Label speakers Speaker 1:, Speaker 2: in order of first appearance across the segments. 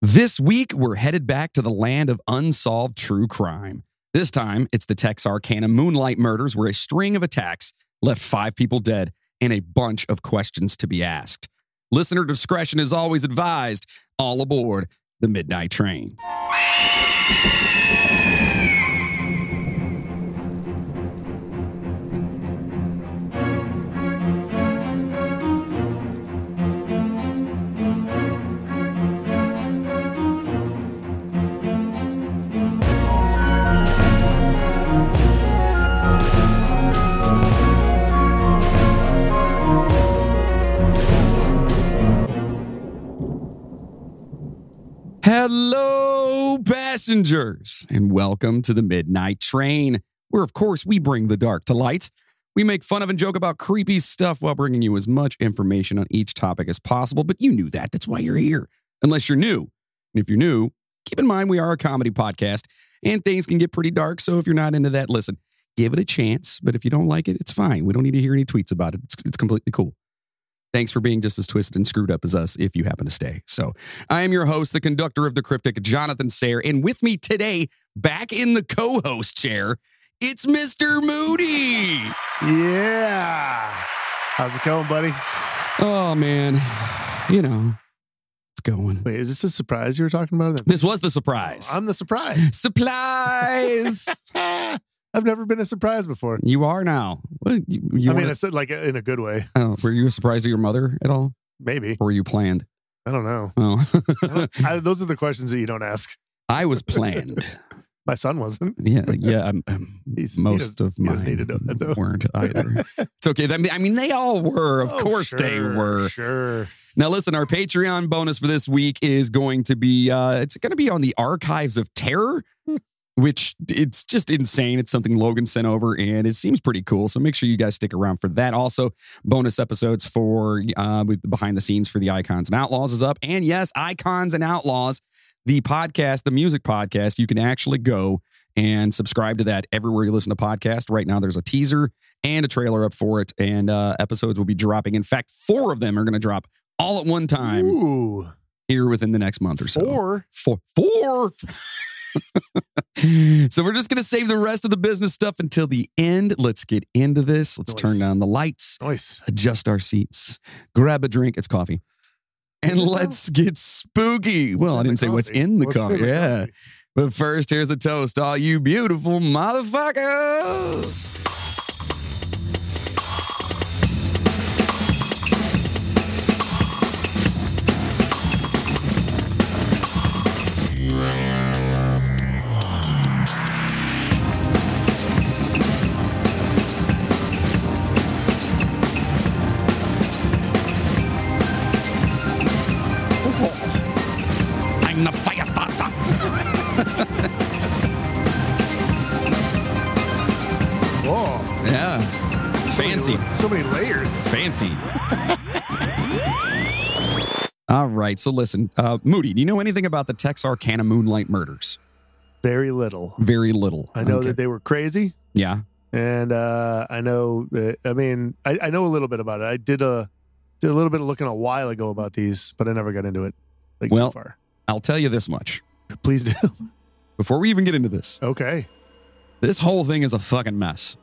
Speaker 1: This week, we're headed back to the land of unsolved true crime. This time, it's the Texarkana Moonlight Murders, where a string of attacks left five people dead and a bunch of questions to be asked. Listener discretion is always advised. All aboard the Midnight Train. Hello, passengers, and welcome to the Midnight Train, where, of course, we bring the dark to light. We make fun of and joke about creepy stuff while bringing you as much information on each topic as possible, but you knew that. That's why you're here, unless you're new. And if you're new, keep in mind we are a comedy podcast and things can get pretty dark. So if you're not into that, listen, give it a chance. But if you don't like it, it's fine. We don't need to hear any tweets about it. It's, it's completely cool. Thanks for being just as twisted and screwed up as us if you happen to stay. So I am your host, the conductor of the cryptic, Jonathan Sayer. And with me today, back in the co host chair, it's Mr. Moody.
Speaker 2: Yeah. How's it going, buddy?
Speaker 1: Oh, man. You know, it's going.
Speaker 2: Wait, is this a surprise you were talking about?
Speaker 1: This was the surprise.
Speaker 2: I'm the surprise.
Speaker 1: Supplies.
Speaker 2: I've never been a surprise before.
Speaker 1: you are now. What, you, you
Speaker 2: I mean,
Speaker 1: wanna-
Speaker 2: I said like in a good way.
Speaker 1: oh, were you a surprise to your mother at all?
Speaker 2: Maybe.
Speaker 1: Or were you planned?
Speaker 2: I don't know. I
Speaker 1: Oh.
Speaker 2: don't- I- those are the questions that you don't ask.
Speaker 1: I was planned.
Speaker 2: My son wasn't.
Speaker 1: Yeah, yeah. I'm, I'm-
Speaker 2: He's- he
Speaker 1: most of
Speaker 2: doesn't
Speaker 1: mine
Speaker 2: need to know that, though.
Speaker 1: weren't either. it's okay. I mean, I mean, they all were. Of
Speaker 2: Oh,
Speaker 1: course, they
Speaker 2: sure,
Speaker 1: were.
Speaker 2: Sure.
Speaker 1: Now, listen. Our Patreon bonus for this week is going to be. Uh, it's going to be on the archives of terror. Which it's just insane. It's something Logan sent over and it seems pretty cool. So make sure you guys stick around for that. Also, bonus episodes for uh, with the behind the scenes for the Icons and Outlaws is up. And yes, Icons and Outlaws, the podcast, the music podcast, you can actually go and subscribe to that everywhere you listen to podcasts. Right now, there's a teaser and a trailer up for it, and uh, episodes will be dropping. In fact, four of them are going to drop all at one time
Speaker 2: Ooh.
Speaker 1: here within the next month or so
Speaker 2: Four.
Speaker 1: four four so we're just gonna save the rest of the business stuff until the end let's get into this let's turn
Speaker 2: Nice.
Speaker 1: down the lights
Speaker 2: Nice.
Speaker 1: adjust our seats grab a drink it's coffee and
Speaker 2: Is it now?
Speaker 1: let's get spooky well i
Speaker 2: What's in the
Speaker 1: didn't say what's
Speaker 2: coffee?
Speaker 1: in the
Speaker 2: What's
Speaker 1: coffee
Speaker 2: the
Speaker 1: yeah
Speaker 2: coffee?
Speaker 1: but first here's a toast all you beautiful motherfuckers I'm the fire starter.
Speaker 2: Whoa.
Speaker 1: Yeah. It's fancy.
Speaker 2: So many layers.
Speaker 1: It's fancy. All right. So listen, uh, Moody, do you know anything about the Texarkana Moonlight Murders?
Speaker 2: Very little.
Speaker 1: Very little.
Speaker 2: I know
Speaker 1: Okay.
Speaker 2: that they were crazy.
Speaker 1: Yeah.
Speaker 2: and uh, I know. Uh, I mean, I, I know a little bit about it. I did a did a little bit of looking a while ago about these, but I never got into it. Like
Speaker 1: Well-
Speaker 2: too far.
Speaker 1: I'll tell you this much.
Speaker 2: Please do.
Speaker 1: Before we even get into this,
Speaker 2: okay,
Speaker 1: this whole thing is a fucking mess.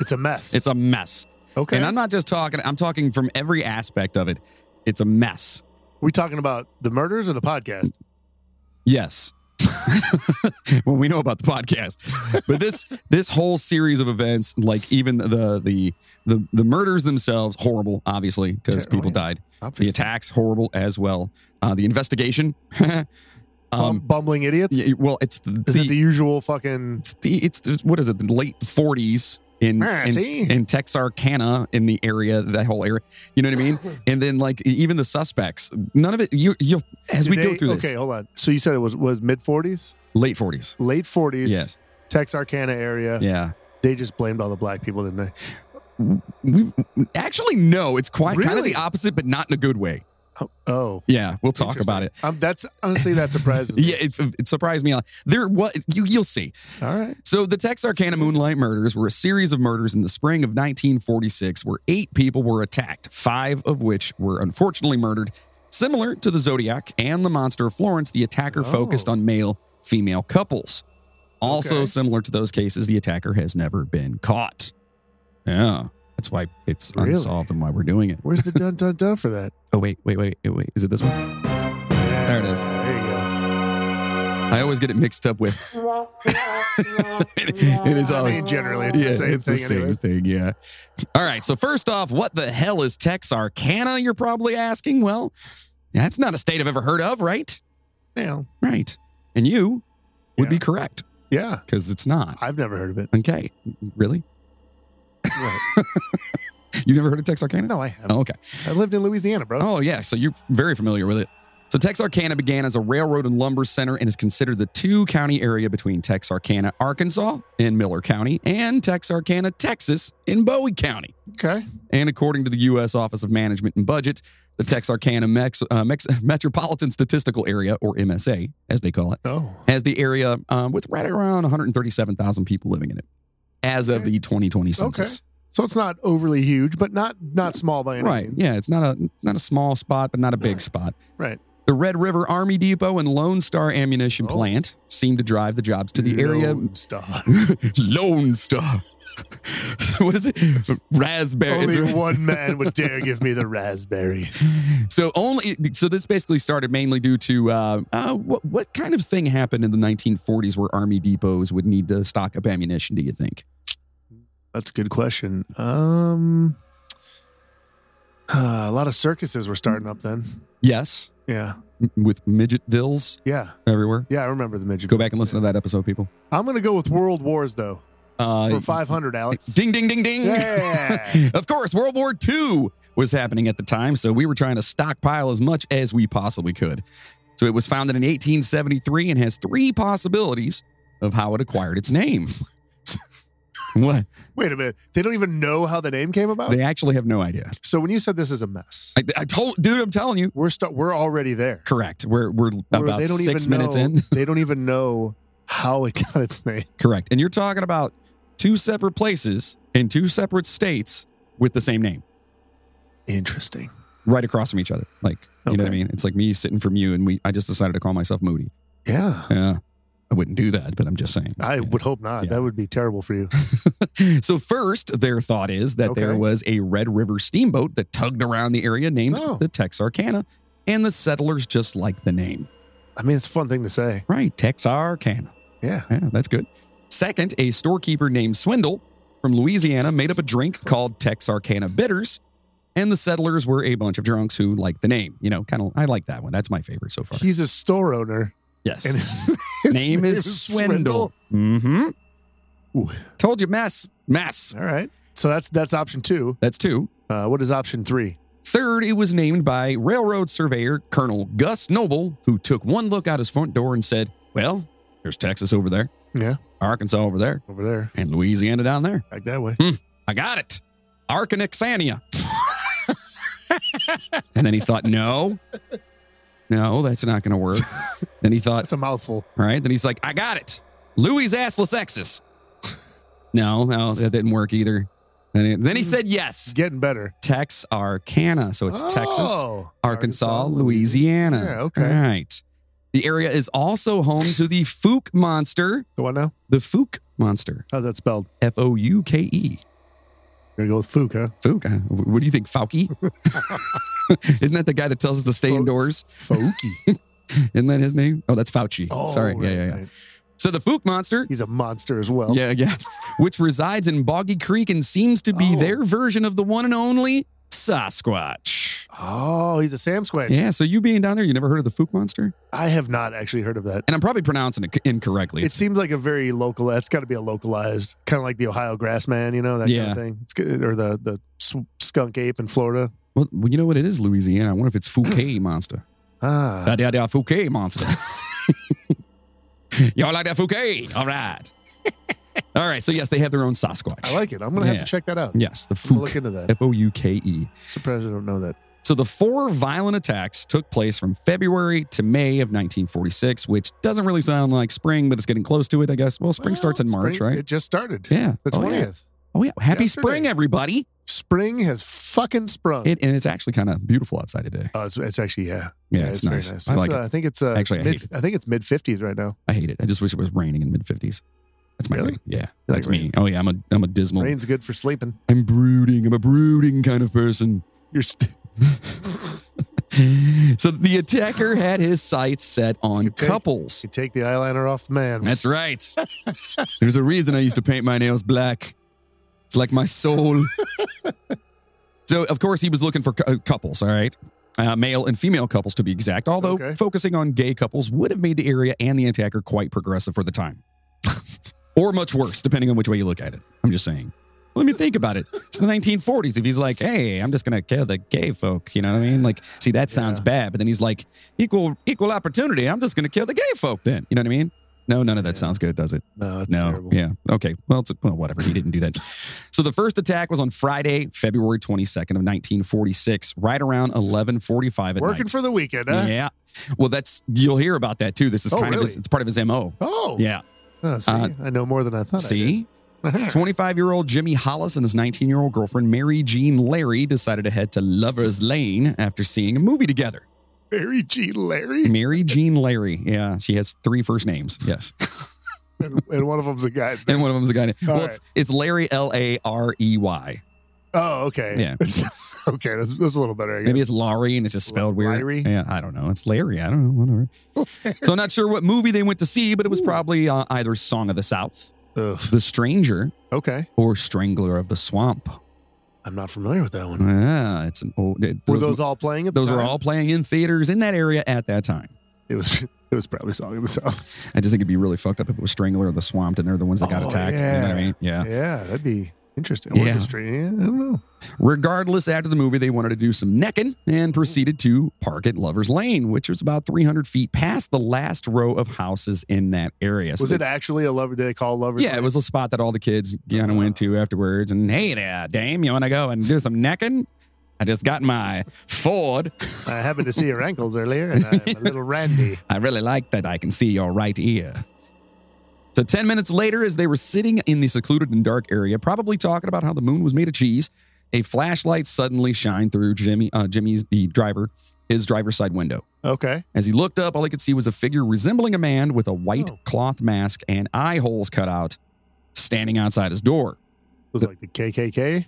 Speaker 2: it's a mess.
Speaker 1: It's a mess.
Speaker 2: okay.
Speaker 1: And I'm not just talking, I'm talking from every aspect of it. It's a mess.
Speaker 2: we talking about the murders or the podcast?
Speaker 1: Yes. well, we know about the podcast, but this this whole series of events, like even the the the the murders themselves, horrible, obviously, because
Speaker 2: Ter- oh,
Speaker 1: people
Speaker 2: yeah.
Speaker 1: died. The
Speaker 2: Obviously.
Speaker 1: attacks, horrible as well. Uh, the investigation, um,
Speaker 2: Bum- bumbling idiots.
Speaker 1: yeah, well, it's the,
Speaker 2: Is it
Speaker 1: the-
Speaker 2: the usual fucking?
Speaker 1: it's the it's the- what is it? The late forties in
Speaker 2: Ah,
Speaker 1: in,
Speaker 2: see?
Speaker 1: in Texarkana in the area, that whole area. You know what I mean? and then like even the suspects, none of it. You you as
Speaker 2: Did
Speaker 1: we go
Speaker 2: they-
Speaker 1: through
Speaker 2: Okay,
Speaker 1: this,
Speaker 2: hold on. So you said it was was mid forties,
Speaker 1: late forties.
Speaker 2: late forties.
Speaker 1: Yes.
Speaker 2: Texarkana area.
Speaker 1: Yeah.
Speaker 2: They just blamed all the black people, didn't they?
Speaker 1: We actually no, it's quite kind of
Speaker 2: Really?
Speaker 1: the opposite, but not in a good way.
Speaker 2: Oh, oh
Speaker 1: Yeah, we'll talk about it.
Speaker 2: interesting. Um, that's honestly that surprises me.
Speaker 1: Yeah, it, it surprised me. a lot. There, what you you'll see.
Speaker 2: All right.
Speaker 1: So the Texarkana Moonlight Murders were a series of murders in the spring of 1946, where eight people were attacked, five of which were unfortunately murdered. Similar to the Zodiac and the Monster of Florence, the attacker
Speaker 2: Oh.
Speaker 1: focused on male female couples. Also,
Speaker 2: Okay.
Speaker 1: similar to those cases, the attacker has never been caught. Yeah. That's why it's
Speaker 2: Really?
Speaker 1: unsolved and why we're doing it.
Speaker 2: Where's the dun dun dun for that?
Speaker 1: Oh, wait, wait, wait, wait, wait. Is it this one? There it is.
Speaker 2: There you go.
Speaker 1: I always get it mixed up with. it is
Speaker 2: I
Speaker 1: all.
Speaker 2: mean, generally, it's the same
Speaker 1: it's
Speaker 2: thing
Speaker 1: the same
Speaker 2: anyways.
Speaker 1: thing. Yeah. All right. So first off, what the hell is Texarkana? You're probably asking. Well, that's not a state I've ever heard of, right?
Speaker 2: Now,
Speaker 1: Right. And you would
Speaker 2: Yeah.
Speaker 1: be correct
Speaker 2: yeah,
Speaker 1: because it's not.
Speaker 2: I've never heard of it.
Speaker 1: Okay. Really?
Speaker 2: Right.
Speaker 1: You never heard of Texarkana?
Speaker 2: No, I haven't.
Speaker 1: Oh, okay.
Speaker 2: I lived in Louisiana, bro.
Speaker 1: Oh, yeah. So you're very familiar with it. So Texarkana began as a railroad and lumber center and is considered the two county area between Texarkana, Arkansas in Miller County and Texarkana, Texas in Bowie County.
Speaker 2: Okay.
Speaker 1: And according to the U.S. Office of Management and Budget, the Texarkana Mex- uh, Mex- Metropolitan Statistical Area, or MSA, as they call it,
Speaker 2: Oh.
Speaker 1: as the area um, with right around 137,000 people living in it as of
Speaker 2: Okay.
Speaker 1: the 2020 census.
Speaker 2: So it's not overly huge, but not not small by any
Speaker 1: Right.
Speaker 2: means.
Speaker 1: Yeah, it's not a not a small spot, but not a big spot.
Speaker 2: Right.
Speaker 1: The Red River Army Depot and Lone Star Ammunition
Speaker 2: Oh.
Speaker 1: Plant seem to drive the jobs to the area.
Speaker 2: Lone Star.
Speaker 1: Lone Star. what is it? Raspberry.
Speaker 2: Only one man would dare give me the raspberry.
Speaker 1: So only so this basically started mainly due to uh, uh, what what kind of thing happened in the 1940s where army depots would need to stock up ammunition? Do you think?
Speaker 2: That's a good question. Um, uh, a lot of circuses were starting up then.
Speaker 1: Yes,
Speaker 2: Yeah,
Speaker 1: m- with midgetvilles
Speaker 2: yeah,
Speaker 1: everywhere.
Speaker 2: yeah. I remember the midget.
Speaker 1: Go back and listen to that episode, people.
Speaker 2: I'm gonna go with World Wars though
Speaker 1: Uh,
Speaker 2: for 500, Alex.
Speaker 1: Ding ding ding ding.
Speaker 2: Yeah.
Speaker 1: of course, World War II was happening at the time, so we were trying to stockpile as much as we possibly could. So it was founded in 1873 and has three possibilities of how it acquired its name. what?
Speaker 2: Wait a minute. They don't even know how the name came about.
Speaker 1: They actually have no idea.
Speaker 2: so when you said this is a mess,
Speaker 1: I, I told, dude, I'm telling you.
Speaker 2: we're st- we're already there.
Speaker 1: Correct. We're we're
Speaker 2: Where
Speaker 1: about
Speaker 2: they don't
Speaker 1: six
Speaker 2: even know,
Speaker 1: minutes in.
Speaker 2: they don't even know how it got its name.
Speaker 1: Correct. And you're talking about two separate places in two separate states with the same name,
Speaker 2: Interesting.
Speaker 1: right across from each other. Like you know what I
Speaker 2: Okay.
Speaker 1: mean? It's like me sitting from you, and we. I just decided to call myself Moody.
Speaker 2: Yeah.
Speaker 1: Yeah. I wouldn't do that, but I'm just saying.
Speaker 2: I would hope not.
Speaker 1: Yeah.
Speaker 2: That would be terrible for you.
Speaker 1: Yeah. so first, their thought is that there
Speaker 2: Okay.
Speaker 1: was a Red River steamboat that tugged around the area named
Speaker 2: Oh.
Speaker 1: the Texarkana, and the settlers just like the name.
Speaker 2: I mean, it's a fun thing to say.
Speaker 1: Right, Texarkana.
Speaker 2: Yeah.
Speaker 1: Yeah, that's good. Second, a storekeeper named Swindle from Louisiana made up a drink called Texarkana Bitters, and the settlers were a bunch of drunks who liked the name. You know, kind of, I like that one. That's my favorite so far.
Speaker 2: He's a store owner,
Speaker 1: Yes.
Speaker 2: and his, his
Speaker 1: name, is Swindle. Mm-hmm.
Speaker 2: Ooh.
Speaker 1: Told you, mess, mess.
Speaker 2: All right, so that's that's option two.
Speaker 1: That's two.
Speaker 2: Uh, what is option three?
Speaker 1: Third, it was named by railroad surveyor Colonel Gus Noble, who took one look out his front door and said, "Well, there's Texas over there,
Speaker 2: Yeah.
Speaker 1: Arkansas over there,
Speaker 2: Over there,
Speaker 1: and Louisiana down there."
Speaker 2: back that
Speaker 1: Uh,
Speaker 2: way.
Speaker 1: I got it. Arcanixania. and then he thought, no, no, that's not going to work. then he thought,
Speaker 2: That's a mouthful.
Speaker 1: all right. Then he's like, I got it. Louis assless Exes. no, no, that didn't work either. Then he, then he said,
Speaker 2: It's
Speaker 1: yes,
Speaker 2: getting better.
Speaker 1: Texarkana. So it's Texas,
Speaker 2: Oh,
Speaker 1: Arkansas, Louisiana.
Speaker 2: Yeah, okay.
Speaker 1: All right. The area is also home to the Fook monster.
Speaker 2: The what now?
Speaker 1: The Fook monster.
Speaker 2: How's that spelled?
Speaker 1: F O U K E.
Speaker 2: You're gonna go with Fook, huh?
Speaker 1: Fook. uh, What do you think, Fauci? Isn't that the guy that tells us to stay
Speaker 2: Fau-
Speaker 1: indoors?
Speaker 2: Fooky.
Speaker 1: Isn't that his name? Oh, that's Fauci.
Speaker 2: Oh,
Speaker 1: Sorry.
Speaker 2: right,
Speaker 1: yeah, yeah, yeah.
Speaker 2: right.
Speaker 1: So the Fook monster.
Speaker 2: He's a monster as well.
Speaker 1: Yeah, yeah. Which resides in Boggy Creek and seems to be
Speaker 2: Oh.
Speaker 1: their version of the one and only Sasquatch.
Speaker 2: Oh, he's a Sam Squatch.
Speaker 1: Yeah, so you being down there, you never heard of the Fook monster?
Speaker 2: I have not actually heard of that.
Speaker 1: And I'm probably pronouncing it c- incorrectly.
Speaker 2: It seems like a very local. It's got to be a localized, kind of like the Ohio Grassman, you know that kind
Speaker 1: Yeah.
Speaker 2: of thing. It's good, or the the s- skunk ape in Florida.
Speaker 1: well, well, you know what it is, Louisiana. I wonder if it's Fouquet monster.
Speaker 2: Ah,
Speaker 1: Da da da Fouquet monster. Y'all like that Fouquet? All right. All right. So yes, they have their own Sasquatch.
Speaker 2: I like it. I'm gonna have
Speaker 1: Yeah.
Speaker 2: to check that out.
Speaker 1: Yes, the
Speaker 2: I'm gonna look
Speaker 1: Fouk.
Speaker 2: into that.
Speaker 1: F O U K E.
Speaker 2: Surprised I don't know that.
Speaker 1: So the four violent attacks took place from February to May of 1946, which doesn't really sound like spring, but it's getting close to it, I guess. Well, spring starts in
Speaker 2: Well,
Speaker 1: March,
Speaker 2: spring-
Speaker 1: right?
Speaker 2: It just started.
Speaker 1: yeah.
Speaker 2: The
Speaker 1: oh, yeah.
Speaker 2: twentieth.
Speaker 1: Oh, yeah. Happy
Speaker 2: Yesterday.
Speaker 1: spring, everybody.
Speaker 2: Spring has fucking sprung.
Speaker 1: It, and it's actually kind of beautiful outside today.
Speaker 2: oh, it's, it's actually yeah.
Speaker 1: Yeah, it's,
Speaker 2: very
Speaker 1: nice. I
Speaker 2: That's,
Speaker 1: like
Speaker 2: uh,
Speaker 1: it.
Speaker 2: I think it's uh,
Speaker 1: Actually, I
Speaker 2: mid,
Speaker 1: hate
Speaker 2: I think it's mid fifties right now.
Speaker 1: I hate it. I just wish it was raining in mid fifties. That's my
Speaker 2: Really?
Speaker 1: thing. Yeah,
Speaker 2: like
Speaker 1: that's me. Oh yeah, I'm a I'm a dismal.
Speaker 2: Rain's good for sleeping.
Speaker 1: I'm brooding. I'm a brooding kind of person.
Speaker 2: You're st-
Speaker 1: so the attacker had his sights set on
Speaker 2: Good take.
Speaker 1: couples.
Speaker 2: you take the eyeliner off the man.
Speaker 1: That's right. There's a reason I used to paint my nails black. It's like my soul. so, of course, he was looking for cou- uh, couples, all right? Uh, male and female couples to be exact, although
Speaker 2: Okay.
Speaker 1: focusing on gay couples would have made the area and the attacker quite progressive for the time. or much worse, depending on which way you look at it. I'm just saying. Let me think about it. It's the 1940s. If he's like, hey, I'm just going to kill the gay folk, you know what I mean? Like, see, that sounds
Speaker 2: Yeah.
Speaker 1: bad. But then he's like, equal equal opportunity. I'm just going to kill the gay folk then. You know what I mean? No, none of that
Speaker 2: Yeah.
Speaker 1: sounds good, does it?
Speaker 2: no, Oh, that's
Speaker 1: no.
Speaker 2: terrible.
Speaker 1: Yeah. Okay. Well, it's well, whatever. He didn't do that. so the first attack was on Friday, February 22nd of 1946, right around 11:45 at
Speaker 2: Working
Speaker 1: night.
Speaker 2: for the weekend, huh?
Speaker 1: yeah. Well, that's you'll hear about that too. This is
Speaker 2: Oh,
Speaker 1: kind of his,
Speaker 2: really?
Speaker 1: it's part of his MO.
Speaker 2: Oh,
Speaker 1: Yeah.
Speaker 2: Oh, see,
Speaker 1: Uh,
Speaker 2: I know more than I thought.
Speaker 1: See?
Speaker 2: I did.
Speaker 1: 25 year old Jimmy Hollis and his 19 year old girlfriend, Mary Jean Larry, decided to head to Lover's Lane after seeing a movie together.
Speaker 2: Mary G. Larry,
Speaker 1: Mary Jean Larry. Yeah. She has three first names. Yes.
Speaker 2: and, and one of them's a guy's. name.
Speaker 1: And one of them's a guy named,
Speaker 2: All
Speaker 1: well, it's, it's Larry, L A R E Y.
Speaker 2: Oh, okay.
Speaker 1: Yeah.
Speaker 2: okay, that's, that's a little better. I guess.
Speaker 1: Maybe it's Laurie and it's just spelled weird.
Speaker 2: Larry?
Speaker 1: Yeah, I don't know. It's Larry. I don't know. Whatever. so I'm not sure what movie they went to see, but it was
Speaker 2: Ooh.
Speaker 1: probably uh, either Song of the South,
Speaker 2: Ugh.
Speaker 1: The Stranger,
Speaker 2: Okay,
Speaker 1: or Strangler of the Swamp.
Speaker 2: I'm not familiar with that one.
Speaker 1: Yeah, it's an old. it-
Speaker 2: Were
Speaker 1: those
Speaker 2: those all playing at the
Speaker 1: those were
Speaker 2: time?
Speaker 1: all playing in theaters in that area at that time.
Speaker 2: It was it was probably Song of the South.
Speaker 1: I just think it'd be really fucked up if it was Strangler of the Swamp and they're the ones that got
Speaker 2: Oh,
Speaker 1: attacked. You know what I
Speaker 2: yeah.
Speaker 1: mean? Yeah.
Speaker 2: Yeah, that'd be interesting.
Speaker 1: Yeah.
Speaker 2: Yeah. yeah, I don't know.
Speaker 1: Regardless, after the movie, they wanted to do some necking and proceeded to park at Lover's Lane, which was about 300 feet past the last row of houses in that area. So
Speaker 2: Was
Speaker 1: they-
Speaker 2: it actually a lover? Did they call lovers? Uh-huh.
Speaker 1: Yeah, it was a spot that all the kids kind of went to afterwards. And hey there, dame, you want to go and do some necking? I just got my Ford.
Speaker 2: I happened to see your ankles earlier, and I'm a little randy.
Speaker 1: I really like that I can see your right ear. So 10 minutes later, as they were sitting in the secluded and dark area, probably talking about how the moon was made of cheese, a flashlight suddenly shined through Jimmy, uh, Jimmy's, the driver, his driver's side window.
Speaker 2: Okay,
Speaker 1: As he looked up, all he could see was a figure resembling a man with a white
Speaker 2: Oh.
Speaker 1: cloth mask and eye holes cut out, standing outside his door.
Speaker 2: was like the KKK.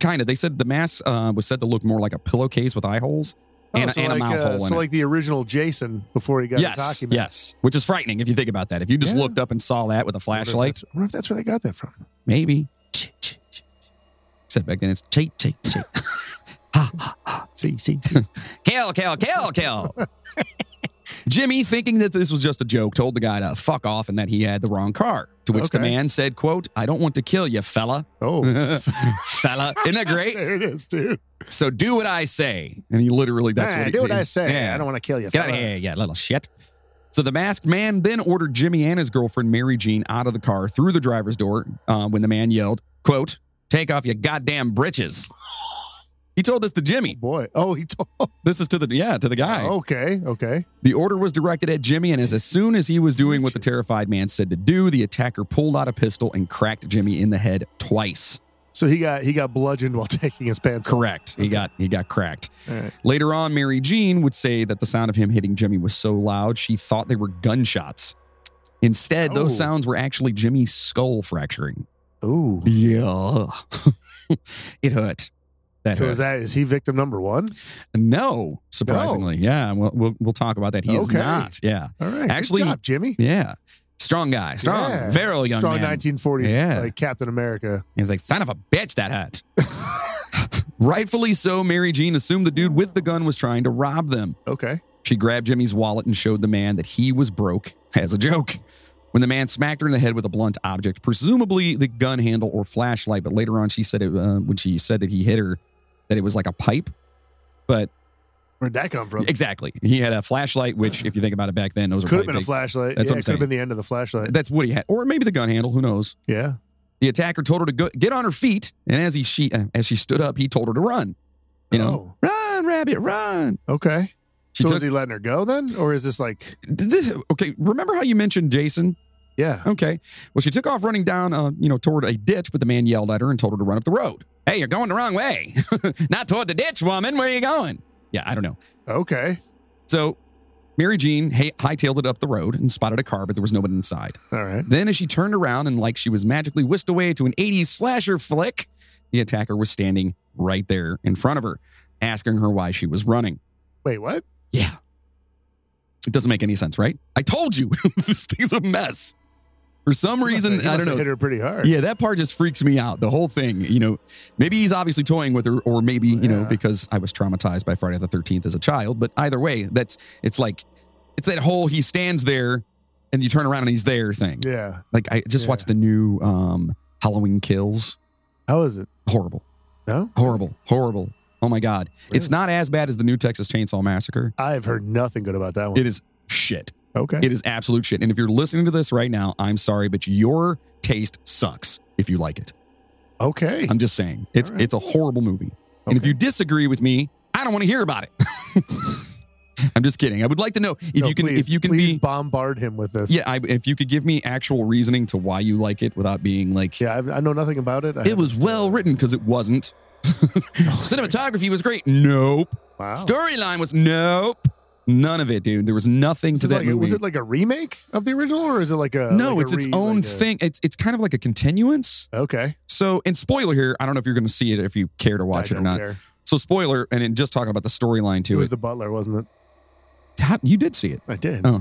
Speaker 1: kind of. They said the mask uh, was said to look more like a pillowcase with eye holes
Speaker 2: Oh,
Speaker 1: and,
Speaker 2: so
Speaker 1: and
Speaker 2: like,
Speaker 1: a mouth
Speaker 2: uh,
Speaker 1: hole in
Speaker 2: so
Speaker 1: it.
Speaker 2: like the original Jason before he got his
Speaker 1: yes,
Speaker 2: hockey mask.
Speaker 1: yes, which is frightening if you think about that. If you just
Speaker 2: Yeah.
Speaker 1: looked up and saw that with a
Speaker 2: I wonder if
Speaker 1: flashlight,
Speaker 2: that's- I wonder if that's where they got that from.
Speaker 1: maybe. Except back then it's cheat, cheat, cheat. Ha, ha, ha.
Speaker 2: See, see,
Speaker 1: kill, kill, kill, kill. Jimmy, thinking that this was just a joke, told the guy to fuck off and that he had the wrong car. To which the
Speaker 2: Okay.
Speaker 1: man said, quote, I don't want to kill you, fella.
Speaker 2: Oh,
Speaker 1: fella. Isn't that great?
Speaker 2: there it is, dude.
Speaker 1: So do what I say. And he literally, that's
Speaker 2: Hey,
Speaker 1: what he
Speaker 2: do what
Speaker 1: did.
Speaker 2: I say.
Speaker 1: Yeah.
Speaker 2: I don't want to kill you.
Speaker 1: Get out of
Speaker 2: fella.
Speaker 1: here, you little shit. So the masked man then ordered Jimmy and his girlfriend, Mary Jean, out of the car through the driver's door uh, when the man yelled, quote, take off your goddamn britches. He told this to
Speaker 2: Oh,
Speaker 1: Jimmy.
Speaker 2: boy. Oh, he told.
Speaker 1: This is to the, yeah, to the guy.
Speaker 2: Okay, okay.
Speaker 1: The order was directed at Jimmy, and as, as soon as he was doing what the
Speaker 2: Britches.
Speaker 1: terrified man said to do, the attacker pulled out a pistol and cracked Jimmy in the head twice.
Speaker 2: So he got he got bludgeoned while taking his pants. off.
Speaker 1: Correct. He got, he got cracked.
Speaker 2: All right.
Speaker 1: Later on, Mary Jean would say that the sound of him hitting Jimmy was so loud she thought they were gunshots. Instead, those
Speaker 2: Oh.
Speaker 1: sounds were actually Jimmy's skull fracturing.
Speaker 2: Ooh.
Speaker 1: Yeah. it hurt. That
Speaker 2: So
Speaker 1: hurt.
Speaker 2: is that is he victim number one?
Speaker 1: no, surprisingly. Yeah, we'll, we'll, we'll talk about that. He is
Speaker 2: Okay.
Speaker 1: not. Yeah.
Speaker 2: All right.
Speaker 1: Actually-
Speaker 2: good job, Jimmy.
Speaker 1: Yeah. Strong guy. Strong.
Speaker 2: Yeah.
Speaker 1: Very young
Speaker 2: Strong
Speaker 1: man.
Speaker 2: 1940s,
Speaker 1: Yeah.
Speaker 2: like Captain America.
Speaker 1: He's like, son of a bitch, that hurt. Rightfully so, Mary Jean assumed the dude with the gun was trying to rob them.
Speaker 2: Okay.
Speaker 1: She grabbed Jimmy's wallet and showed the man that he was broke as a joke. When the man smacked her in the head with a blunt object, presumably the gun handle or flashlight, but later on she said it uh, when she said that he hit her, that it was like a pipe. But
Speaker 2: Where'd that come from?
Speaker 1: exactly, he had a flashlight, which if you think about it back then, those were
Speaker 2: Could
Speaker 1: pipe-
Speaker 2: have been a
Speaker 1: they-
Speaker 2: flashlight.
Speaker 1: That's what
Speaker 2: yeah,
Speaker 1: I'm
Speaker 2: it could have been the end of the flashlight.
Speaker 1: That's what he had, or maybe the gun handle. Who knows?
Speaker 2: Yeah.
Speaker 1: The attacker told her to go, get on her feet, and as he she uh, as she stood up, he told her to run. You know, run, rabbit, run.
Speaker 2: Oh, okay.
Speaker 1: She
Speaker 2: Oh. so
Speaker 1: took-
Speaker 2: is he letting her go then, or is this like?
Speaker 1: okay, remember how you mentioned Jason?
Speaker 2: Yeah.
Speaker 1: Okay. Well, she took off running down, uh, you know, toward a ditch, but the man yelled at her and told her to run up the road. Hey, you're going the wrong way. Not toward the ditch, woman. Where are you going? Yeah, I don't know.
Speaker 2: Okay.
Speaker 1: So Mary Jean ha- hightailed it up the road and spotted a car, but there was nobody inside.
Speaker 2: All right.
Speaker 1: Then, as she turned around and like she was magically whisked away to an 80s slasher flick, the attacker was standing right there in front of her, asking her why she was running.
Speaker 2: Wait, what?
Speaker 1: Yeah. It doesn't make any sense, right? I told you this thing's a mess. For some
Speaker 2: He must
Speaker 1: reason,
Speaker 2: have- he
Speaker 1: I don't
Speaker 2: must have
Speaker 1: know.
Speaker 2: Hit her pretty hard.
Speaker 1: Yeah, that part just freaks me out. The whole thing, you know, maybe he's obviously toying with her, or maybe, you know,
Speaker 2: Yeah.
Speaker 1: because I was traumatized by Friday the 13th as a child. But either way, that's, it's like, it's that whole he stands there and you turn around and he's there thing.
Speaker 2: Yeah.
Speaker 1: Like I just
Speaker 2: Yeah.
Speaker 1: watched the new um Halloween Kills.
Speaker 2: How is it?
Speaker 1: Horrible.
Speaker 2: No?
Speaker 1: Horrible. Horrible. Oh my god. It's
Speaker 2: Really?
Speaker 1: not as bad as the new Texas Chainsaw Massacre.
Speaker 2: I've heard nothing good about that one.
Speaker 1: It is shit.
Speaker 2: okay.
Speaker 1: It is absolute shit. And if you're listening to this right now, I'm sorry, but your taste sucks if you like it.
Speaker 2: okay.
Speaker 1: I'm just saying. It's
Speaker 2: All right.
Speaker 1: it's a horrible movie. And if
Speaker 2: Okay.
Speaker 1: you disagree with me, I don't want to hear about it. I'm just kidding. I would like to know if
Speaker 2: No,
Speaker 1: you can
Speaker 2: please-
Speaker 1: if you can
Speaker 2: please
Speaker 1: be
Speaker 2: bombard him with this.
Speaker 1: yeah, I, if you could give me actual reasoning to why you like it without being like
Speaker 2: Yeah. I, I know nothing about it. I
Speaker 1: It was
Speaker 2: haven't, uh, Oh,
Speaker 1: well written because it wasn't. Cinematography was great. Nope.
Speaker 2: Wow.
Speaker 1: Storyline was nope. None of it, dude. There was nothing
Speaker 2: This
Speaker 1: to
Speaker 2: is
Speaker 1: that
Speaker 2: like a-
Speaker 1: movie.
Speaker 2: was it like a remake of the original, or is it like a
Speaker 1: no,
Speaker 2: like a
Speaker 1: it's its
Speaker 2: re-
Speaker 1: own
Speaker 2: like a-
Speaker 1: thing. It's it's kind of like a continuance.
Speaker 2: Okay,
Speaker 1: So, and spoiler here, I don't know if you're going to see it if you care to watch
Speaker 2: I
Speaker 1: it or
Speaker 2: don't
Speaker 1: not.
Speaker 2: Care.
Speaker 1: So, spoiler, and then just talking about the storyline
Speaker 2: It
Speaker 1: to
Speaker 2: was
Speaker 1: it.
Speaker 2: the butler, wasn't it?
Speaker 1: How- you did see it.
Speaker 2: I did.
Speaker 1: Oh,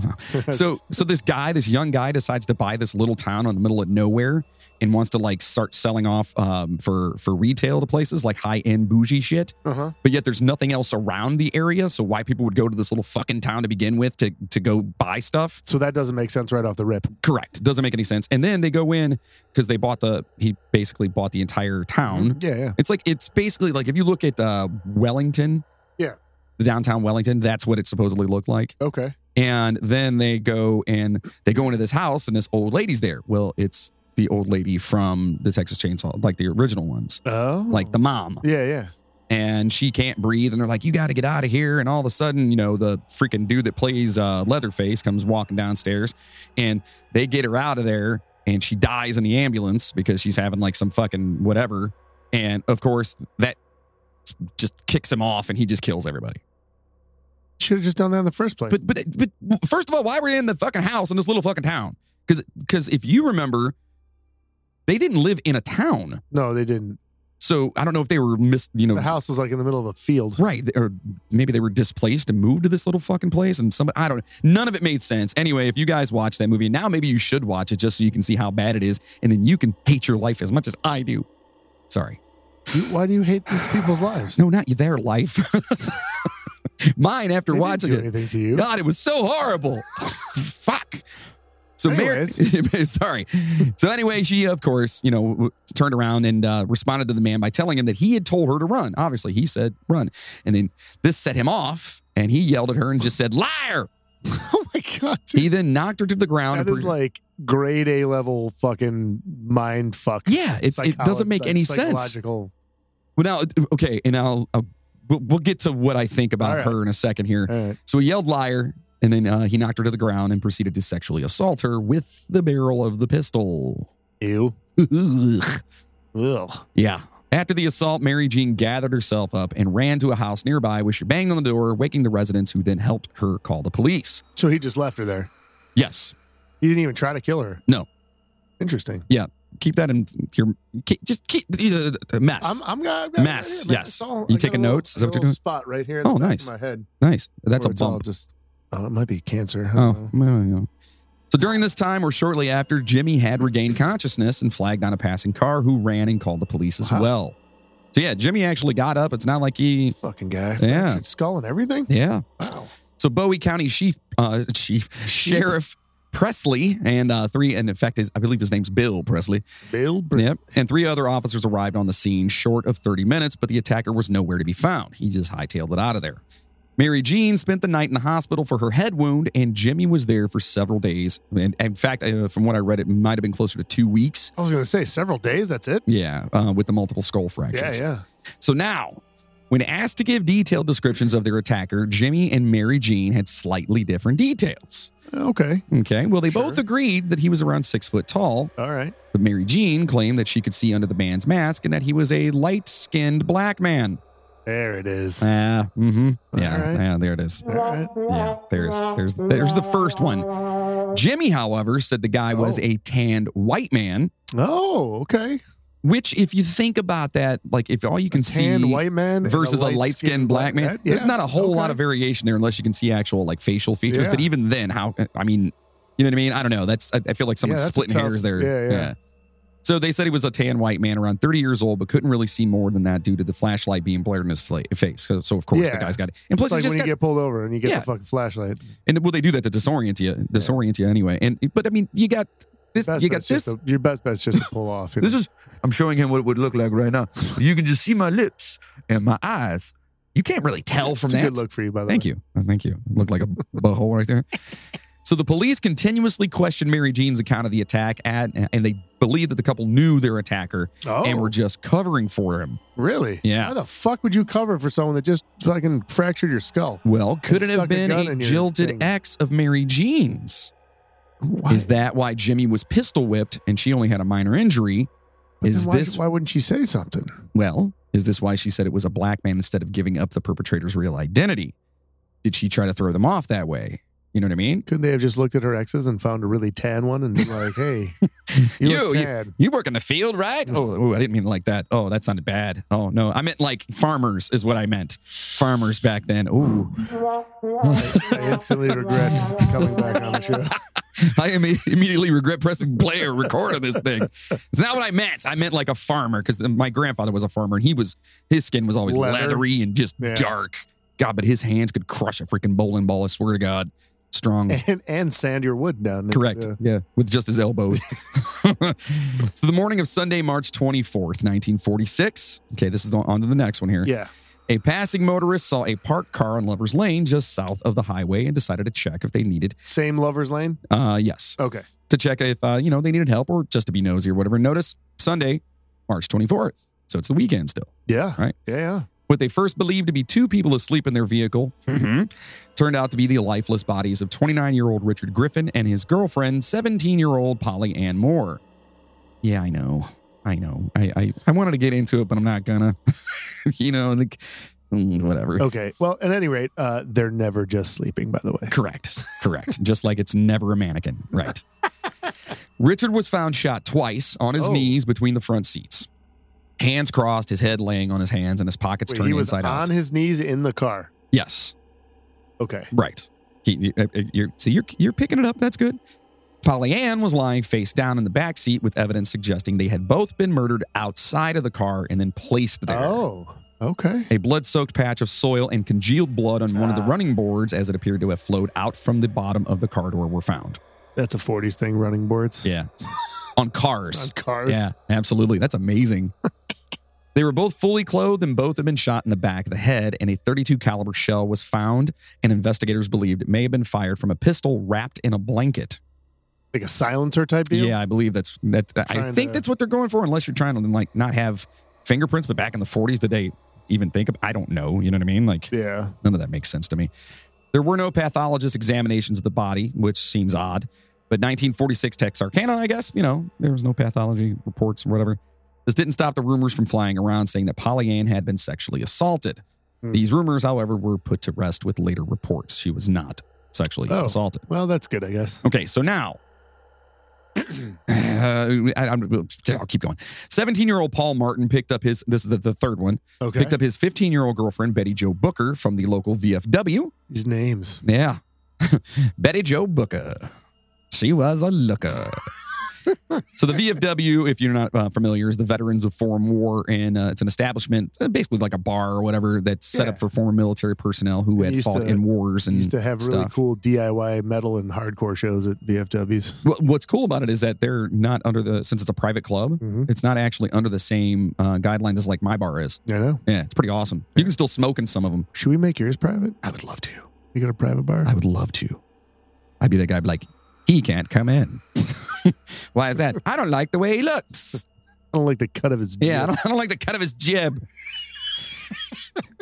Speaker 1: so so this guy, this young guy, decides to buy this little town in the middle of nowhere and wants to like start selling off um, for for retail to places like high end bougie shit.
Speaker 2: uh-huh.
Speaker 1: but yet there's nothing else around the area. So why people would go to this little fucking town to begin with to to go buy stuff?
Speaker 2: so that doesn't make sense right off the rip.
Speaker 1: Correct. Doesn't make any sense. And then they go in because they bought the he basically bought the entire town.
Speaker 2: Yeah, yeah.
Speaker 1: It's like it's basically like if you look at uh, Wellington,
Speaker 2: Yeah.
Speaker 1: the downtown Wellington, that's what it supposedly looked like.
Speaker 2: Okay.
Speaker 1: And then they go and they go into this house and this old lady's there. Well, it's the old lady from the Texas Chainsaw, like the original ones,
Speaker 2: Oh,
Speaker 1: like the mom
Speaker 2: yeah, yeah.
Speaker 1: and she can't breathe and they're like you got to get out of here and all of a sudden you know the freaking dude that plays uh, leatherface comes walking downstairs and they get her out of there and she dies in the ambulance because she's having like some fucking whatever and of course that just kicks him off and he just kills everybody
Speaker 2: Should have just done that in the first place.
Speaker 1: but but but first of all why were they in the fucking house in this little fucking town because because if you remember they didn't live in a town
Speaker 2: no, they didn't.
Speaker 1: so i don't know if they were missed you know
Speaker 2: The house was like in the middle of a field.
Speaker 1: Right. th- Or maybe they were displaced and moved to this little fucking place and somebody, I don't know. None of it made sense. Anyway, if you guys watch that movie, now maybe you should watch it just so you can see how bad it is. And then you can hate your life as much as I do. Sorry.
Speaker 2: You, why do you hate these people's lives?
Speaker 1: No, not their life. Mine after
Speaker 2: They didn't
Speaker 1: watching
Speaker 2: do
Speaker 1: it.
Speaker 2: anything to you.
Speaker 1: God, it was so horrible. Fuck. So Mary, sorry. So anyway, she of course, you know, w- turned around and uh, responded to the man by telling him that he had told her to run. Obviously, he said run, and then this set him off, and he yelled at her and just said liar.
Speaker 2: Oh my god, dude.
Speaker 1: He then knocked her to the ground.
Speaker 2: that
Speaker 1: and
Speaker 2: is
Speaker 1: pre-
Speaker 2: like grade A level fucking mind fuck.
Speaker 1: yeah, it's, it
Speaker 2: Psycholo-
Speaker 1: doesn't make
Speaker 2: like
Speaker 1: any sense.
Speaker 2: psychological.
Speaker 1: Well, now okay, and I'll, I'll we'll, we'll get to what I think about
Speaker 2: All right.
Speaker 1: her in a second here.
Speaker 2: All right.
Speaker 1: So he yelled liar, and then uh, he knocked her to the ground and proceeded to sexually assault her with the barrel of the pistol.
Speaker 2: Ew.
Speaker 1: Ugh.
Speaker 2: Ugh.
Speaker 1: Yeah. After the assault, Mary Jean gathered herself up and ran to a house nearby, where she banged on the door, waking the residents who then helped her call the police.
Speaker 2: So he just left her there.
Speaker 1: Yes.
Speaker 2: He didn't even try to kill her.
Speaker 1: No.
Speaker 2: Interesting.
Speaker 1: Keep that in your keep, just keep uh, mess.
Speaker 2: I'm. I'm. I've got
Speaker 1: Mess,
Speaker 2: I've got-
Speaker 1: yes.
Speaker 2: it's all-
Speaker 1: You
Speaker 2: I got
Speaker 1: taking
Speaker 2: a little-
Speaker 1: notes? Is
Speaker 2: I got
Speaker 1: that what you're
Speaker 2: a little
Speaker 1: doing?
Speaker 2: Spot right here. In
Speaker 1: Oh,
Speaker 2: the back of
Speaker 1: nice.
Speaker 2: my head.
Speaker 1: nice. That's a
Speaker 2: where it's all
Speaker 1: bump.
Speaker 2: Just. Oh, it might be cancer. I
Speaker 1: Oh,
Speaker 2: don't know.
Speaker 1: well, yeah. So during this time or shortly after, Jimmy had regained consciousness and flagged on a passing car who ran and called the police as
Speaker 2: Wow.
Speaker 1: well. So yeah, Jimmy actually got up. It's not like he
Speaker 2: This fucking guy.
Speaker 1: Yeah.
Speaker 2: Fractured Skull and everything.
Speaker 1: Yeah.
Speaker 2: Wow.
Speaker 1: So Bowie County Chief, uh, Chief Sheriff Presley and uh, three, and in fact, his, I believe his name's Bill Presley.
Speaker 2: Bill. Br-
Speaker 1: Yep. And three other officers arrived on the scene short of 30 minutes, but the attacker was nowhere to be found. He just hightailed it out of there. Mary Jean spent the night in the hospital for her head wound, and Jimmy was there for several days. And in fact, uh, from what I read, it might have been closer to two weeks.
Speaker 2: I was gonna say several days. That's it.
Speaker 1: Yeah, uh, with the multiple skull fractures.
Speaker 2: Yeah. Yeah.
Speaker 1: So now, when asked to give detailed descriptions of their attacker, Jimmy and Mary Jean had slightly different details.
Speaker 2: Okay.
Speaker 1: Okay. Well, they
Speaker 2: Sure.
Speaker 1: both agreed that he was around six foot tall,
Speaker 2: All right.
Speaker 1: but Mary Jean claimed that she could see under the man's mask and that he was a light skinned black man.
Speaker 2: There it is.
Speaker 1: Ah, mm-hmm. Yeah,
Speaker 2: All right.
Speaker 1: yeah, there it is.
Speaker 2: All right.
Speaker 1: Yeah, there's there's there's the first one. Jimmy, however, said the guy was
Speaker 2: Oh.
Speaker 1: a tanned white man,
Speaker 2: Oh, okay.
Speaker 1: which if you think about that, like if all you can
Speaker 2: Tanned
Speaker 1: see
Speaker 2: white man and
Speaker 1: versus a light skinned black man,
Speaker 2: Yeah.
Speaker 1: there's not a whole lot
Speaker 2: Okay.
Speaker 1: of variation there unless you can see actual like facial features.
Speaker 2: Yeah.
Speaker 1: But even then, how I mean, you know what I mean? I don't know. That's I, I feel like someone's
Speaker 2: that's a
Speaker 1: splitting
Speaker 2: tough-
Speaker 1: hairs there.
Speaker 2: yeah, yeah.
Speaker 1: So they said he was a tan white man around 30 years old, but couldn't really see more than that due to the flashlight being blared in his fla- face. So- So of course the
Speaker 2: Yeah.
Speaker 1: guy's got it. And
Speaker 2: It's
Speaker 1: plus
Speaker 2: like
Speaker 1: he just
Speaker 2: when
Speaker 1: got
Speaker 2: you get pulled over and you get
Speaker 1: Yeah.
Speaker 2: the fucking flashlight.
Speaker 1: and well, they do that to disorient you, disorient you anyway. And but I mean, you got this,
Speaker 2: Best
Speaker 1: you got
Speaker 2: bet's just
Speaker 1: this.
Speaker 2: to- your best bet's just to pull off. you
Speaker 3: This
Speaker 2: know.
Speaker 3: is, I'm showing him what it would look like right now. You can just see my lips and my eyes.
Speaker 1: You can't really tell from
Speaker 2: it's a
Speaker 1: that.
Speaker 2: good look for you, by the
Speaker 1: Thank
Speaker 2: way.
Speaker 1: you, Uh, thank you. Looked like a butthole right there. So the police continuously questioned Mary Jean's account of the attack, at, and they believed that the couple knew their attacker
Speaker 2: Oh,
Speaker 1: and were just covering for him.
Speaker 2: really?
Speaker 1: Yeah.
Speaker 2: How the fuck would you cover for someone that just fucking fractured your skull?
Speaker 1: Well, could it
Speaker 2: stuck
Speaker 1: have
Speaker 2: a
Speaker 1: been
Speaker 2: gun
Speaker 1: a
Speaker 2: in your
Speaker 1: jilted
Speaker 2: thing.
Speaker 1: ex of Mary Jean's?
Speaker 2: Why?
Speaker 1: Is that why Jimmy was pistol whipped and she only had a minor injury?
Speaker 2: But
Speaker 1: is
Speaker 2: then why,
Speaker 1: this
Speaker 2: Why wouldn't she say something?
Speaker 1: Well, is this why she said it was a black man instead of giving up the perpetrator's real identity? Did she try to throw them off that way? You know what I mean?
Speaker 2: Couldn't they have just looked at her exes and found a really tan one and been like, hey, you,
Speaker 1: You-
Speaker 2: look
Speaker 1: you-
Speaker 2: tan.
Speaker 1: You work in the field, right?
Speaker 2: Mm.
Speaker 1: Oh, ooh, I didn't mean it like that. Oh, that sounded bad. Oh no, I meant like farmers is what I meant. Farmers back then. Ooh,
Speaker 2: I instantly regret coming back on the show.
Speaker 1: I am immediately regret pressing play or record on this thing. It's not what I meant. I meant like a farmer because my grandfather was a farmer and he was his skin was always
Speaker 2: Leather.
Speaker 1: leathery and just
Speaker 2: Yeah.
Speaker 1: dark. God, but his hands could crush a freaking bowling ball. I swear to God, strong.
Speaker 2: And, and sand your wood down.
Speaker 1: Correct.
Speaker 2: Yeah.
Speaker 1: yeah. With just his elbows. so the morning of Sunday, March 24th, 1946. Okay, this is on, on to the next one here.
Speaker 2: yeah.
Speaker 1: A passing motorist saw a parked car on Lover's Lane just south of the highway and decided to check if they needed,
Speaker 2: Same lover's lane.
Speaker 1: uh, yes,
Speaker 2: Okay.
Speaker 1: to check if, uh, you know, they needed help or just to be nosy or whatever. Notice Sunday, March 24th. So it's the weekend still.
Speaker 2: Yeah.
Speaker 1: Right.
Speaker 2: Yeah. Yeah.
Speaker 1: What they first believed to be two people asleep in their vehicle turned out to be the lifeless bodies of 29 year old Richard Griffin and his girlfriend, 17 year old Polly Ann Moore. Yeah, I know. I know. I, I, I wanted to get into it, but I'm not gonna. you know, like, mm, whatever.
Speaker 2: Okay. Well, at any rate, uh, they're never just sleeping, by the way.
Speaker 1: Correct. Correct. Just like it's never a mannequin. Right. Richard was found shot twice on his
Speaker 2: Oh.
Speaker 1: knees between the front seats. Hands crossed, his head laying on his hands, and his pockets
Speaker 2: Wait,
Speaker 1: turned
Speaker 2: he was
Speaker 1: inside
Speaker 2: on
Speaker 1: out.
Speaker 2: his knees in the car.
Speaker 1: Yes.
Speaker 2: Okay.
Speaker 1: Right. He, you- uh, uh, you're, see, you're you're picking it up. That's good. Polly Ann was lying face down in the back seat with evidence suggesting they had both been murdered outside of the car and then placed there.
Speaker 2: Oh. Okay.
Speaker 1: A blood-soaked patch of soil and congealed blood on one of the
Speaker 2: Ah.
Speaker 1: running boards, as it appeared to have flowed out from the bottom of the car door, were found.
Speaker 2: That's a 40s thing, running boards.
Speaker 1: Yeah, on
Speaker 2: On
Speaker 1: cars.
Speaker 2: cars.
Speaker 1: Yeah, absolutely. That's amazing. they were both fully clothed and both had been shot in the back of the head and a 32 caliber shell was found and investigators believed it may have been fired from a pistol wrapped in a blanket.
Speaker 2: Like a silencer type deal.
Speaker 1: Yeah, I believe that's that that- I
Speaker 2: Trying
Speaker 1: think
Speaker 2: to-
Speaker 1: that's what they're going for unless you're trying to like not have fingerprints but back in the 40s did they even think of I don't know, you know what I mean? Like
Speaker 2: Yeah.
Speaker 1: None of that makes sense to me. There were no pathologist examinations of the body, which seems odd. But 1946 Texarkana, I guess, you know, there was no pathology reports or whatever. This didn't stop the rumors from flying around saying that Polly Ann had been sexually assaulted.
Speaker 2: Hmm.
Speaker 1: These rumors, however, were put to rest with later reports. She was not sexually
Speaker 2: Oh.
Speaker 1: assaulted.
Speaker 2: Well, that's good, I guess.
Speaker 1: Okay, so now. uh, I, I'm, I'll keep going. 17 year old Paul Martin picked up his, this is the, the third one,
Speaker 2: Okay.
Speaker 1: picked up his 15 year old girlfriend, Betty Jo Booker, from the local VFW.
Speaker 2: These names.
Speaker 1: Yeah. Betty Joe Booker. She was a looker. so the VFW, if you're not uh, familiar, is the Veterans of Foreign War, and uh, it's an establishment, uh, basically like a bar or whatever, that's set up
Speaker 2: Yeah.
Speaker 1: for former military personnel who
Speaker 2: It
Speaker 1: had
Speaker 2: used
Speaker 1: fought
Speaker 2: to-
Speaker 1: in wars. And
Speaker 2: used to have really
Speaker 1: stuff.
Speaker 2: cool DIY metal and hardcore shows at VFWs.
Speaker 1: What- what's cool about it is that they're not under the since it's a private club.
Speaker 2: hmm
Speaker 1: It's not actually under the same uh, guidelines as like my bar is.
Speaker 2: I know.
Speaker 1: Yeah, it's pretty awesome. You can still smoke in some of them.
Speaker 2: Should we make yours private?
Speaker 1: I would love to.
Speaker 2: You got a private bar?
Speaker 1: I would love to. I'd be that guy, be like, he can't come in. Why is that? I don't like the way he looks.
Speaker 2: I don't like the cut of his.
Speaker 1: Yeah, I
Speaker 2: beard.
Speaker 1: don't, I don't like the cut of his jib.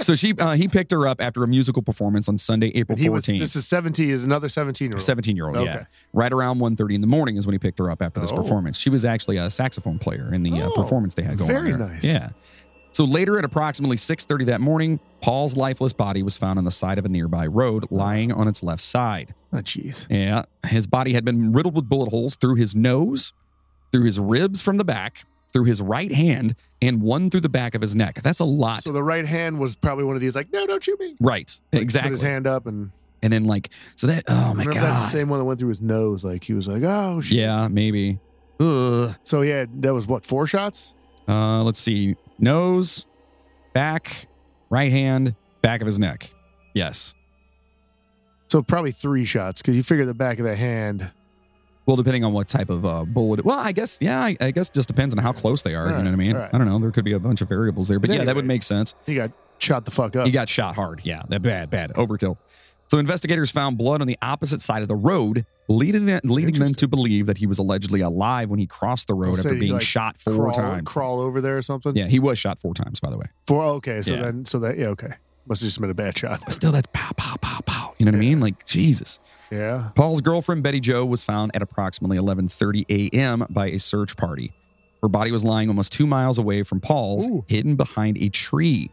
Speaker 1: So she, uh, he picked her up after a musical performance on Sunday, April
Speaker 2: And he was. This
Speaker 1: 14th.
Speaker 2: is seventeen. Is another seventeen year old.
Speaker 1: 17 year old, yeah.
Speaker 2: Okay.
Speaker 1: Right around 1.30 in the morning is when he picked her up after this
Speaker 2: Oh.
Speaker 1: performance. She was actually a saxophone player in the uh,
Speaker 2: Oh,
Speaker 1: performance they had going
Speaker 2: very
Speaker 1: on. there.
Speaker 2: nice.
Speaker 1: Yeah. So later at approximately 6.30 that morning, Paul's lifeless body was found on the side of a nearby road,
Speaker 2: Uh-huh.
Speaker 1: lying on its left side.
Speaker 2: Oh jeez.
Speaker 1: Yeah. His body had been riddled with bullet holes through his nose, through his ribs from the back, through his right hand, and one through the back of his neck. That's a lot.
Speaker 2: So the right hand was probably one of these like, no, don't shoot me.
Speaker 1: right.
Speaker 2: Put his
Speaker 1: Exactly.
Speaker 2: hand up and
Speaker 1: And then, like, so that, oh my
Speaker 2: remember
Speaker 1: God.
Speaker 2: that's the same one that went through his nose. Like he was like, oh shit.
Speaker 1: yeah, maybe. Ugh.
Speaker 2: So he had that was what four shots.
Speaker 1: Uh, let's see. Nose, back, right hand, back of his neck. Yes.
Speaker 2: So probably three shots because you figure the back of the hand.
Speaker 1: Well, depending on what type of uh, bullet. Well, I guess, yeah, I, I guess just depends on how close they are.
Speaker 2: All
Speaker 1: you know
Speaker 2: right,
Speaker 1: what I mean?
Speaker 2: all right.
Speaker 1: I don't know. There could be a bunch of variables there, but
Speaker 2: But
Speaker 1: yeah, that
Speaker 2: anyway.
Speaker 1: would make sense.
Speaker 2: He got shot the fuck up.
Speaker 1: He got shot hard. Yeah, that bad, bad overkill. So investigators found blood on the opposite side of the road, leading them, leading them to
Speaker 2: Interesting.
Speaker 1: believe that he was allegedly alive when he crossed the road
Speaker 2: So
Speaker 1: after
Speaker 2: he,
Speaker 1: being
Speaker 2: like,
Speaker 1: shot four
Speaker 2: crawl,
Speaker 1: times.
Speaker 2: crawl over there or something.
Speaker 1: Yeah, he was shot four times, by the way.
Speaker 2: Four. oh, Okay. So
Speaker 1: Yeah.
Speaker 2: then, so that yeah. Okay. Must have just been a bad shot.
Speaker 1: But still, that's pow, pow, pow, pow. You know what I
Speaker 2: Yeah.
Speaker 1: mean? Like Jesus.
Speaker 2: Yeah.
Speaker 1: Paul's girlfriend Betty Joe was found at approximately 11:30 a.m. by a search party. Her body was lying almost two miles away from Paul's,
Speaker 2: Ooh.
Speaker 1: hidden behind a tree.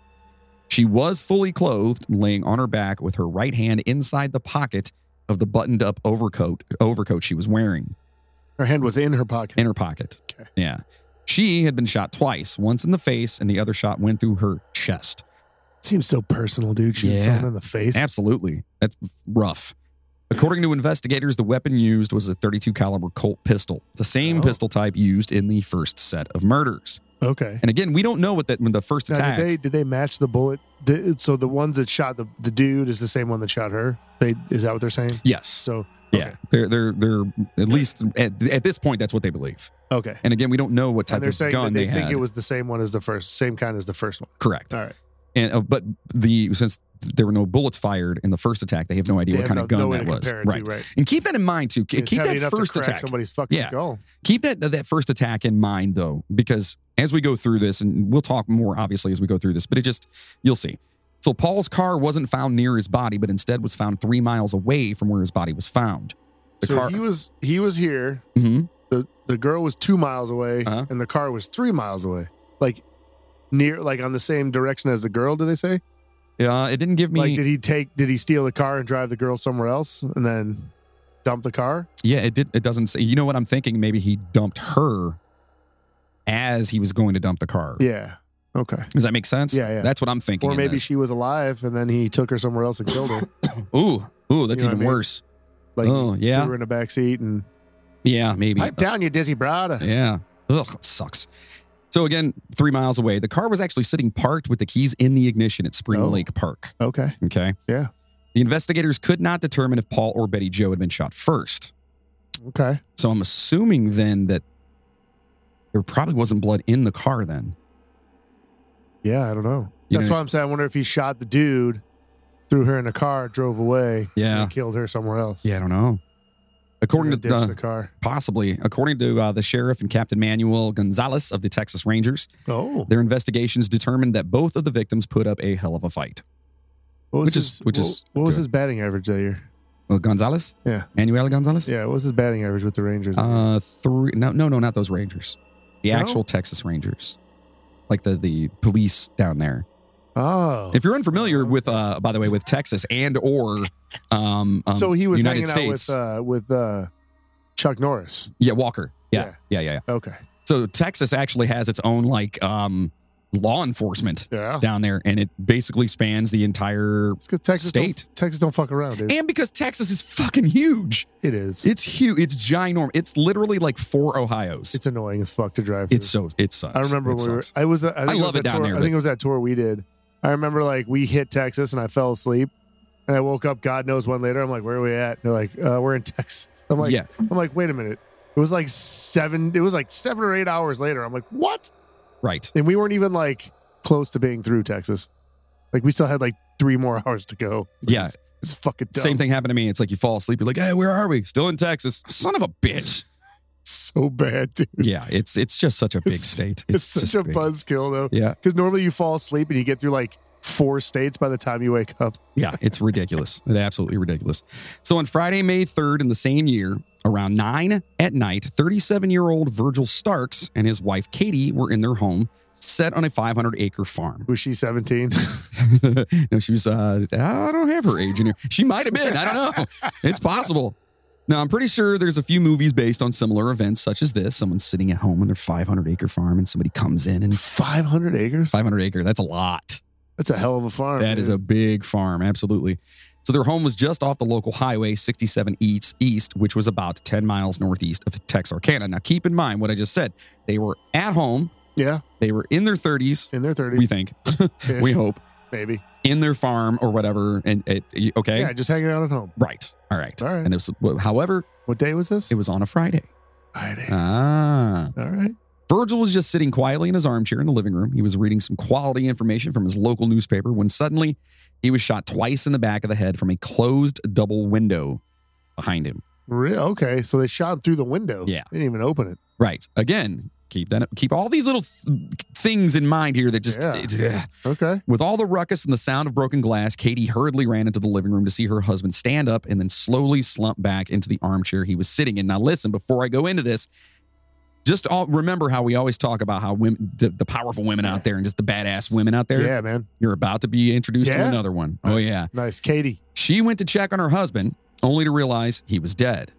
Speaker 1: She was fully clothed, laying on her back with her right hand inside the pocket of the buttoned-up overcoat overcoat she was wearing
Speaker 2: Her hand was in her pocket.
Speaker 1: in her pocket.
Speaker 2: Okay.
Speaker 1: Yeah. She had been shot twice, once in the face, and the other shot went through her chest.
Speaker 2: Seems so personal, dude. Shooting
Speaker 1: Yeah.
Speaker 2: someone in the face.
Speaker 1: Absolutely. That's rough. According to investigators, the weapon used was a 32 caliber Colt pistol, the same
Speaker 2: Oh.
Speaker 1: pistol type used in the first set of murders.
Speaker 2: Okay.
Speaker 1: And again, we don't know what that when the first
Speaker 2: Now,
Speaker 1: attack.
Speaker 2: did they did they match the bullet? Did, so the ones that shot the, the dude is the same one that shot her. They is that what they're saying?
Speaker 1: yes.
Speaker 2: So
Speaker 1: Yeah. They're they're they're at least at, at this point that's what they believe.
Speaker 2: okay.
Speaker 1: And again, we don't know what type
Speaker 2: And they're
Speaker 1: of
Speaker 2: saying
Speaker 1: gun
Speaker 2: that they,
Speaker 1: they,
Speaker 2: think
Speaker 1: had.
Speaker 2: it was the same one as the first, same kind as the first one.
Speaker 1: Correct.
Speaker 2: All right.
Speaker 1: And uh, but the since there were no bullets fired in the first attack, they have no idea
Speaker 2: They
Speaker 1: what
Speaker 2: have
Speaker 1: kind
Speaker 2: no,
Speaker 1: of gun
Speaker 2: no way
Speaker 1: that
Speaker 2: to
Speaker 1: was.
Speaker 2: compare it
Speaker 1: Right.
Speaker 2: to, right?
Speaker 1: And keep that in mind too.
Speaker 2: It's
Speaker 1: keep
Speaker 2: heavy
Speaker 1: that
Speaker 2: enough
Speaker 1: first
Speaker 2: to crack
Speaker 1: attack.
Speaker 2: somebody's fucking
Speaker 1: Yeah.
Speaker 2: skull.
Speaker 1: Keep that that first attack in mind though, because as we go through this, and we'll talk more obviously as we go through this, but it just you'll see. So Paul's car wasn't found near his body, but instead was found three miles away from where his body was found. The
Speaker 2: so
Speaker 1: car.
Speaker 2: he was he was here.
Speaker 1: Mhm.
Speaker 2: the The girl was two miles away,
Speaker 1: Uh-huh.
Speaker 2: and the car was three miles away. Like near, like on the same direction as the girl. Do they say?
Speaker 1: Yeah, it didn't give me.
Speaker 2: like, did he take? Did he steal the car and drive the girl somewhere else, and then dump the car?
Speaker 1: yeah, it did. It doesn't say. You know what I'm thinking? Maybe he dumped her as he was going to dump the car.
Speaker 2: Yeah. Okay.
Speaker 1: Does that make sense?
Speaker 2: Yeah, yeah.
Speaker 1: That's what I'm thinking.
Speaker 2: Or
Speaker 1: in
Speaker 2: maybe
Speaker 1: this.
Speaker 2: she was alive, and then he took her somewhere else and killed her.
Speaker 1: Ooh, ooh, that's
Speaker 2: You know what
Speaker 1: even
Speaker 2: I mean?
Speaker 1: worse.
Speaker 2: Like
Speaker 1: oh, yeah,
Speaker 2: threw her in the back seat and
Speaker 1: yeah, maybe.
Speaker 2: pipe down, you dizzy brada.
Speaker 1: Yeah. Ugh, it sucks. So again, three miles away, the car was actually sitting parked with the keys in the ignition at Spring
Speaker 2: Oh.
Speaker 1: Lake Park.
Speaker 2: Okay.
Speaker 1: Okay.
Speaker 2: Yeah.
Speaker 1: The investigators could not determine if Paul or Betty Joe had been shot first.
Speaker 2: Okay.
Speaker 1: So I'm assuming then that there probably wasn't blood in the car then.
Speaker 2: Yeah, I don't know.
Speaker 1: You
Speaker 2: That's
Speaker 1: know-
Speaker 2: why I'm saying I wonder if he shot the dude, threw her in a car, drove away,
Speaker 1: Yeah.
Speaker 2: and killed her somewhere else.
Speaker 1: Yeah, I don't know.
Speaker 2: And
Speaker 1: According
Speaker 2: then
Speaker 1: to
Speaker 2: ditched
Speaker 1: uh,
Speaker 2: the car.
Speaker 1: possibly, according to uh, the sheriff and Captain Manuel Gonzalez of the Texas Rangers,
Speaker 2: Oh,
Speaker 1: their investigations determined that both of the victims put up a hell of a fight.
Speaker 2: what was
Speaker 1: which is-
Speaker 2: his,
Speaker 1: which
Speaker 2: what,
Speaker 1: is
Speaker 2: what was
Speaker 1: good.
Speaker 2: his batting average that year?
Speaker 1: Well, Gonzalez,
Speaker 2: Yeah.
Speaker 1: Manuel Gonzalez,
Speaker 2: Yeah, what was his batting average with the Rangers?
Speaker 1: Uh, three. No, no, no, not those Rangers. The
Speaker 2: No?
Speaker 1: actual Texas Rangers, like the the police down there.
Speaker 2: oh,
Speaker 1: If you're unfamiliar
Speaker 2: Oh,
Speaker 1: with, uh, by the way, with Texas and or, um, um,
Speaker 2: so he was
Speaker 1: United
Speaker 2: hanging
Speaker 1: States.
Speaker 2: out with uh, with uh, Chuck Norris.
Speaker 1: yeah, Walker. Yeah, yeah, yeah, yeah,
Speaker 2: Okay,
Speaker 1: So Texas actually has its own like um law enforcement
Speaker 2: yeah,
Speaker 1: down there, and it basically spans the entire.
Speaker 2: it's because Texas
Speaker 1: State.
Speaker 2: Don't, Texas don't fuck around, dude.
Speaker 1: And because Texas is fucking huge,
Speaker 2: it is.
Speaker 1: it's huge. It's ginormous. It's literally like four Ohio's. It's,
Speaker 2: It's annoying as fuck to drive. through.
Speaker 1: so it sucks.
Speaker 2: I remember
Speaker 1: It
Speaker 2: when we were,
Speaker 1: sucks.
Speaker 2: I was. I, think
Speaker 1: I
Speaker 2: was
Speaker 1: love it
Speaker 2: that
Speaker 1: down
Speaker 2: tour,
Speaker 1: there,
Speaker 2: I think it was that tour we did. I remember like we hit Texas and I fell asleep, and I woke up. God knows when later. I'm like, where are we at? And they're like, uh, we're in Texas. I'm like,
Speaker 1: yeah,
Speaker 2: I'm like, wait a minute. It was like seven. It was like seven or eight hours later. I'm like, what?
Speaker 1: right.
Speaker 2: And we weren't even like close to being through Texas. Like we still had like three more hours to go. It's like,
Speaker 1: Yeah.
Speaker 2: it's, it's fucking dumb.
Speaker 1: Same thing happened to me. It's like you fall asleep. You're like, hey, where are we? Still in Texas. Son of a bitch.
Speaker 2: So bad, dude.
Speaker 1: yeah, it's it's just such a big
Speaker 2: It's-
Speaker 1: state.
Speaker 2: It's, such
Speaker 1: just
Speaker 2: a
Speaker 1: big.
Speaker 2: buzzkill though.
Speaker 1: Yeah.
Speaker 2: Because normally you fall asleep and you get through like four states by the time you wake up.
Speaker 1: Yeah, it's ridiculous. it's absolutely ridiculous. So on Friday, May 3rd in the same year, around 9 at night, 37-year-old Virgil Starks and his wife Katie were in their home set on a 500-acre farm.
Speaker 2: Was she 17?
Speaker 1: no, she was, uh, I don't have her age in here. She might have been. I don't know. It's possible. Now, I'm pretty sure there's a few movies based on similar events such as this. Someone's sitting at home on their 500 acre farm and somebody comes in and
Speaker 2: 500 acres?
Speaker 1: 500 acre. That's a lot.
Speaker 2: That's a hell of a farm.
Speaker 1: That is a big farm. Absolutely. So their home was just off the local highway 67 east, east, which was about 10 miles northeast of Texarkana. Now, keep in mind what I just said. They were at home.
Speaker 2: Yeah,
Speaker 1: They were in their 30s,
Speaker 2: in their 30s.
Speaker 1: we think,
Speaker 2: ish,
Speaker 1: we hope,
Speaker 2: Maybe.
Speaker 1: in their farm or whatever. And it, okay.
Speaker 2: Yeah, just hanging out at home.
Speaker 1: Right. All right.
Speaker 2: All right.
Speaker 1: And it was, well, however,
Speaker 2: What day was this?
Speaker 1: it was on a Friday.
Speaker 2: Friday.
Speaker 1: Ah.
Speaker 2: All right.
Speaker 1: Virgil was just sitting quietly in his armchair in the living room. He was reading some quality information from his local newspaper when suddenly he was shot twice in the back of the head from a closed double window behind him.
Speaker 2: Re- okay, so they shot him through the window.
Speaker 1: Yeah.
Speaker 2: They didn't even open it.
Speaker 1: Right. Again, keep that keep all these little th- things in mind here that just
Speaker 2: Yeah.
Speaker 1: it's-
Speaker 2: Okay.
Speaker 1: With all the ruckus and the sound of broken glass, Katie hurriedly ran into the living room to see her husband stand up and then slowly slump back into the armchair he was sitting in. Now, listen, before I go into this, just all, remember how we always talk about how women, the, the powerful women out there and just the badass women out there.
Speaker 2: yeah, man.
Speaker 1: You're about to be introduced to
Speaker 2: Yeah.
Speaker 1: another one. Oh,
Speaker 2: Nice.
Speaker 1: yeah.
Speaker 2: Nice. Katie.
Speaker 1: She went to check on her husband, only to realize he was dead.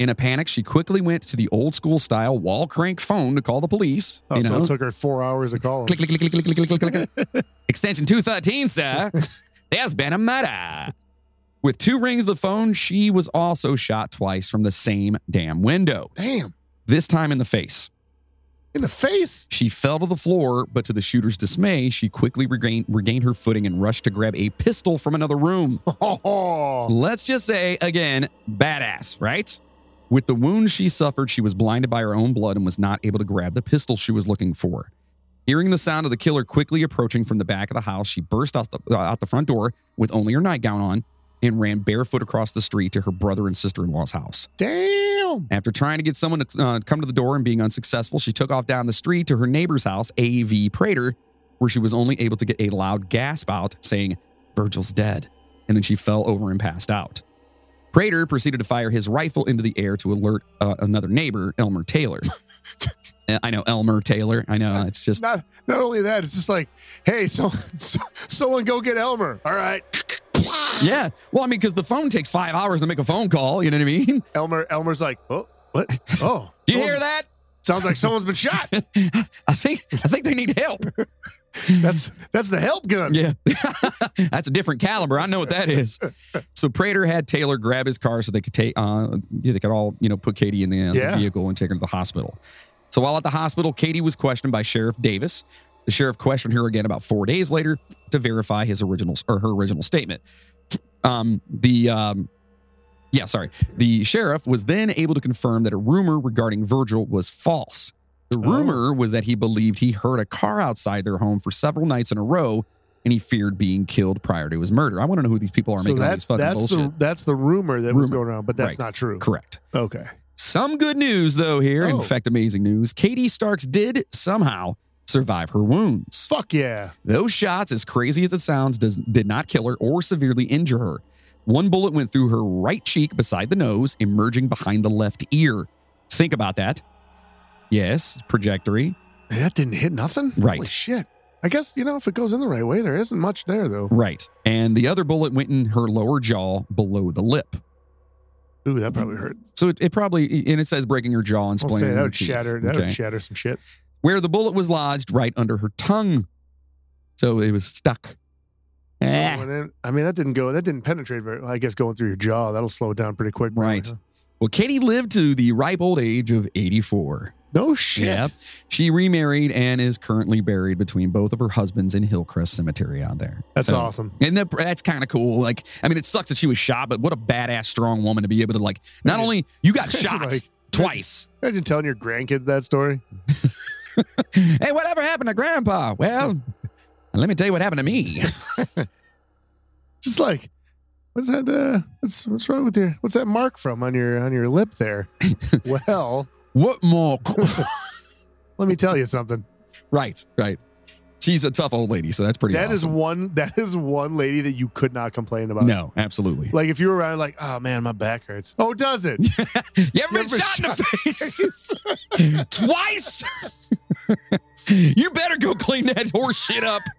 Speaker 1: In a panic, she quickly went to the old school style wall crank phone to call the police.
Speaker 2: Oh, so it took her four hours to call him.
Speaker 1: Click, click, click, click, click, click, click, click, click. Extension 213, sir. There's been a murder. With two rings of the phone, she was also shot twice from the same damn window,
Speaker 2: Damn.
Speaker 1: this time in the face.
Speaker 2: In the face.
Speaker 1: She fell to the floor, but to the shooter's dismay, she quickly regained, regained her footing and rushed to grab a pistol from another room.
Speaker 2: Oh,
Speaker 1: Let's just say, again, badass, right? With the wound she suffered, she was blinded by her own blood and was not able to grab the pistol she was looking for. Hearing the sound of the killer quickly approaching from the back of the house, she burst out the, uh, out the front door with only her nightgown on and ran barefoot across the street to her brother and sister in law's house.
Speaker 2: damn.
Speaker 1: After trying to get someone to uh, come to the door and being unsuccessful, she took off down the street to her neighbor's house, A.V. Prater, where she was only able to get a loud gasp out saying, Virgil's dead. And then she fell over and passed out. Prater proceeded to fire his rifle into the air to alert uh, another neighbor, Elmer Taylor. Uh, I know, Elmer Taylor. I know, it's just,
Speaker 2: Not not only that, it's just like, hey, so, so someone go get Elmer. All right.
Speaker 1: yeah. Well, I mean, because the phone takes five hours to make a phone call. You know what I mean?
Speaker 2: Elmer Elmer's like, oh, what? Oh.
Speaker 1: Do you
Speaker 2: someone-
Speaker 1: hear that?
Speaker 2: Sounds like someone's been shot.
Speaker 1: I think I think they need help.
Speaker 2: That's that's the help gun.
Speaker 1: Yeah. That's a different caliber. I know what that is. So Prater had Taylor grab his car so they could take uh yeah, they could all, you know, put Katie in the, uh, the
Speaker 2: Yeah.
Speaker 1: vehicle and take her to the hospital. So while at the hospital, Katie was questioned by Sheriff Davis. The sheriff questioned her again about 4 days later to verify his original or her original statement. Um the um yeah, sorry. The sheriff was then able to confirm that a rumor regarding Virgil was false. The
Speaker 2: Oh.
Speaker 1: rumor was that he believed he heard a car outside their home for several nights in a row and he feared being killed prior to his murder. I want to know who these people are
Speaker 2: So
Speaker 1: making all these
Speaker 2: that's
Speaker 1: fucking
Speaker 2: that's
Speaker 1: bullshit.
Speaker 2: the that's the rumor that was
Speaker 1: Rumor.
Speaker 2: going around, but that's
Speaker 1: Right.
Speaker 2: not true.
Speaker 1: Correct.
Speaker 2: Okay.
Speaker 1: Some good news, though, here. In
Speaker 2: Oh.
Speaker 1: fact, amazing news. Katie Starks did somehow survive her wounds.
Speaker 2: Fuck yeah.
Speaker 1: Those shots, as crazy as it sounds, does, did not kill her or severely injure her. One bullet went through her right cheek beside the nose, emerging behind the left ear. Think about that. Yes, trajectory.
Speaker 2: That didn't hit nothing?
Speaker 1: Right.
Speaker 2: Holy shit. I guess, you know, if it goes in the right way, there isn't much there, though.
Speaker 1: Right. And the other bullet went in her lower jaw below the lip.
Speaker 2: Ooh, that probably hurt.
Speaker 1: So it, it probably, and it says breaking her jaw and
Speaker 2: I'll
Speaker 1: splaining
Speaker 2: say that
Speaker 1: her
Speaker 2: would
Speaker 1: teeth.
Speaker 2: shatter. That
Speaker 1: Okay.
Speaker 2: would shatter some shit.
Speaker 1: Where the bullet was lodged right under her tongue. So it was stuck.
Speaker 2: So
Speaker 1: Ah.
Speaker 2: it went in- I mean, that didn't go. That didn't penetrate very. well, I guess going through your jaw that'll slow it down pretty quick. probably,
Speaker 1: Right.
Speaker 2: huh?
Speaker 1: Well, Katie lived to the ripe old age of 84.
Speaker 2: No shit.
Speaker 1: Yep. She remarried and is currently buried between both of her husbands in Hillcrest Cemetery out there.
Speaker 2: That's
Speaker 1: So-
Speaker 2: awesome.
Speaker 1: And that, that's kind of cool. Like, I mean, it sucks that she was shot, but what a badass, strong woman to be able to, like, not
Speaker 2: Imagine-
Speaker 1: only you got
Speaker 2: imagine,
Speaker 1: shot
Speaker 2: like-
Speaker 1: twice.
Speaker 2: Imagine telling your grandkids that story.
Speaker 1: hey, whatever happened to grandpa? Well, let me tell you what happened to me.
Speaker 2: Just like, what's that? Uh, what's what's wrong with your? What's that mark from on your on your lip there? well,
Speaker 1: What more?
Speaker 2: let me tell you something.
Speaker 1: right, right. She's a tough old lady, so that's pretty.
Speaker 2: That is
Speaker 1: awesome.
Speaker 2: one. That is one lady that you could not complain about.
Speaker 1: no, absolutely.
Speaker 2: Like if you were around, like, oh man, my back hurts. Oh, does it?
Speaker 1: You ever been
Speaker 2: You ever
Speaker 1: shot, in the face twice? you better go clean that horse shit up.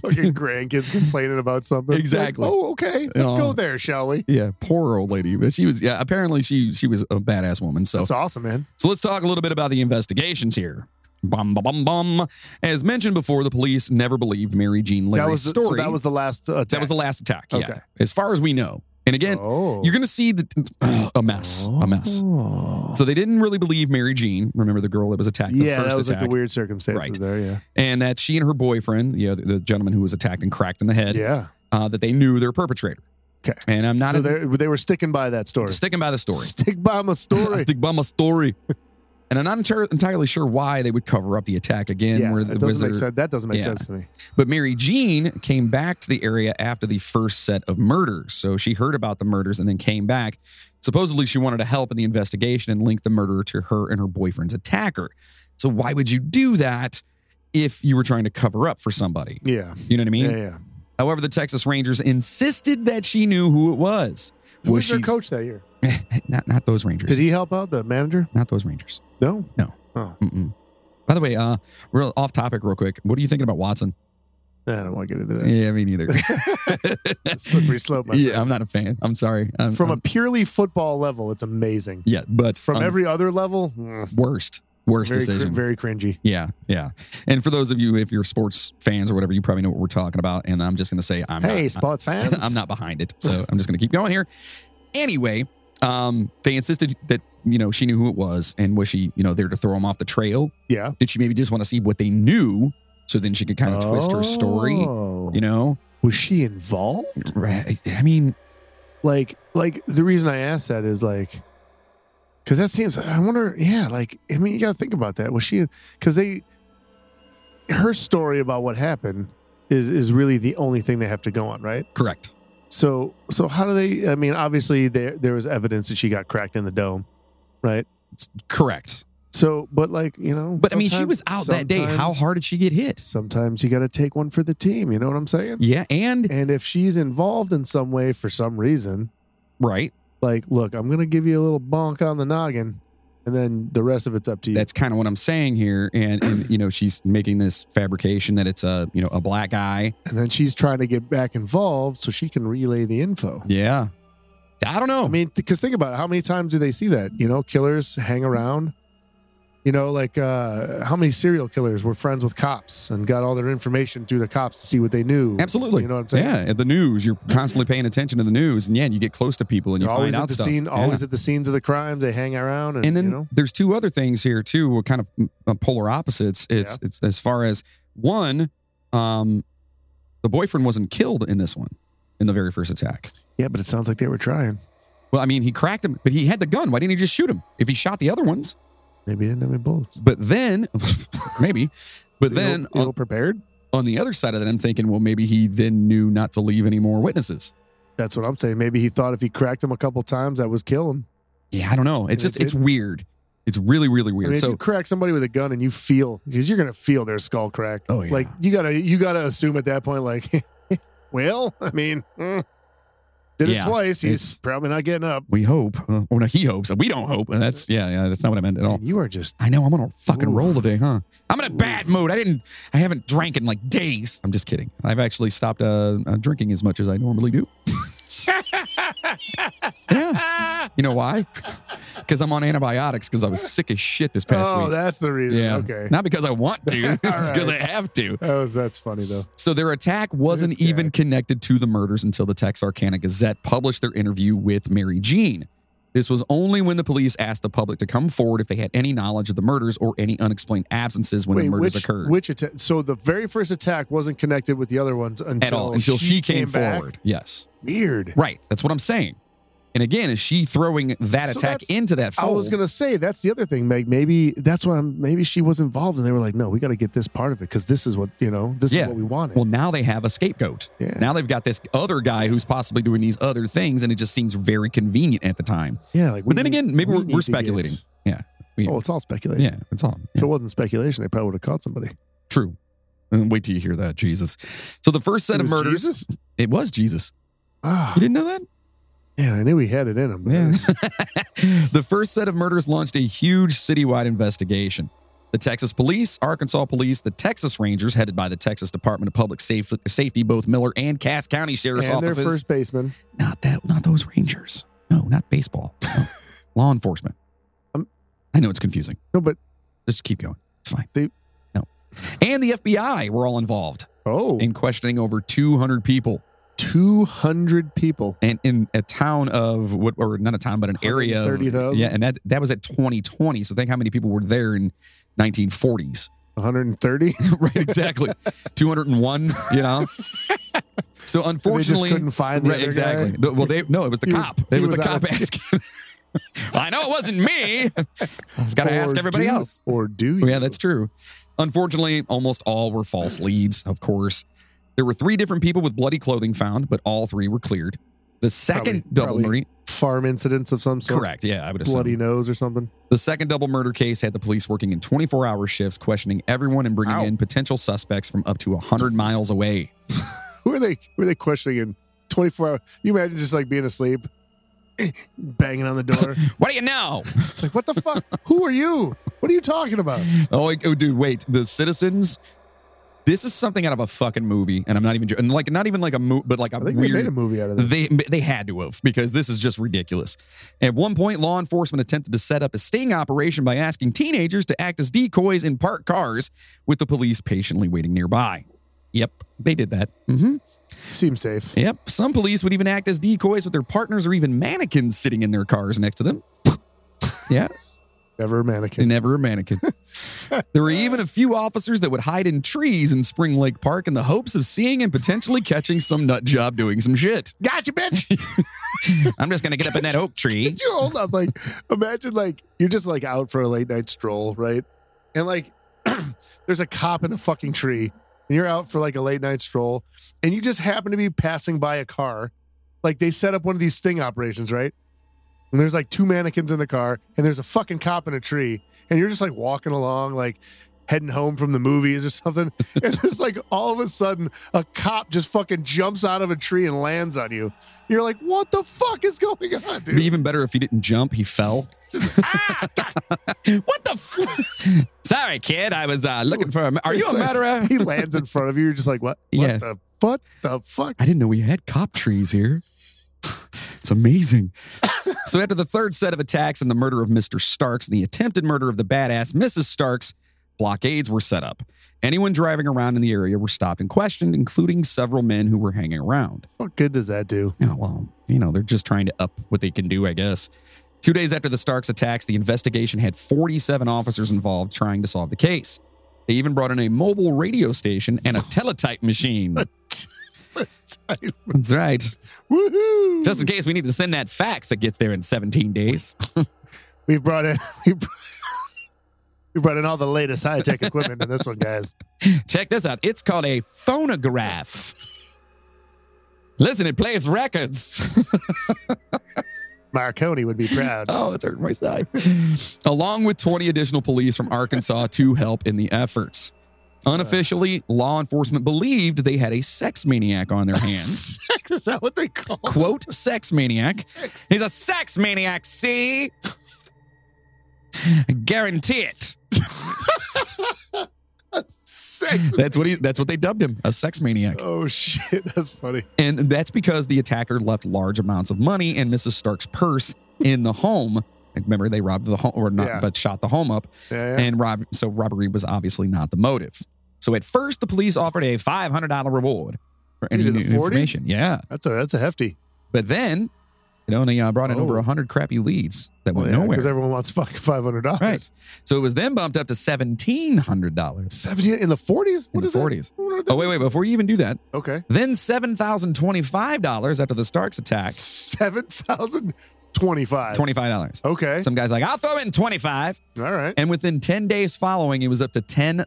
Speaker 2: Fucking grandkids complaining about something.
Speaker 1: Exactly.
Speaker 2: Like, oh, okay. Let's
Speaker 1: Oh.
Speaker 2: go there, shall we?
Speaker 1: Yeah, poor old lady. But she was. Yeah, apparently she she was a badass woman. So
Speaker 2: That's awesome, man.
Speaker 1: So let's talk a little bit about the investigations here. Bum, bum, bum, bum. As mentioned before, the police never believed Mary Jean Larry's
Speaker 2: that was the, so
Speaker 1: story.
Speaker 2: that was the last. Uh,
Speaker 1: That was the last attack. Yeah.
Speaker 2: Okay.
Speaker 1: As far as we know. And again,
Speaker 2: Oh.
Speaker 1: you're going to see the, a mess, a mess.
Speaker 2: Oh.
Speaker 1: So they didn't really believe Mary Jean. Remember the girl that was attacked. the
Speaker 2: yeah,
Speaker 1: first
Speaker 2: that was
Speaker 1: attack,
Speaker 2: like the weird circumstances
Speaker 1: Right.
Speaker 2: there. Yeah.
Speaker 1: and that she and her boyfriend, you know, the, the gentleman who was attacked and cracked in the head,
Speaker 2: Yeah.
Speaker 1: uh, that they knew their perpetrator.
Speaker 2: Okay.
Speaker 1: And I'm not
Speaker 2: so
Speaker 1: in-
Speaker 2: they're- they were sticking by that story.
Speaker 1: sticking by the story.
Speaker 2: Stick by my
Speaker 1: I
Speaker 2: story.
Speaker 1: stick by my story. And I'm not enter- entirely sure why they would cover up the attack again.
Speaker 2: yeah,
Speaker 1: where
Speaker 2: it
Speaker 1: the
Speaker 2: doesn't
Speaker 1: wizard,
Speaker 2: make sense. That doesn't make
Speaker 1: Yeah.
Speaker 2: sense to me.
Speaker 1: But Mary Jean came back to the area after the first set of murders. So she heard about the murders and then came back. Supposedly, she wanted to help in the investigation and link the murderer to her and her boyfriend's attacker. So, why would you do that if you were trying to cover up for somebody?
Speaker 2: Yeah.
Speaker 1: You know what I mean?
Speaker 2: Yeah. yeah.
Speaker 1: However, the Texas Rangers insisted that she knew who it was.
Speaker 2: Who
Speaker 1: Was
Speaker 2: was their
Speaker 1: she
Speaker 2: coach that year?
Speaker 1: not, not those Rangers?
Speaker 2: Did he help out the manager?
Speaker 1: not those Rangers.
Speaker 2: No.
Speaker 1: Mm-mm. By the way, uh, real off topic, real quick. What are you thinking about Watson?
Speaker 2: I don't want to get into that.
Speaker 1: Yeah, me neither.
Speaker 2: Slippery slope. My
Speaker 1: yeah, I'm not a fan. I'm sorry. I'm,
Speaker 2: From
Speaker 1: I'm-
Speaker 2: a purely football level, it's amazing.
Speaker 1: yeah, but
Speaker 2: From
Speaker 1: um,
Speaker 2: every other level, mm,
Speaker 1: worst, worst
Speaker 2: very, cr-
Speaker 1: decision.
Speaker 2: very cringy.
Speaker 1: yeah, yeah. And for those of you, if you're sports fans or whatever, you probably know what we're talking about. And I'm just going to say, I'm
Speaker 2: hey,
Speaker 1: not,
Speaker 2: sports fans.
Speaker 1: I'm not behind it. So I'm just going to keep going here. Anyway, um, they insisted that, you know, she knew who it was and was she, you know, there to throw him off the trail?
Speaker 2: Yeah.
Speaker 1: Did she maybe just want to see what they knew so then she could kind of twist her story,
Speaker 2: Oh.
Speaker 1: you know?
Speaker 2: Was she involved?
Speaker 1: Right. I mean,
Speaker 2: Like, like the reason I asked that is like, because that seems. I wonder. Yeah. Like, I mean, you got to think about that. Was she? Because they, her story about what happened is is really the only thing they have to go on, right?
Speaker 1: correct.
Speaker 2: So, so how do they? I mean, obviously there there was evidence that she got cracked in the dome, right?
Speaker 1: S- Correct.
Speaker 2: So, but like you know,
Speaker 1: But I mean, she
Speaker 2: sometimes-
Speaker 1: was out that day. How
Speaker 2: sometimes-
Speaker 1: hard did she get hit?
Speaker 2: Sometimes you got to take one for the team. You know what I'm saying?
Speaker 1: Yeah. And
Speaker 2: And if she's involved in some way for some reason,
Speaker 1: right.
Speaker 2: like, look, I'm gonna give you a little bonk on the noggin, and then the rest of it's up to you.
Speaker 1: That's kind of what I'm saying here. And, and, you know, she's making this fabrication that it's a, you know, a black guy.
Speaker 2: and then she's trying to get back involved so she can relay the info.
Speaker 1: Yeah. I don't know.
Speaker 2: I mean, because think about it. How many times do they see that? You know, killers hang around. You know, like uh, how many serial killers were friends with cops and got all their information through the cops to see what they knew.
Speaker 1: Absolutely.
Speaker 2: You know what I'm saying?
Speaker 1: Yeah, at the news, you're constantly paying attention to the news, and yeah, you get close to people and you
Speaker 2: They're always
Speaker 1: find
Speaker 2: at
Speaker 1: out
Speaker 2: the
Speaker 1: stuff.
Speaker 2: scene,
Speaker 1: Yeah.
Speaker 2: always at the scenes of the crime. They hang around, and,
Speaker 1: and then
Speaker 2: you know,
Speaker 1: there's two other things here too, we're kind of uh, polar opposites. It's it's as far as one, um, the boyfriend wasn't killed in this one, in the very first attack.
Speaker 2: yeah. But it sounds like they were trying.
Speaker 1: Well, I mean, he cracked him, but he had the gun. Why didn't he just shoot him? If he shot the other ones,
Speaker 2: Maybe they didn't have any bullets.
Speaker 1: but then maybe, but
Speaker 2: So you
Speaker 1: then
Speaker 2: ill- ill prepared.
Speaker 1: on, on the other side of that, I'm thinking, well, maybe he then knew not to leave any more witnesses.
Speaker 2: That's what I'm saying. Maybe he thought if he cracked him a couple times, that was kill him.
Speaker 1: Yeah, I don't know. It's
Speaker 2: And it
Speaker 1: just it's
Speaker 2: didn't.
Speaker 1: weird. It's really really
Speaker 2: I
Speaker 1: weird.
Speaker 2: mean, if
Speaker 1: so
Speaker 2: you crack somebody with a gun and you feel because you're gonna feel their skull crack.
Speaker 1: Oh, yeah.
Speaker 2: Like you gotta you gotta assume at that point, like, well, I mean, mm, did
Speaker 1: Yeah,
Speaker 2: it twice.
Speaker 1: it's-
Speaker 2: He's probably not getting up.
Speaker 1: we hope, uh, or no, he hopes, and we don't hope. And that's yeah, yeah, that's not what I meant at all.
Speaker 2: Man, you are just
Speaker 1: I know I'm on a fucking
Speaker 2: Oof.
Speaker 1: roll today, huh? I'm in a
Speaker 2: Oof.
Speaker 1: bad mood. I didn't, I haven't drank in like days. I'm just kidding. I've actually stopped uh, uh, drinking as much as I normally do. yeah, you know why? Because I'm on antibiotics because I was sick as shit this past
Speaker 2: oh,
Speaker 1: week.
Speaker 2: that's the reason.
Speaker 1: yeah,
Speaker 2: Okay,
Speaker 1: not because I want to, it's because
Speaker 2: right.
Speaker 1: I have to.
Speaker 2: that was that's funny though.
Speaker 1: So their attack wasn't
Speaker 2: This guy.
Speaker 1: even connected to the murders until the Texarkana Gazette published their interview with Mary Jean. This was only when the police asked the public to come forward if they had any knowledge of the murders or any unexplained absences when the murders
Speaker 2: which,
Speaker 1: occurred
Speaker 2: Which attack? So the very first attack wasn't connected with the other ones until
Speaker 1: at all until she, came,
Speaker 2: back?
Speaker 1: forward. Yes,
Speaker 2: Weird.
Speaker 1: right. That's what I'm saying. And again, is she throwing that
Speaker 2: So
Speaker 1: attack
Speaker 2: that's-
Speaker 1: into that
Speaker 2: I
Speaker 1: fold?
Speaker 2: was gonna say that's the other thing, Meg. Maybe that's why I'm, maybe she was involved, and they were like, "No, we got to get this part of it because this is what you know, this
Speaker 1: Yeah.
Speaker 2: is what we wanted."
Speaker 1: well, now they have a scapegoat.
Speaker 2: yeah,
Speaker 1: Now they've got this other guy who's possibly doing these other things, and it just seems very convenient at the time.
Speaker 2: yeah. Like,
Speaker 1: But then again, maybe
Speaker 2: we
Speaker 1: we're-
Speaker 2: need
Speaker 1: we're
Speaker 2: to get-
Speaker 1: speculating. Yeah, we-
Speaker 2: oh, it's all speculation.
Speaker 1: Yeah, it's all
Speaker 2: If it wasn't speculation, they probably would have caught somebody.
Speaker 1: true. And wait till you hear that, Jesus. So the first set
Speaker 2: It
Speaker 1: of
Speaker 2: was
Speaker 1: murders,
Speaker 2: Jesus?
Speaker 1: it was Jesus.
Speaker 2: Ah,
Speaker 1: You didn't know that?
Speaker 2: yeah, I knew he had it in him. but
Speaker 1: Yeah.
Speaker 2: it-
Speaker 1: the first set of murders launched a huge citywide investigation. The Texas police, Arkansas police, the Texas Rangers, headed by the Texas Department of Public Safe- Safety, both Miller and Cass County sheriff's
Speaker 2: and their
Speaker 1: offices.
Speaker 2: first baseman.
Speaker 1: not that, not those Rangers. No, not baseball. No. Law enforcement.
Speaker 2: Um,
Speaker 1: I know it's confusing.
Speaker 2: No, but
Speaker 1: Just keep going. It's fine.
Speaker 2: They-
Speaker 1: no. And the FBI were all involved
Speaker 2: oh,
Speaker 1: in questioning over 200 people.
Speaker 2: 200 people.
Speaker 1: and in a town of what or not a town but an area of-
Speaker 2: 130,000?
Speaker 1: yeah and that that was at 2020 so think how many people were there in 1940s
Speaker 2: 130.
Speaker 1: right exactly 201 you know so
Speaker 2: they just
Speaker 1: unfortunately
Speaker 2: couldn't find the
Speaker 1: right,
Speaker 2: other
Speaker 1: exactly
Speaker 2: guy.
Speaker 1: The- well they no it was the
Speaker 2: He was-
Speaker 1: cop
Speaker 2: he
Speaker 1: it was,
Speaker 2: was
Speaker 1: the
Speaker 2: out
Speaker 1: cop
Speaker 2: of-
Speaker 1: asking i know it wasn't me i've got to
Speaker 2: Or
Speaker 1: ask everybody
Speaker 2: do-
Speaker 1: else
Speaker 2: Or do you?
Speaker 1: Oh, yeah, that's true. Unfortunately, almost all were false leads, of course. There were three different people with bloody clothing found, but all three were cleared. The second
Speaker 2: Probably-
Speaker 1: double
Speaker 2: probably
Speaker 1: murder,
Speaker 2: farm incidents of some sort.
Speaker 1: correct? Yeah, I would assume.
Speaker 2: Bloody nose or something.
Speaker 1: The second double murder case had the police working in 24-hour shifts, questioning everyone and bringing
Speaker 3: Ow.
Speaker 1: in potential suspects from up to 100 miles away.
Speaker 2: Who are they? Who are they questioning in 24 hours? You imagine just like being asleep, banging on the door.
Speaker 1: What do you know?
Speaker 2: like what the fuck? Who are you? What are you talking about?
Speaker 1: oh, like, oh, dude, wait. The citizens. This is something out of a fucking movie, and I'm not even jo- and like not even like a movie, but like a
Speaker 2: I think
Speaker 1: weird.
Speaker 2: they made a movie out of this.
Speaker 1: They they had to have because this is just ridiculous. At one point, law enforcement attempted to set up a sting operation by asking teenagers to act as decoys in parked cars, with the police patiently waiting nearby. Yep, they did that. hmm
Speaker 2: Seems safe.
Speaker 1: Yep, some police would even act as decoys with their partners or even mannequins sitting in their cars next to them.
Speaker 2: Never a
Speaker 1: They
Speaker 2: mannequin.
Speaker 1: never a mannequin. there were even a few officers that would hide in trees in Spring Lake Park in the hopes of seeing and potentially catching some nut job doing some shit.
Speaker 2: Gotcha, bitch.
Speaker 1: I'm just gonna get up in that oak tree.
Speaker 2: Did you hold up? Like, imagine like you're just like out for a late night stroll, right? And like, there's a cop in a fucking tree, and you're out for like a late night stroll, and you just happen to be passing by a car. Like they set up one of these sting operations, right? And there's like two mannequins in the car, and there's a fucking cop in a tree, and you're just like walking along, like heading home from the movies or something. and it's like all of a sudden, a cop just fucking jumps out of a tree and lands on you. You're like, what the fuck is going on, dude?
Speaker 1: It'd be even better if he didn't jump, he fell.
Speaker 2: ah, God.
Speaker 1: What the? F- Sorry, kid. I was uh, looking for. A, are you a murderer?
Speaker 2: he lands in front of you. You're just like, what? What
Speaker 1: Yeah.
Speaker 2: the what the fuck?
Speaker 1: I didn't know we had cop trees here. It's amazing. so after the third set of attacks and the murder of Mr. Starks and the attempted murder of the badass Mrs. Starks, blockades were set up. Anyone driving around in the area were stopped and questioned, including several men who were hanging around.
Speaker 2: What good does that do?
Speaker 1: Yeah, well, you know, they're just trying to up what they can do, I guess. Two days after the Starks attacks, the investigation had 47 officers involved trying to solve the case. They even brought in a mobile radio station and a teletype machine. That's right.
Speaker 2: Woohoo!
Speaker 1: Just in case we need to send that fax that gets there in 17 days.
Speaker 2: we brought in we br- we brought in all the latest high tech equipment in this one, guys.
Speaker 1: Check this out. It's called a phonograph. Listen, it plays records.
Speaker 2: Marconi would be proud.
Speaker 1: oh, it's hurting my side. Along with 20 additional police from Arkansas to help in the efforts. Unofficially, law enforcement believed they had a sex maniac on their hands.
Speaker 2: Sex, is that what they call? it?
Speaker 1: Quote, sex maniac.
Speaker 2: Sex.
Speaker 1: He's a sex maniac, see? I guarantee it.
Speaker 2: Sex.
Speaker 1: That's what he that's what they dubbed him, a sex maniac.
Speaker 2: Oh shit, that's funny.
Speaker 1: And that's because the attacker left large amounts of money and Mrs. Stark's purse in the home. And Remember, they robbed the home, or not,
Speaker 2: Yeah.
Speaker 1: but shot the home up.
Speaker 2: Yeah, yeah.
Speaker 1: And rob- so robbery was obviously not the motive. So at first, the police offered a $500 reward for any
Speaker 2: Dude,
Speaker 1: new
Speaker 2: in the 40s?
Speaker 1: information. Yeah.
Speaker 2: That's a that's a hefty.
Speaker 1: But then, you know, they uh, brought in over
Speaker 2: Oh.
Speaker 1: 100 crappy leads that
Speaker 2: Well,
Speaker 1: went
Speaker 2: yeah, because
Speaker 1: nowhere.
Speaker 2: everyone wants fucking five hundred dollars.
Speaker 1: Right. So it was then bumped up to $1,700.
Speaker 2: Seventeen in the forties.
Speaker 1: In
Speaker 2: What
Speaker 1: the
Speaker 2: is that?
Speaker 1: 40s.
Speaker 2: I wonder what
Speaker 1: Oh,
Speaker 2: that-
Speaker 1: wait, wait. Before you even do that,
Speaker 2: Okay.
Speaker 1: then $7,025 after the Starks attack.
Speaker 2: Seven thousand twenty-five.
Speaker 1: $25.
Speaker 2: Okay.
Speaker 1: Some guy's like, I'll throw in 25.
Speaker 2: All right.
Speaker 1: And within 10 days following, it was up to $10,000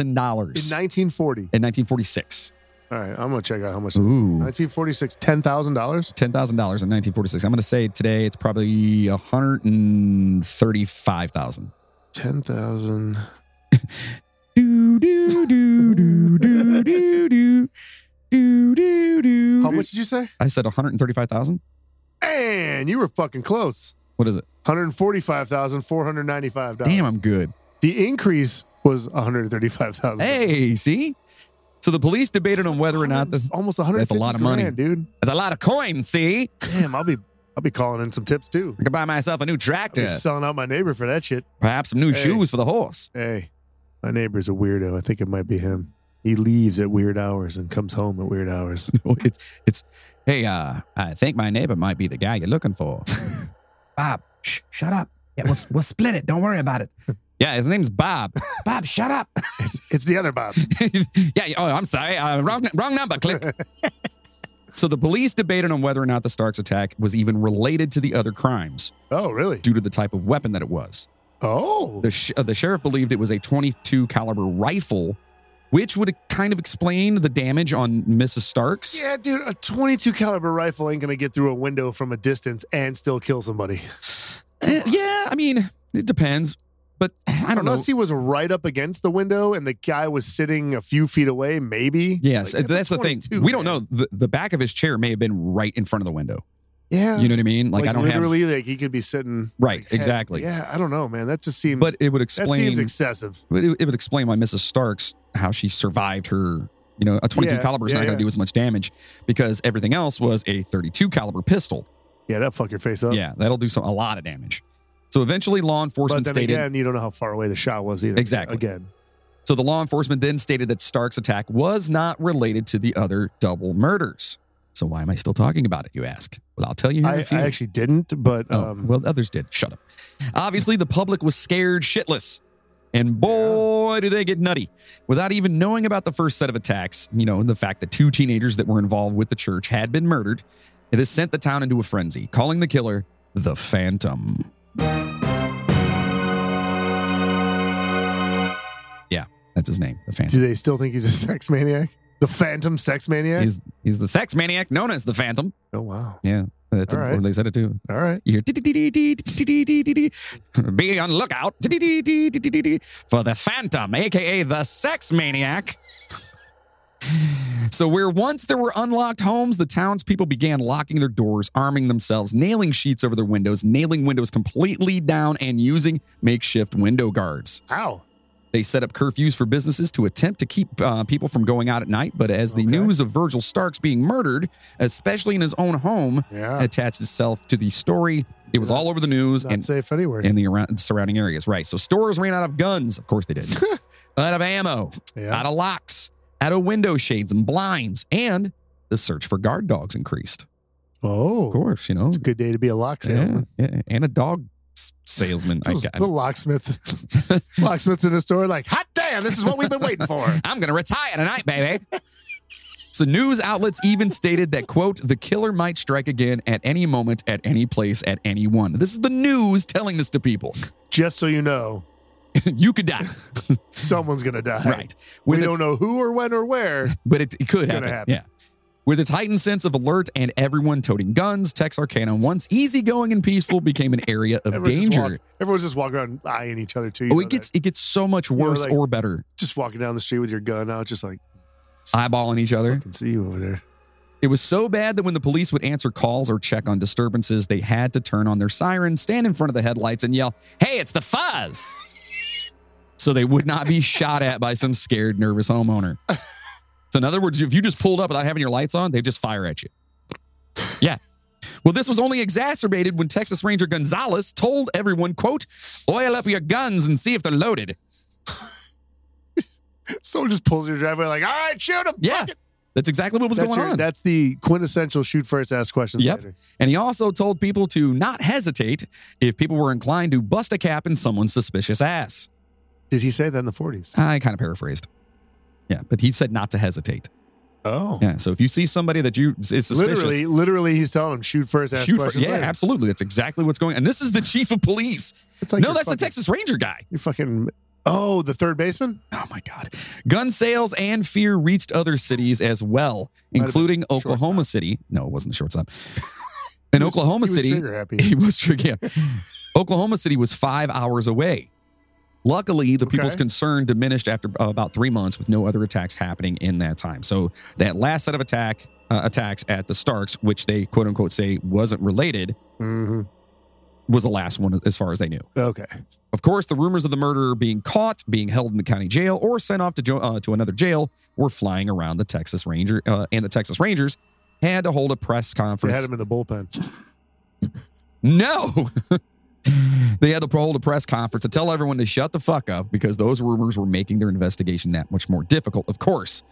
Speaker 1: in
Speaker 2: In 1940.
Speaker 1: 1946.
Speaker 2: All right. I'm gonna check out how much.
Speaker 1: Ooh.
Speaker 2: 1946. Ten thousand dollars.
Speaker 1: $10,000 in 1946. I'm going to say today it's probably 135,000.
Speaker 2: Ten thousand.
Speaker 1: Do, do do do do do do do do do do.
Speaker 2: How much did you say?
Speaker 1: I said 135,000.
Speaker 2: And you were fucking close.
Speaker 1: What is it?
Speaker 2: One hundred forty-five thousand four hundred ninety-five dollars.
Speaker 1: Damn, I'm good.
Speaker 2: The increase was one hundred thirty-five thousand.
Speaker 1: Hey, see? So the police debated on whether or not the,
Speaker 2: almost one hundred.
Speaker 1: That's a lot of money.
Speaker 2: dude.
Speaker 1: that's a lot of coin, see?
Speaker 2: Damn, I'll be I'll be calling in some tips too.
Speaker 1: I could buy myself a new
Speaker 2: I'll
Speaker 1: tractor,
Speaker 2: be selling out my neighbor for that shit.
Speaker 1: perhaps some new
Speaker 2: Hey.
Speaker 1: shoes for the horse.
Speaker 2: Hey, my neighbor's a weirdo. I think it might be him. He leaves at weird hours and comes home at weird hours.
Speaker 1: No, it's it's hey, uh, I think my neighbor might be the guy you're looking for. Bob, shh, shut up. Yeah, we'll, we'll split it. Don't worry about it. Yeah, his name's Bob. Bob, shut up.
Speaker 2: it's, it's the other Bob.
Speaker 1: yeah, yeah, oh, I'm sorry. Uh, wrong, wrong number. Click. so the police debated on whether or not the Starks attack was even related to the other crimes
Speaker 2: Oh, really?
Speaker 1: due to the type of weapon that it was.
Speaker 2: Oh,
Speaker 1: The, sh- uh, the sheriff believed it was a 22 caliber rifle, which would kind of explain the damage on Mrs. Starks.
Speaker 2: yeah, dude. A 22 caliber rifle ain't gonna get through a window from a distance and still kill somebody.
Speaker 1: Eh, yeah, I mean, it depends. But I don't know.
Speaker 2: Unless he was right up against the window and the guy was sitting a few feet away, maybe.
Speaker 1: Yes,
Speaker 2: Like,
Speaker 1: that's,
Speaker 2: a
Speaker 1: the thing.
Speaker 2: 22,
Speaker 1: We don't know.
Speaker 2: man.
Speaker 1: The, the back of his chair may have been right in front of the window.
Speaker 2: Yeah.
Speaker 1: You know what I mean? Like, I don't have.
Speaker 2: literally like he could be sitting
Speaker 1: Right,
Speaker 2: like, head-
Speaker 1: exactly.
Speaker 2: Yeah, I don't know, man. That just seems
Speaker 1: But it would
Speaker 2: that
Speaker 1: explain.
Speaker 2: seems excessive.
Speaker 1: But it, it would explain why Mrs. Starks how she survived her. You know, a 22
Speaker 2: Yeah,
Speaker 1: caliber is
Speaker 2: yeah,
Speaker 1: not going
Speaker 2: yeah.
Speaker 1: to do as much damage because everything else was a 32 caliber pistol.
Speaker 2: Yeah, that fuck your face up.
Speaker 1: Yeah, that'll do some a lot of damage. So eventually, law
Speaker 2: But
Speaker 1: enforcement
Speaker 2: then
Speaker 1: stated.
Speaker 2: again, you don't know how far away the shot was either.
Speaker 1: Exactly.
Speaker 2: Again.
Speaker 1: so the law enforcement then stated that Stark's attack was not related to the other double murders. So why am I still talking about it? You ask. Well, I'll tell you here in
Speaker 2: I,
Speaker 1: a few.
Speaker 2: I actually didn't, but
Speaker 1: Oh,
Speaker 2: um
Speaker 1: well, others did. Shut up. Obviously, the public was scared shitless. And boy, do they get nutty. Without even knowing about the first set of attacks, you know, and the fact that two teenagers that were involved with the church had been murdered, this sent the town into a frenzy, calling the killer the Phantom. Yeah, that's his name, the Phantom.
Speaker 2: do they still think he's a sex maniac? The phantom sex maniac?
Speaker 1: He's, he's the sex maniac known as the Phantom.
Speaker 2: oh wow.
Speaker 1: That's
Speaker 2: All right.
Speaker 1: what they said it too.
Speaker 2: All right.
Speaker 1: You hear "Dee-dee-dee-dee-dee-dee-dee-dee-dee-dee." be on lookout "Dee-dee-dee-dee-dee-dee-dee-dee," for the phantom aka the sex maniac so where once there were unlocked homes the townspeople began locking their doors arming themselves nailing sheets over their windows nailing windows completely down and using makeshift window guards
Speaker 2: Ow.
Speaker 1: they set up curfews for businesses to attempt to keep uh, people from going out at night but as the
Speaker 2: Okay.
Speaker 1: news of virgil starks being murdered especially in his own home
Speaker 2: Yeah.
Speaker 1: attached itself to the story. It was
Speaker 2: Ah. Yeah.
Speaker 1: all over the news
Speaker 2: Not
Speaker 1: and
Speaker 2: safe anywhere.
Speaker 1: in the around, surrounding areas. Right. So stores ran out of guns. Of course they did. out of ammo,
Speaker 2: yeah.
Speaker 1: out of locks, out of window shades and blinds. And the search for guard dogs increased. Of
Speaker 2: Oh.
Speaker 1: course, you know.
Speaker 2: It's a good day to be a lock
Speaker 1: Yeah,
Speaker 2: salesman.
Speaker 1: yeah, And a dog s- salesman. I,
Speaker 2: the locksmith locksmith's in the store like, hot damn, this is what we've been waiting for.
Speaker 1: I'm going to retire tonight, baby. So news outlets even stated that quote the killer might strike again at any moment at any place at anyone. This is the news telling this to people.
Speaker 2: Just so you know,
Speaker 1: you could die.
Speaker 2: someone's gonna die.
Speaker 1: Right.
Speaker 2: We
Speaker 1: With its-
Speaker 2: don't know who or when or where.
Speaker 1: but it, it could
Speaker 2: It's gonna
Speaker 1: happen.
Speaker 2: happen.
Speaker 1: Yeah. With its heightened sense of alert and everyone toting guns, Texarkana, once easygoing and peaceful, became an area of
Speaker 2: Everyone's just
Speaker 1: danger.
Speaker 2: walk- everyone's just walking around eyeing each other too. you
Speaker 1: Oh,
Speaker 2: know
Speaker 1: it
Speaker 2: that.
Speaker 1: gets it gets so much
Speaker 2: know,
Speaker 1: worse
Speaker 2: like-
Speaker 1: or better.
Speaker 2: just walking down the street with your gun out, just like
Speaker 1: Eyeballing each
Speaker 2: I
Speaker 1: other.
Speaker 2: can see you over there.
Speaker 1: It was so bad that when the police would answer calls or check on disturbances, they had to turn on their sirens, stand in front of the headlights, and yell, Hey, it's the fuzz! so they would not be shot at by some scared, nervous homeowner. so, in other words, if you just pulled up without having your lights on, they'd just fire at you. Yeah. Well, this was only exacerbated when Texas Ranger Gonzalez told everyone, quote, oil up your guns and see if they're loaded.
Speaker 2: Someone just pulls in your driveway, like, all right, shoot him.
Speaker 1: Yeah. That's exactly what was
Speaker 2: That's,
Speaker 1: going
Speaker 2: your-
Speaker 1: on.
Speaker 2: that's the quintessential shoot first, ask questions
Speaker 1: Yep.
Speaker 2: later.
Speaker 1: And he also told people to not hesitate if people were inclined to bust a cap in someone's suspicious ass.
Speaker 2: Did he say that in the 40s?
Speaker 1: I kind of paraphrased. Yeah, but he said not to hesitate.
Speaker 2: Oh.
Speaker 1: Yeah, so if you see somebody that you is suspicious,
Speaker 2: Literally, literally, he's telling him shoot first, ask
Speaker 1: shoot for,
Speaker 2: questions
Speaker 1: yeah,
Speaker 2: later.
Speaker 1: absolutely. That's exactly what's going on. And this is the chief of police.
Speaker 2: It's like
Speaker 1: no,
Speaker 2: your
Speaker 1: that's
Speaker 2: fucking,
Speaker 1: the Texas Ranger guy.
Speaker 2: You fucking oh, the third baseman.
Speaker 1: Oh my God. Gun sales and fear reached other cities as well,
Speaker 2: Might have been
Speaker 1: including
Speaker 2: shortstop.
Speaker 1: Oklahoma City. No, it wasn't the shortstop. In
Speaker 2: He was-
Speaker 1: Oklahoma
Speaker 2: he was
Speaker 1: City,
Speaker 2: trigger happy.
Speaker 1: He was tricky. Oklahoma City was five hours away. Luckily, the people's
Speaker 2: Okay.
Speaker 1: concern diminished after uh, about three months, with no other attacks happening in that time. So that last set of attack uh, attacks at the Starks, which they quote unquote say wasn't related,
Speaker 2: hmm
Speaker 1: was the last one as far as they knew.
Speaker 2: Okay.
Speaker 1: Of course, the rumors of the murderer being caught, being held in the county jail, or sent off to jo- uh, to another jail were flying around the Texas Ranger uh, and the Texas Rangers had to hold a press
Speaker 2: They
Speaker 1: conference.
Speaker 2: had him in the bullpen.
Speaker 1: no. they had to hold a press conference to tell everyone to shut the fuck up because those rumors were making their investigation that much more difficult, of course.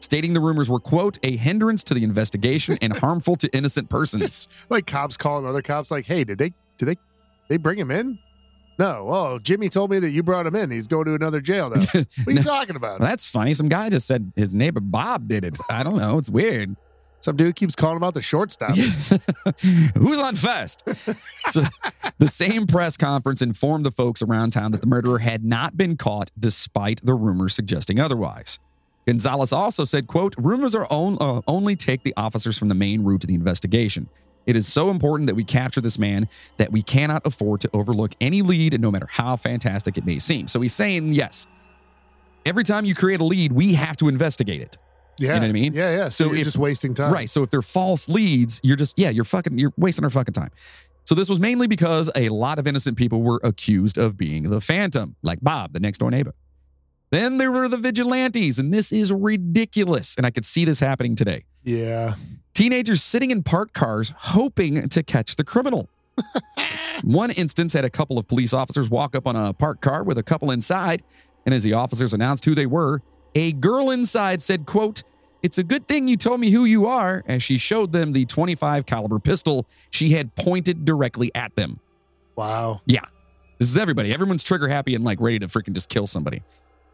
Speaker 1: Stating the rumors were, quote, a hindrance to the investigation and harmful to innocent persons.
Speaker 2: Like cops calling other cops, like, "Hey, did they did they they bring him in? No. Oh, Jimmy told me that you brought him in. He's going to another jail now. What are you
Speaker 1: No.
Speaker 2: talking about?
Speaker 1: Well, that's funny. Some guy just said his neighbor Bob did it. I don't know. It's weird.
Speaker 2: Some dude keeps calling about the shortstop.
Speaker 1: Who's on first? so, the same press conference informed the folks around town that the murderer had not been caught, despite the rumors suggesting otherwise. Gonzalez also said, "quote Rumors are on, uh, only take the officers from the main route to the investigation. It is so important that we capture this man that we cannot afford to overlook any lead, and no matter how fantastic it may seem." So he's saying, "Yes, every time you create a lead, we have to investigate it." You
Speaker 2: Yeah.
Speaker 1: know what I mean?
Speaker 2: Yeah, yeah. So,
Speaker 1: So
Speaker 2: you're
Speaker 1: if-
Speaker 2: just wasting time.
Speaker 1: Right. So if they're false leads, you're just yeah, you're fucking you're wasting our fucking time. So this was mainly because a lot of innocent people were accused of being the phantom, like Bob, the next door neighbor. Then there were the vigilantes, and this is ridiculous. And I could see this happening today.
Speaker 2: Yeah.
Speaker 1: Teenagers sitting in parked cars hoping to catch the criminal. One instance had a couple of police officers walk up on a parked car with a couple inside, and as the officers announced who they were, a girl inside said, quote, "It's a good thing you told me who you are," as she showed them the 25 caliber pistol she had pointed directly at them.
Speaker 2: Wow.
Speaker 1: This is everybody. Everyone's trigger happy and like ready to freaking just kill somebody.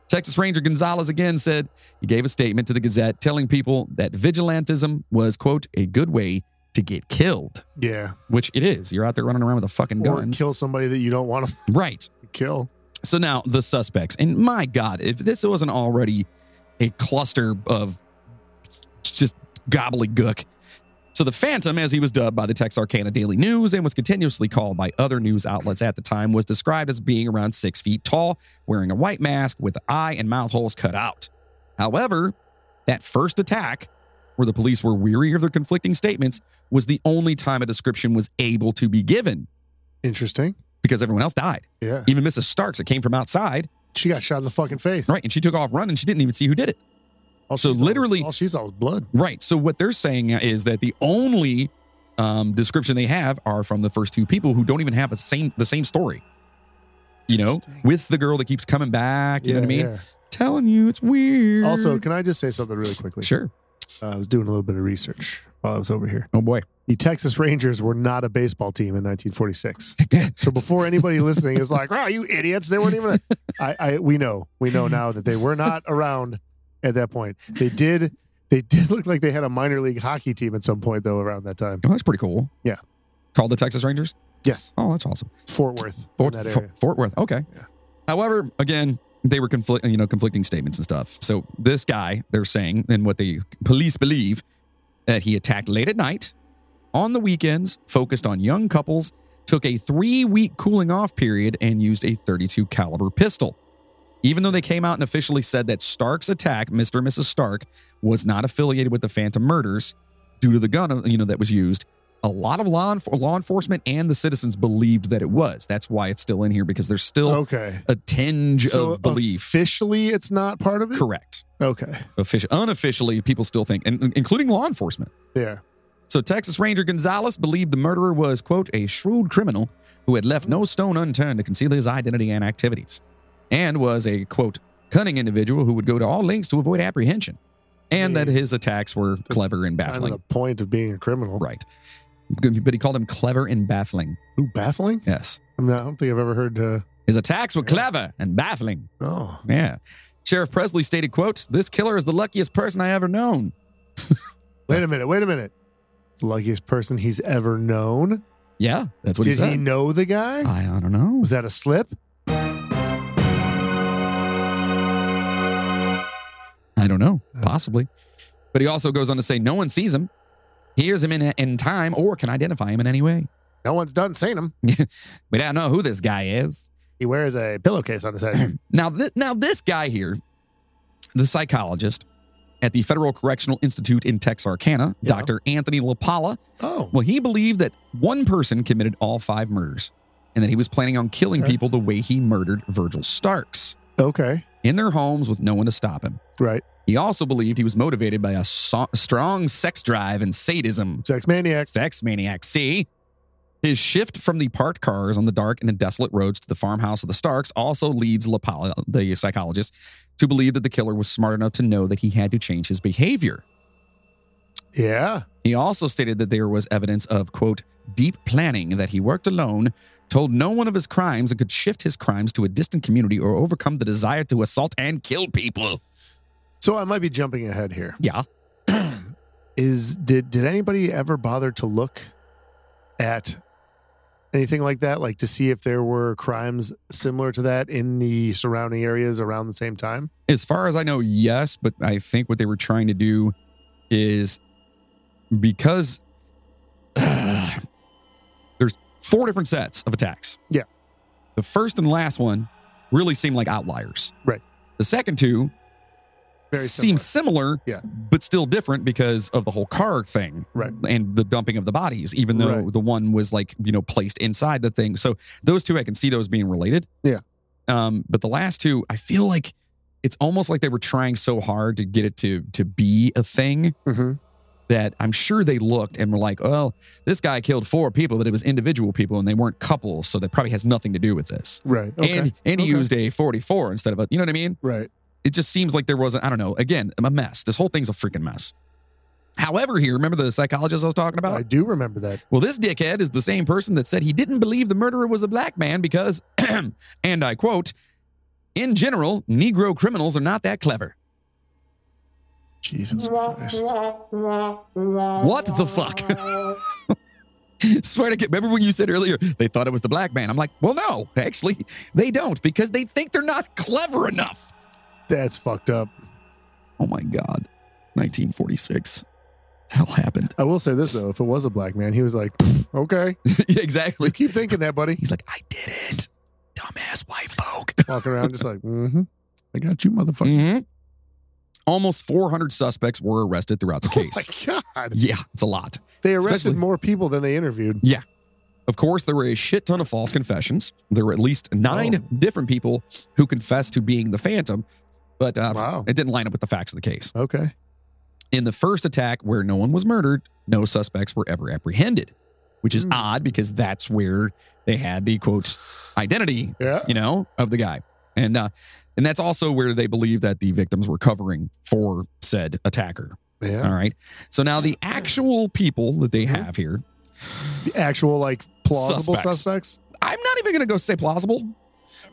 Speaker 1: Texas Ranger Gonzalez again said he gave a statement to the Gazette telling people that vigilantism was, quote, a good way to get killed,
Speaker 2: Yeah.
Speaker 1: which it is. You're out there running around with a fucking
Speaker 2: Or
Speaker 1: gun.
Speaker 2: kill somebody that you don't want to
Speaker 1: Right.
Speaker 2: kill.
Speaker 1: So now the suspects, and my God, if this wasn't already a cluster of just gobbledygook. So the Phantom, as he was dubbed by the Texarkana Daily News and was continuously called by other news outlets at the time, was described as being around six feet tall, wearing a white mask with eye and mouth holes cut out. However, that first attack, where the police were weary of their conflicting statements, was the only time a description was able to be given
Speaker 2: Interesting.
Speaker 1: because everyone else died.
Speaker 2: Yeah.
Speaker 1: Even Mrs. Starks, that came from outside,
Speaker 2: She got shot in the fucking face.
Speaker 1: Right. And she took off running. She didn't even see who did it.
Speaker 2: All
Speaker 1: So
Speaker 2: she saw was-
Speaker 1: literally-
Speaker 2: all she saw was blood.
Speaker 1: Right. So what they're saying is that the only um, description they have are from the first two people who don't even have the same the same story. You know,
Speaker 2: Interesting.
Speaker 1: with the girl that keeps coming back. You know what I mean?
Speaker 2: Yeah.
Speaker 1: Telling you, it's weird.
Speaker 2: Also, can I just say something really quickly?
Speaker 1: sure.
Speaker 2: Uh, I was doing a little bit of research while I was over here.
Speaker 1: Oh boy.
Speaker 2: The Texas Rangers were not a baseball team in 1946. So before anybody listening is like, "Wow, you idiots!" They weren't even. A-. I, I, we know, we know now that they were not around at that point. They did, they did look like they had a minor league hockey team at some point though around that time.
Speaker 1: Oh, that's pretty cool.
Speaker 2: Yeah.
Speaker 1: Called the Texas Rangers.
Speaker 2: Yes,
Speaker 1: Oh, that's awesome.
Speaker 2: Fort Worth.
Speaker 1: Fort,
Speaker 2: in that
Speaker 1: Fort-
Speaker 2: area.
Speaker 1: Fort Worth. Okay.
Speaker 2: Yeah.
Speaker 1: However, again, they were conflict, you know, conflicting statements and stuff. So this guy, they're saying, and what the police believe, that he attacked late at night, on the weekends, focused on young couples, took a three-week cooling off period, and used a 32 caliber pistol. Even though they came out and officially said that Stark's attack, Mr. and Mrs. Stark, was not affiliated with the Phantom murders due to the gun, you know, that was used, a lot of law, enf- law enforcement and the citizens believed that it was. That's why it's still in here because there's still
Speaker 2: Okay.
Speaker 1: a tinge
Speaker 2: Oh. So
Speaker 1: of belief.
Speaker 2: officially, it's not part of it.
Speaker 1: Correct.
Speaker 2: Okay.
Speaker 1: Offici- unofficially, people still think, and including law enforcement.
Speaker 2: Yeah.
Speaker 1: So Texas Ranger Gonzalez believed the murderer was, quote, a shrewd criminal who had left no stone unturned to conceal his identity and activities, and was a, quote, cunning individual who would go to all lengths to avoid apprehension, and that his attacks were clever and
Speaker 2: Kind of
Speaker 1: baffling.
Speaker 2: the point of being a criminal.
Speaker 1: Right. But he called him clever and baffling.
Speaker 2: Ooh, baffling.
Speaker 1: Yes.
Speaker 2: I, mean, I don't think I've ever heard. Uh,
Speaker 1: His attacks were
Speaker 2: Yeah.
Speaker 1: clever and baffling.
Speaker 2: oh,
Speaker 1: Yeah. Sheriff Presley stated, quote, This killer is the luckiest person I ever known.
Speaker 2: wait a minute. Wait a minute. Luckiest person he's ever known.
Speaker 1: Yeah, that's what
Speaker 2: Did
Speaker 1: he Uh.
Speaker 2: he,
Speaker 1: said.
Speaker 2: know the guy?
Speaker 1: I, I don't know.
Speaker 2: Was that a slip?
Speaker 1: I don't know.
Speaker 2: Uh.
Speaker 1: Possibly. But he also goes on to say, No one sees him, hears him in, in time, or can identify him in any way.
Speaker 2: No one's done seen him.
Speaker 1: We don't know who this guy is.
Speaker 2: He wears a pillowcase on his head.
Speaker 1: Now, th- now this guy here, the psychologist at the Federal Correctional Institute in Texarkana,
Speaker 2: Yeah.
Speaker 1: Dr. Anthony LaPala,
Speaker 2: oh,
Speaker 1: well, he believed that one person committed all five murders and that he was planning on killing
Speaker 2: Okay.
Speaker 1: people the way he murdered Virgil Starks
Speaker 2: okay.
Speaker 1: in their homes with no one to stop him.
Speaker 2: Right.
Speaker 1: He also believed he was motivated by a so- strong sex drive and sadism.
Speaker 2: Sex maniac.
Speaker 1: Sex maniac, see? His shift from the parked cars on the dark and desolate roads to the farmhouse of the Starks also leads LaPala, the psychologist, to believe that the killer was smart enough to know that he had to change his behavior.
Speaker 2: Yeah.
Speaker 1: He also stated that there was evidence of, quote, deep planning that he worked alone, told no one of his crimes, and could shift his crimes to a distant community or overcome the desire to assault and kill people.
Speaker 2: So I might be jumping ahead here.
Speaker 1: Yeah.
Speaker 2: Is did did anybody ever bother to look at anything like that, like to see if there were crimes similar to that in the surrounding areas around the same time?
Speaker 1: As far as I know, yes, but I think what they were trying to do is because there's four different sets of attacks.
Speaker 2: Yeah.
Speaker 1: The first and last one really seem like outliers.
Speaker 2: Right.
Speaker 1: The second two
Speaker 2: Very similar.
Speaker 1: seem similar,
Speaker 2: Yeah.
Speaker 1: but still different because of the whole car thing.
Speaker 2: Right.
Speaker 1: And the dumping of the bodies, even though
Speaker 2: Right.
Speaker 1: the one was like, you know, placed inside the thing. So those two, I can see those being related.
Speaker 2: Yeah.
Speaker 1: Um, but the last two, I feel like it's almost like they were trying so hard to get it to to be a thing
Speaker 2: Mhm.
Speaker 1: that I'm sure they looked and were like, well, this guy killed four people, but it was individual people and they weren't couples, so that probably has nothing to do with this.
Speaker 2: Right. Okay.
Speaker 1: And and he
Speaker 2: Okay.
Speaker 1: used a 44 instead of a, you know what I mean?
Speaker 2: right.
Speaker 1: it just seems like there wasn't, I don't know, again, a mess. This whole thing's a freaking mess. However, here, remember the psychologist I was talking about?
Speaker 2: I do remember that.
Speaker 1: Well, this dickhead is the same person that said he didn't believe the murderer was a black man because, and I quote, in general, Negro criminals are not that clever.
Speaker 2: Jesus Christ.
Speaker 1: What the fuck? Swear to God, remember when you said earlier they thought it was the black man? I'm like, well, no, actually, they don't because they think they're not clever enough.
Speaker 2: That's fucked up.
Speaker 1: Oh my God, 1946. Hell happened.
Speaker 2: I will say this though, if it was a black man, he was like, "Pfft, okay,
Speaker 1: Yeah, exactly.
Speaker 2: you keep thinking that, buddy.
Speaker 1: He's like, I did it. Dumbass white folk.
Speaker 2: Walking around just like, mm-hmm. I got you,
Speaker 1: Mm,
Speaker 2: motherfucker.
Speaker 1: Mm-hmm. Almost 400 suspects were arrested throughout the case.
Speaker 2: Oh my god.
Speaker 1: yeah, it's a lot.
Speaker 2: They arrested
Speaker 1: Especially-
Speaker 2: more people than they interviewed.
Speaker 1: Of course, there were a shit ton of false confessions. There were at least nine
Speaker 2: Oh.
Speaker 1: different people who confessed to being the Phantom, but uh,
Speaker 2: Wow.
Speaker 1: it didn't line up with the facts of the case.
Speaker 2: Okay.
Speaker 1: In the first attack, where no one was murdered, no suspects were ever apprehended, which is
Speaker 2: Hmm.
Speaker 1: odd because that's where they had the quote identity
Speaker 2: Yeah.
Speaker 1: you know, of the guy. And uh, and that's also where they believe that the victims were covering for said attacker.
Speaker 2: Yeah.
Speaker 1: All right. So now the actual people that they
Speaker 2: Mhm.
Speaker 1: have here,
Speaker 2: The actual like plausible
Speaker 1: Suspects.
Speaker 2: suspects.
Speaker 1: I'm not even gonna go say plausible.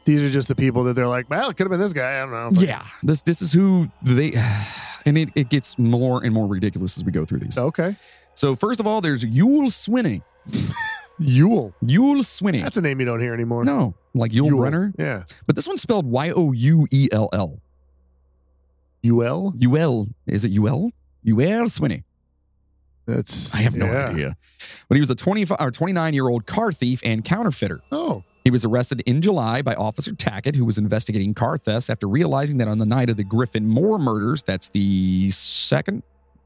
Speaker 2: These are just the people that they're like, well, it could have been this guy. I don't know.
Speaker 1: Yeah. This this is who they and it, it gets more and more ridiculous as we go through these.
Speaker 2: Okay.
Speaker 1: So first of all, there's Yule Swinney.
Speaker 2: Yule.
Speaker 1: Yule Swinney.
Speaker 2: That's a name you don't hear anymore.
Speaker 1: no, like Yule,
Speaker 2: Yule.
Speaker 1: Brenner.
Speaker 2: Yeah.
Speaker 1: But this one's spelled E Y-O-U-E-L-L.
Speaker 2: UL.
Speaker 1: Yule. Is it Yule? Yule Swinney.
Speaker 2: That's.
Speaker 1: I have no
Speaker 2: yeah.
Speaker 1: idea. When he was a 25 or 29 year old car thief and counterfeiter,
Speaker 2: Oh.
Speaker 1: he was arrested in July by Officer Tackett, who was investigating car thefts after realizing that on the night of the Griffin Moore murders, that's the second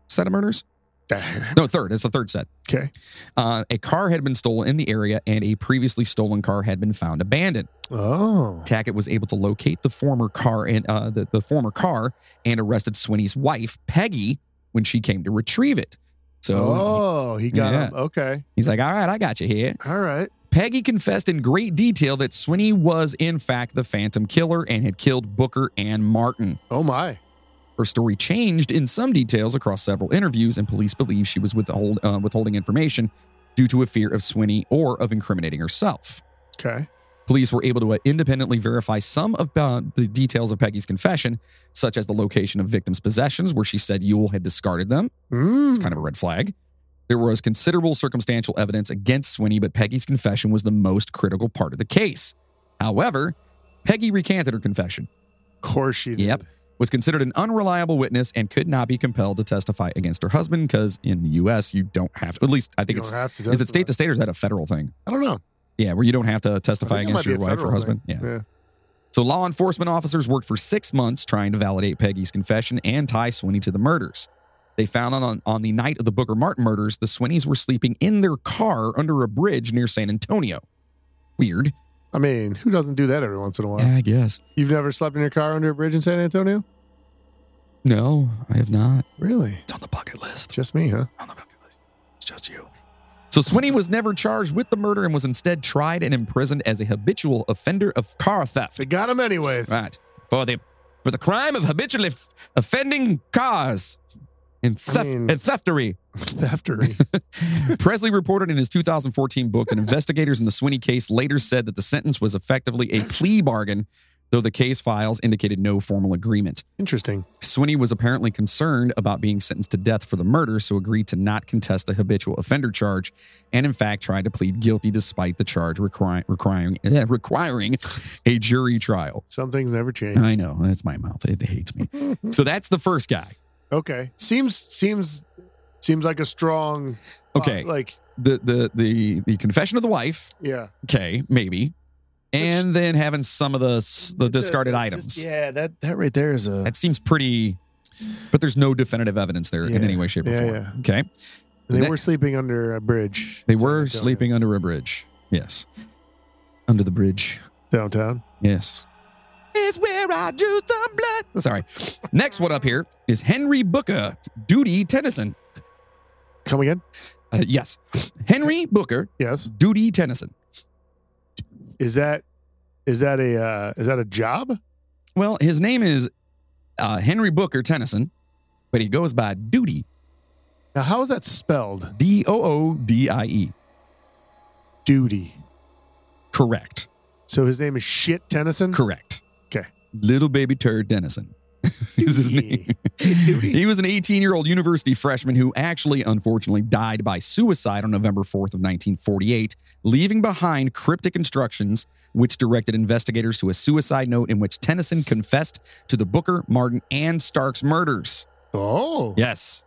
Speaker 1: set of murders.
Speaker 2: Damn.
Speaker 1: No, third. It's the third set.
Speaker 2: Okay.
Speaker 1: Uh, a car had been stolen in the area, and a previously stolen car had been found abandoned.
Speaker 2: Oh.
Speaker 1: Tackett was able to locate the former car and uh, the, the former car and arrested Swinney's wife, Peggy, when she came to retrieve it. So
Speaker 2: oh, he got
Speaker 1: Yeah.
Speaker 2: him. Okay.
Speaker 1: he's like, "All right, I got you here."
Speaker 2: All right.
Speaker 1: Peggy confessed in great detail that Swinney was, in fact, the Phantom Killer and had killed Booker and Martin.
Speaker 2: Oh my.
Speaker 1: Her story changed in some details across several interviews, and police believe she was withhold, uh, withholding information due to a fear of Swinney or of incriminating herself.
Speaker 2: Okay.
Speaker 1: Police were able to uh, independently verify some of uh, the details of Peggy's confession, such as the location of victims' possessions, where she said Yule had discarded them.
Speaker 2: Mm.
Speaker 1: It's kind of a red flag. There was considerable circumstantial evidence against Swinney, but Peggy's confession was the most critical part of the case. However, Peggy recanted her confession,
Speaker 2: Of course she did.
Speaker 1: Yep. was considered an unreliable witness, and could not be compelled to testify against her husband because in the U.S. you don't have. At least I think
Speaker 2: You
Speaker 1: it's
Speaker 2: don't have to
Speaker 1: is it
Speaker 2: testify.
Speaker 1: state to state or is that a federal thing?
Speaker 2: I don't know.
Speaker 1: Yeah, where you don't have to
Speaker 2: I
Speaker 1: testify
Speaker 2: think it
Speaker 1: against
Speaker 2: might
Speaker 1: your
Speaker 2: be a
Speaker 1: wife or
Speaker 2: federal
Speaker 1: husband.
Speaker 2: thing.
Speaker 1: Yeah. So law enforcement officers worked for six months trying to validate Peggy's confession and tie Swinney to the murders. They found out on, on the night of the Booker Martin murders, the Swinneys were sleeping in their car under a bridge near San Antonio. Weird.
Speaker 2: I mean, who doesn't do that every once in a while?
Speaker 1: Yeah, I guess.
Speaker 2: You've never slept in your car under a bridge in San Antonio?
Speaker 1: No, I have not.
Speaker 2: Really?
Speaker 1: It's on the bucket list.
Speaker 2: Just me, huh?
Speaker 1: On the bucket list. It's just you. So Swinney was never charged with the murder and was instead tried and imprisoned as a habitual offender of car theft.
Speaker 2: They got him anyways.
Speaker 1: Right. For the for the crime of habitually f- offending cars and, theft,
Speaker 2: mean-
Speaker 1: and theftery.
Speaker 2: Theftery.
Speaker 1: Presley reported in his 2014 book that investigators in the Swinney case later said that the sentence was effectively a plea bargain, though the case files indicated no formal agreement.
Speaker 2: Interesting.
Speaker 1: Swinney was apparently concerned about being sentenced to death for the murder, so agreed to not contest the habitual offender charge, and in fact tried to plead guilty despite the charge requiring requiring, eh, requiring a jury trial.
Speaker 2: Some things never change.
Speaker 1: I know. That's my mouth. It hates me. so that's the first guy.
Speaker 2: Okay. Seems seems seems like a strong uh,
Speaker 1: Okay.
Speaker 2: like
Speaker 1: The the the the confession of the wife.
Speaker 2: yeah.
Speaker 1: Okay, maybe. And then having some of the s- the discarded
Speaker 2: Uh, Just-
Speaker 1: items.
Speaker 2: yeah, that that right there is a
Speaker 1: That seems pretty but there's no definitive evidence there in
Speaker 2: Yeah.
Speaker 1: any way shape or
Speaker 2: Yeah,
Speaker 1: form.
Speaker 2: yeah.
Speaker 1: Okay.
Speaker 2: they
Speaker 1: next-
Speaker 2: were sleeping under a bridge.
Speaker 1: They
Speaker 2: in San
Speaker 1: were
Speaker 2: Antonio.
Speaker 1: sleeping under a bridge. Yes. Under the bridge.
Speaker 2: downtown.
Speaker 1: Yes. It's where I drew some blood. Sorry. Next one up here is Henry Booker, Duty Tennyson.
Speaker 2: Come again?
Speaker 1: Uh, yes. Henry Booker,
Speaker 2: Yes.
Speaker 1: Duty Tennyson.
Speaker 2: Is that is that a uh, is that a job?
Speaker 1: Well, his name is uh, Henry Booker Tennyson, but he goes by Duty,
Speaker 2: Now how is that spelled?
Speaker 1: D O O D I E.
Speaker 2: Duty.
Speaker 1: Correct.
Speaker 2: So his name is Shit Tennyson.
Speaker 1: Correct.
Speaker 2: Okay.
Speaker 1: Little baby turd Denison is his name.
Speaker 2: Duty.
Speaker 1: He was an 18 year old university freshman who actually, unfortunately, died by suicide on November 4th of 1948, leaving behind cryptic instructions which directed investigators to a suicide note in which Tennyson confessed to the Booker, Martin, and Starks murders.
Speaker 2: Oh.
Speaker 1: Yes.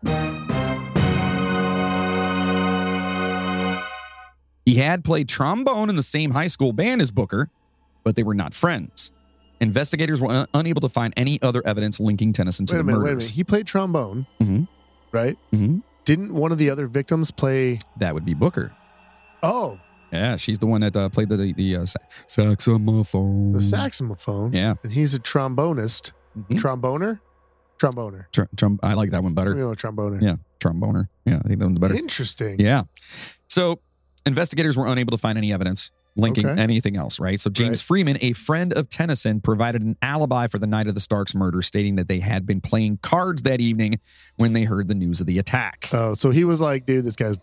Speaker 1: He had played trombone in the same high school band as Booker, but they were not friends. Investigators were un- unable to find any other evidence linking Tennyson to
Speaker 2: Wait a
Speaker 1: the
Speaker 2: minute, wait a minute.
Speaker 1: murders.
Speaker 2: He played trombone,
Speaker 1: Mhm.
Speaker 2: right?
Speaker 1: Mhm.
Speaker 2: Didn't one of the other victims play?
Speaker 1: mm-hmm. That would be Booker.
Speaker 2: Oh,
Speaker 1: Yeah, she's the one that uh, played the the, the uh, sa- saxophone.
Speaker 2: the saxophone.
Speaker 1: Mm. Yeah,
Speaker 2: And he's a trombonist.
Speaker 1: Mhm.
Speaker 2: Tromboner? Tromboner.
Speaker 1: Tr- trum- I like that one
Speaker 2: You
Speaker 1: better.
Speaker 2: know, tromboner.
Speaker 1: Yeah. Tromboner. Yeah, I think that one's better.
Speaker 2: Interesting.
Speaker 1: Yeah. So investigators were unable to find any evidence linking
Speaker 2: Okay.
Speaker 1: anything else, right? So James
Speaker 2: Right.
Speaker 1: Freeman, a friend of Tennyson, provided an alibi for the night of the Starks murder, stating that they had been playing cards that evening when they heard the news of the attack.
Speaker 2: Oh, so he was like, dude, this guy's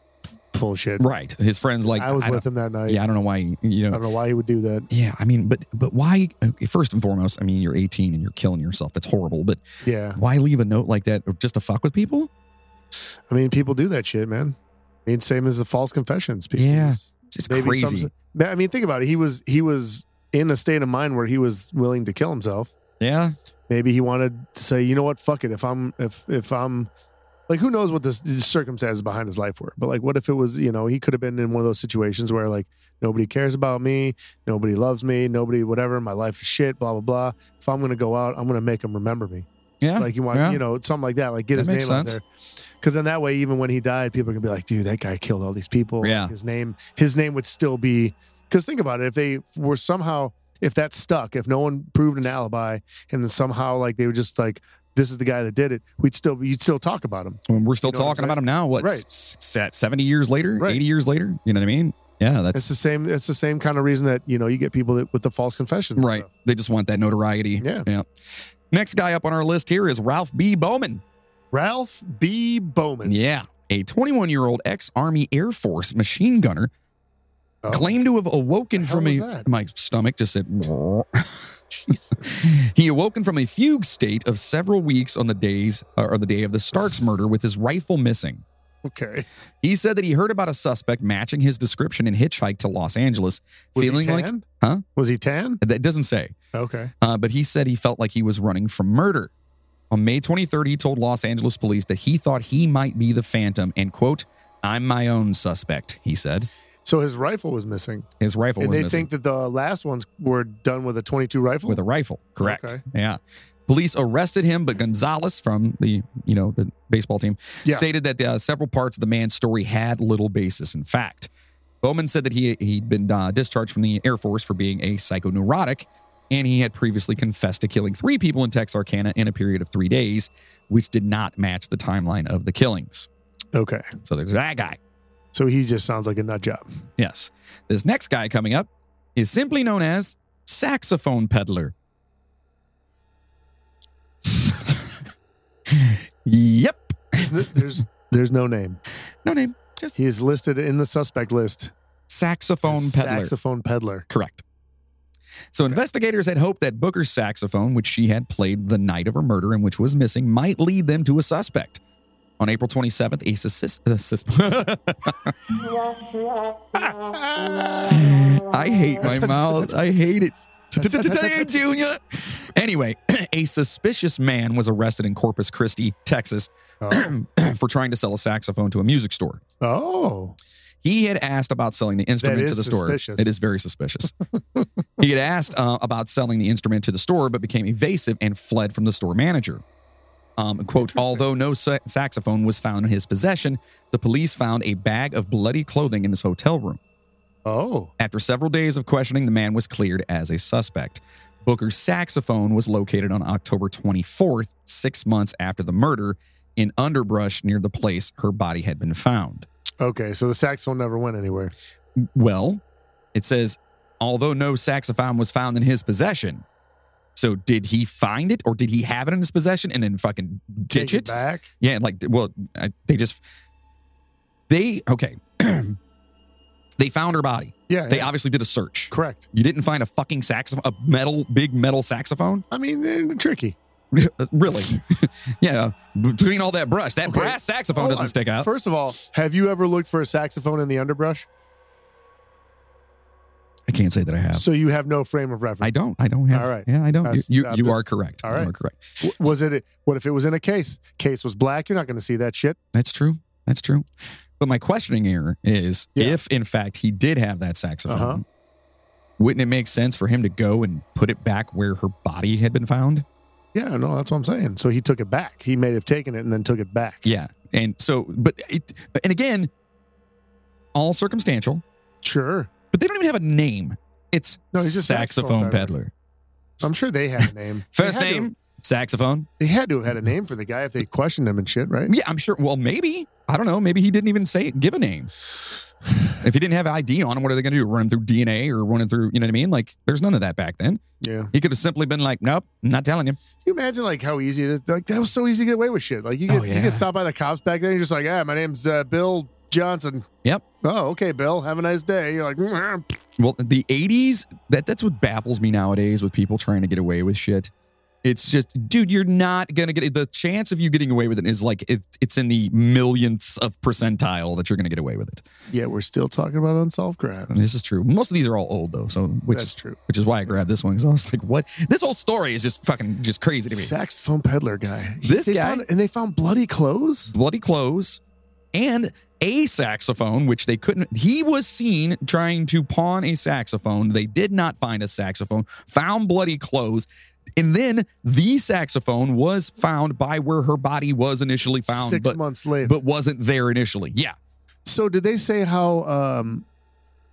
Speaker 2: full of shit.
Speaker 1: right. His friends like
Speaker 2: I was
Speaker 1: don't-
Speaker 2: with uh, him that night.
Speaker 1: Yeah, I don't know why you- you
Speaker 2: I
Speaker 1: know.
Speaker 2: don't know why he would do that.
Speaker 1: Yeah, I mean, but but why okay, first and foremost, I mean, you're 18 and you're killing yourself. That's horrible, but
Speaker 2: Yeah.
Speaker 1: why leave a note like that just to fuck with people?
Speaker 2: I mean, people do that shit, man. I mean, same as the false confessions. People
Speaker 1: Yeah.
Speaker 2: just-
Speaker 1: It's just
Speaker 2: maybe some-
Speaker 1: crazy.
Speaker 2: I mean, think about it. He was he was in a state of mind where he was willing to kill himself.
Speaker 1: yeah.
Speaker 2: Maybe he wanted to say, you know what, fuck it. If I'm if if I'm like, who knows what this, the circumstances behind his life were? But like, what if it was, you know, he could have been in one of those situations where like nobody cares about me, nobody loves me, nobody whatever. My life is shit. Blah blah blah. If I'm gonna go out, I'm gonna make him remember me.
Speaker 1: Yeah.
Speaker 2: Like you want,
Speaker 1: yeah.
Speaker 2: you know, something like that. Like get
Speaker 1: That
Speaker 2: his name
Speaker 1: makes
Speaker 2: out
Speaker 1: sense.
Speaker 2: there. Because then that way, even when he died, people can be like, dude, that guy killed all these people. Like,
Speaker 1: Yeah.
Speaker 2: his name, his name would still be. Because think about it, if they were somehow, if that stuck, if no one proved an alibi, and then somehow like they were just like, this is the guy that did it, we'd still you'd still talk about him.
Speaker 1: I mean, we're still
Speaker 2: You know what I'm
Speaker 1: talking about him now. What,
Speaker 2: Right.
Speaker 1: s- s- 70 years later,
Speaker 2: Right.
Speaker 1: 80 years later? You know what I mean? Yeah,
Speaker 2: It's
Speaker 1: that's
Speaker 2: the same. It's the same kind of reason that you know you get people that with the false confessions. and
Speaker 1: right.
Speaker 2: stuff.
Speaker 1: They just want that notoriety.
Speaker 2: Yeah.
Speaker 1: Next guy up on our list here is Ralph B. Bowman.
Speaker 2: Ralph B. Bowman.
Speaker 1: Yeah. A 21 year old ex Army Air Force machine gunner
Speaker 2: Oh,
Speaker 1: claimed to have awoken
Speaker 2: The hell
Speaker 1: from a.
Speaker 2: was that?
Speaker 1: My stomach just said.
Speaker 2: Jesus.
Speaker 1: He awoken from a fugue state of several weeks on the days uh, or the day of the Starks murder with his rifle missing.
Speaker 2: Okay.
Speaker 1: He said that he heard about a suspect matching his description and hitchhiked to Los Angeles,
Speaker 2: Was
Speaker 1: feeling
Speaker 2: he
Speaker 1: like
Speaker 2: tan?
Speaker 1: Huh?
Speaker 2: Was he tan?
Speaker 1: that doesn't say.
Speaker 2: Okay.
Speaker 1: Uh, but he said he felt like he was running from murder. On May 23rd, he told Los Angeles police that he thought he might be the Phantom and quote, "I'm my own suspect," he said.
Speaker 2: So his rifle was missing,
Speaker 1: His rifle
Speaker 2: and
Speaker 1: was
Speaker 2: they
Speaker 1: missing
Speaker 2: think that the last ones were done with a 22 rifle.
Speaker 1: with a rifle. Correct.
Speaker 2: Okay.
Speaker 1: Yeah. Police arrested him, but Gonzalez from the you know the baseball team
Speaker 2: Yeah.
Speaker 1: stated that uh, several parts of the man's story had little basis in fact. Bowman said that he he'd been uh, discharged from the Air Force for being a psychoneurotic, and he had previously confessed to killing three people in Texarkana in a period of three days, which did not match the timeline of the killings.
Speaker 2: okay,
Speaker 1: So there's that guy.
Speaker 2: so he just sounds like a nut job.
Speaker 1: Yes. This next guy coming up is simply known as Saxophone Peddler. yep.
Speaker 2: there's there's no name.
Speaker 1: No name. Just
Speaker 2: He is listed in the suspect list.
Speaker 1: Saxophone Peddler.
Speaker 2: Saxophone peddler.
Speaker 1: Correct. So investigators had hoped that Booker's saxophone, which she had played the night of her murder and which was missing, might lead them to a suspect. On April 27th, a sus- uh, sus- I hate my mouth. I hate it. Today, Junior. Anyway, a suspicious man was arrested in Corpus Christi, Texas,
Speaker 2: Oh.
Speaker 1: for trying to sell a saxophone to a music store.
Speaker 2: oh.
Speaker 1: He had asked about selling the instrument
Speaker 2: That
Speaker 1: to
Speaker 2: is
Speaker 1: the store.
Speaker 2: suspicious.
Speaker 1: It is very suspicious. he had asked uh, about selling the instrument to the store, but became evasive and fled from the store manager. Um, quote,
Speaker 2: Interesting.
Speaker 1: although no sa- saxophone was found in his possession, the police found a bag of bloody clothing in his hotel room.
Speaker 2: Oh.
Speaker 1: After several days of questioning, the man was cleared as a suspect. Booker's saxophone was located on October 24th, six months after the murder, in underbrush near the place her body had been found.
Speaker 2: Okay. So the saxophone never went anywhere.
Speaker 1: Well, it says, although no saxophone was found in his possession. So did he find it or did he have it in his possession and then fucking ditch
Speaker 2: Take
Speaker 1: it?
Speaker 2: it back.
Speaker 1: Yeah, like, well, I, they just, they, okay. they found her body.
Speaker 2: Yeah.
Speaker 1: They
Speaker 2: yeah.
Speaker 1: obviously did a search.
Speaker 2: correct.
Speaker 1: You didn't find a fucking saxophone, a metal, big metal saxophone?
Speaker 2: I mean, they're tricky.
Speaker 1: really? yeah. Between all that brush, that
Speaker 2: Okay.
Speaker 1: brass saxophone
Speaker 2: Hold
Speaker 1: doesn't
Speaker 2: on.
Speaker 1: stick out.
Speaker 2: First of all, have you ever looked for a saxophone in the underbrush?
Speaker 1: I can't say that I have.
Speaker 2: So you have no frame of reference.
Speaker 1: I don't. I don't have.
Speaker 2: All right.
Speaker 1: Yeah, I don't. You,
Speaker 2: That's-
Speaker 1: you,
Speaker 2: I'm
Speaker 1: you
Speaker 2: just-
Speaker 1: are correct.
Speaker 2: all
Speaker 1: You
Speaker 2: right.
Speaker 1: are correct.
Speaker 2: W- Was it? What if it was in a case? Case was black. You're not going to see that shit.
Speaker 1: That's true. That's true. But my questioning here is
Speaker 2: Yeah.
Speaker 1: if, in fact, he did have that saxophone,
Speaker 2: Uh-huh.
Speaker 1: wouldn't it make sense for him to go and put it back where her body had been found?
Speaker 2: Yeah. No, that's what I'm saying. So he took it back. He may have taken it and then took it back.
Speaker 1: Yeah. And so, but it, and again, all circumstantial,
Speaker 2: Sure.
Speaker 1: but they don't even have a name. It's
Speaker 2: No, he's just
Speaker 1: saxophone
Speaker 2: saxophone
Speaker 1: peddler.
Speaker 2: I'm sure they had a name. They
Speaker 1: First
Speaker 2: had to-
Speaker 1: name, saxophone.
Speaker 2: they had to have had a name for the guy if they questioned him and shit, right?
Speaker 1: Yeah, I'm sure. Well, maybe. I don't know. Maybe he didn't even say give a name. If he didn't have ID on him, what are they going to do? Run him through DNA or run him through, you know what I mean? Like, there's none of that back then.
Speaker 2: Yeah. Can
Speaker 1: He could have simply been like, "Nope, I'm not telling you."
Speaker 2: you imagine like how easy it is? Like that was so easy to get away with shit. Like you
Speaker 1: Oh,
Speaker 2: get you
Speaker 1: yeah.
Speaker 2: get stopped by the cops back then. You're just like, ah, my name's uh, Bill Johnson.
Speaker 1: Yep.
Speaker 2: Oh, okay, Bill. Have a nice day. You're like, "Mm,
Speaker 1: Well, the '80s that that's what baffles me nowadays with people trying to get away with shit. It's just, dude, you're not gonna get the chance of you getting away with it is like it, it's in the millionths of percentile that you're gonna get away with it.
Speaker 2: Yeah, we're still talking about unsolved
Speaker 1: And
Speaker 2: crimes.
Speaker 1: this is true. Most of these are all old though, so which
Speaker 2: That's
Speaker 1: is
Speaker 2: true.
Speaker 1: which is why I grabbed this one because I was like, "What? This whole story is just fucking just crazy to me."
Speaker 2: Saxophone peddler guy.
Speaker 1: This
Speaker 2: They
Speaker 1: guy-
Speaker 2: found- and they found bloody clothes.
Speaker 1: bloody clothes and a saxophone, which they couldn't. He was seen trying to pawn a saxophone. They did not find a saxophone, found bloody clothes. And then the saxophone was found by where her body was initially found,
Speaker 2: six
Speaker 1: but,
Speaker 2: months later.
Speaker 1: but wasn't there initially. Yeah.
Speaker 2: so did they say how um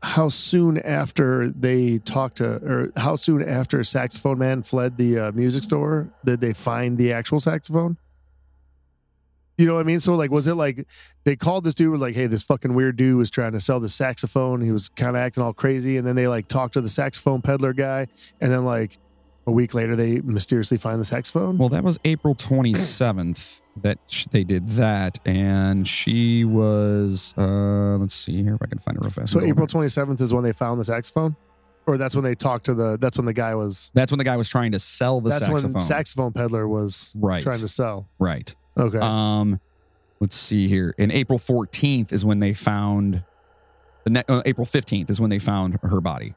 Speaker 2: how soon after they talked to or how soon after saxophone man fled the uh, music store did they find the actual saxophone? You know what I mean? So like, was it like they called this dude was like, "Hey, this fucking weird dude was trying to sell the saxophone. He was kind of acting all crazy." And then they like talked to the saxophone peddler guy, and then like a week later they mysteriously find the saxophone.
Speaker 1: Well, that was April 27th that sh- they did that. And she was, uh, let's see here if I can find it real fast.
Speaker 2: So
Speaker 1: I'm going
Speaker 2: April
Speaker 1: back.
Speaker 2: twenty seventh is when they found the saxophone, or that's when they talked to the. That's when the guy was.
Speaker 1: That's when the guy was trying to sell the
Speaker 2: that's
Speaker 1: saxophone.
Speaker 2: when saxophone peddler was
Speaker 1: right.
Speaker 2: trying to sell.
Speaker 1: right.
Speaker 2: Okay,
Speaker 1: Um, let's see here. In April 14th is when they found the ne- uh, April 15th is when they found her body.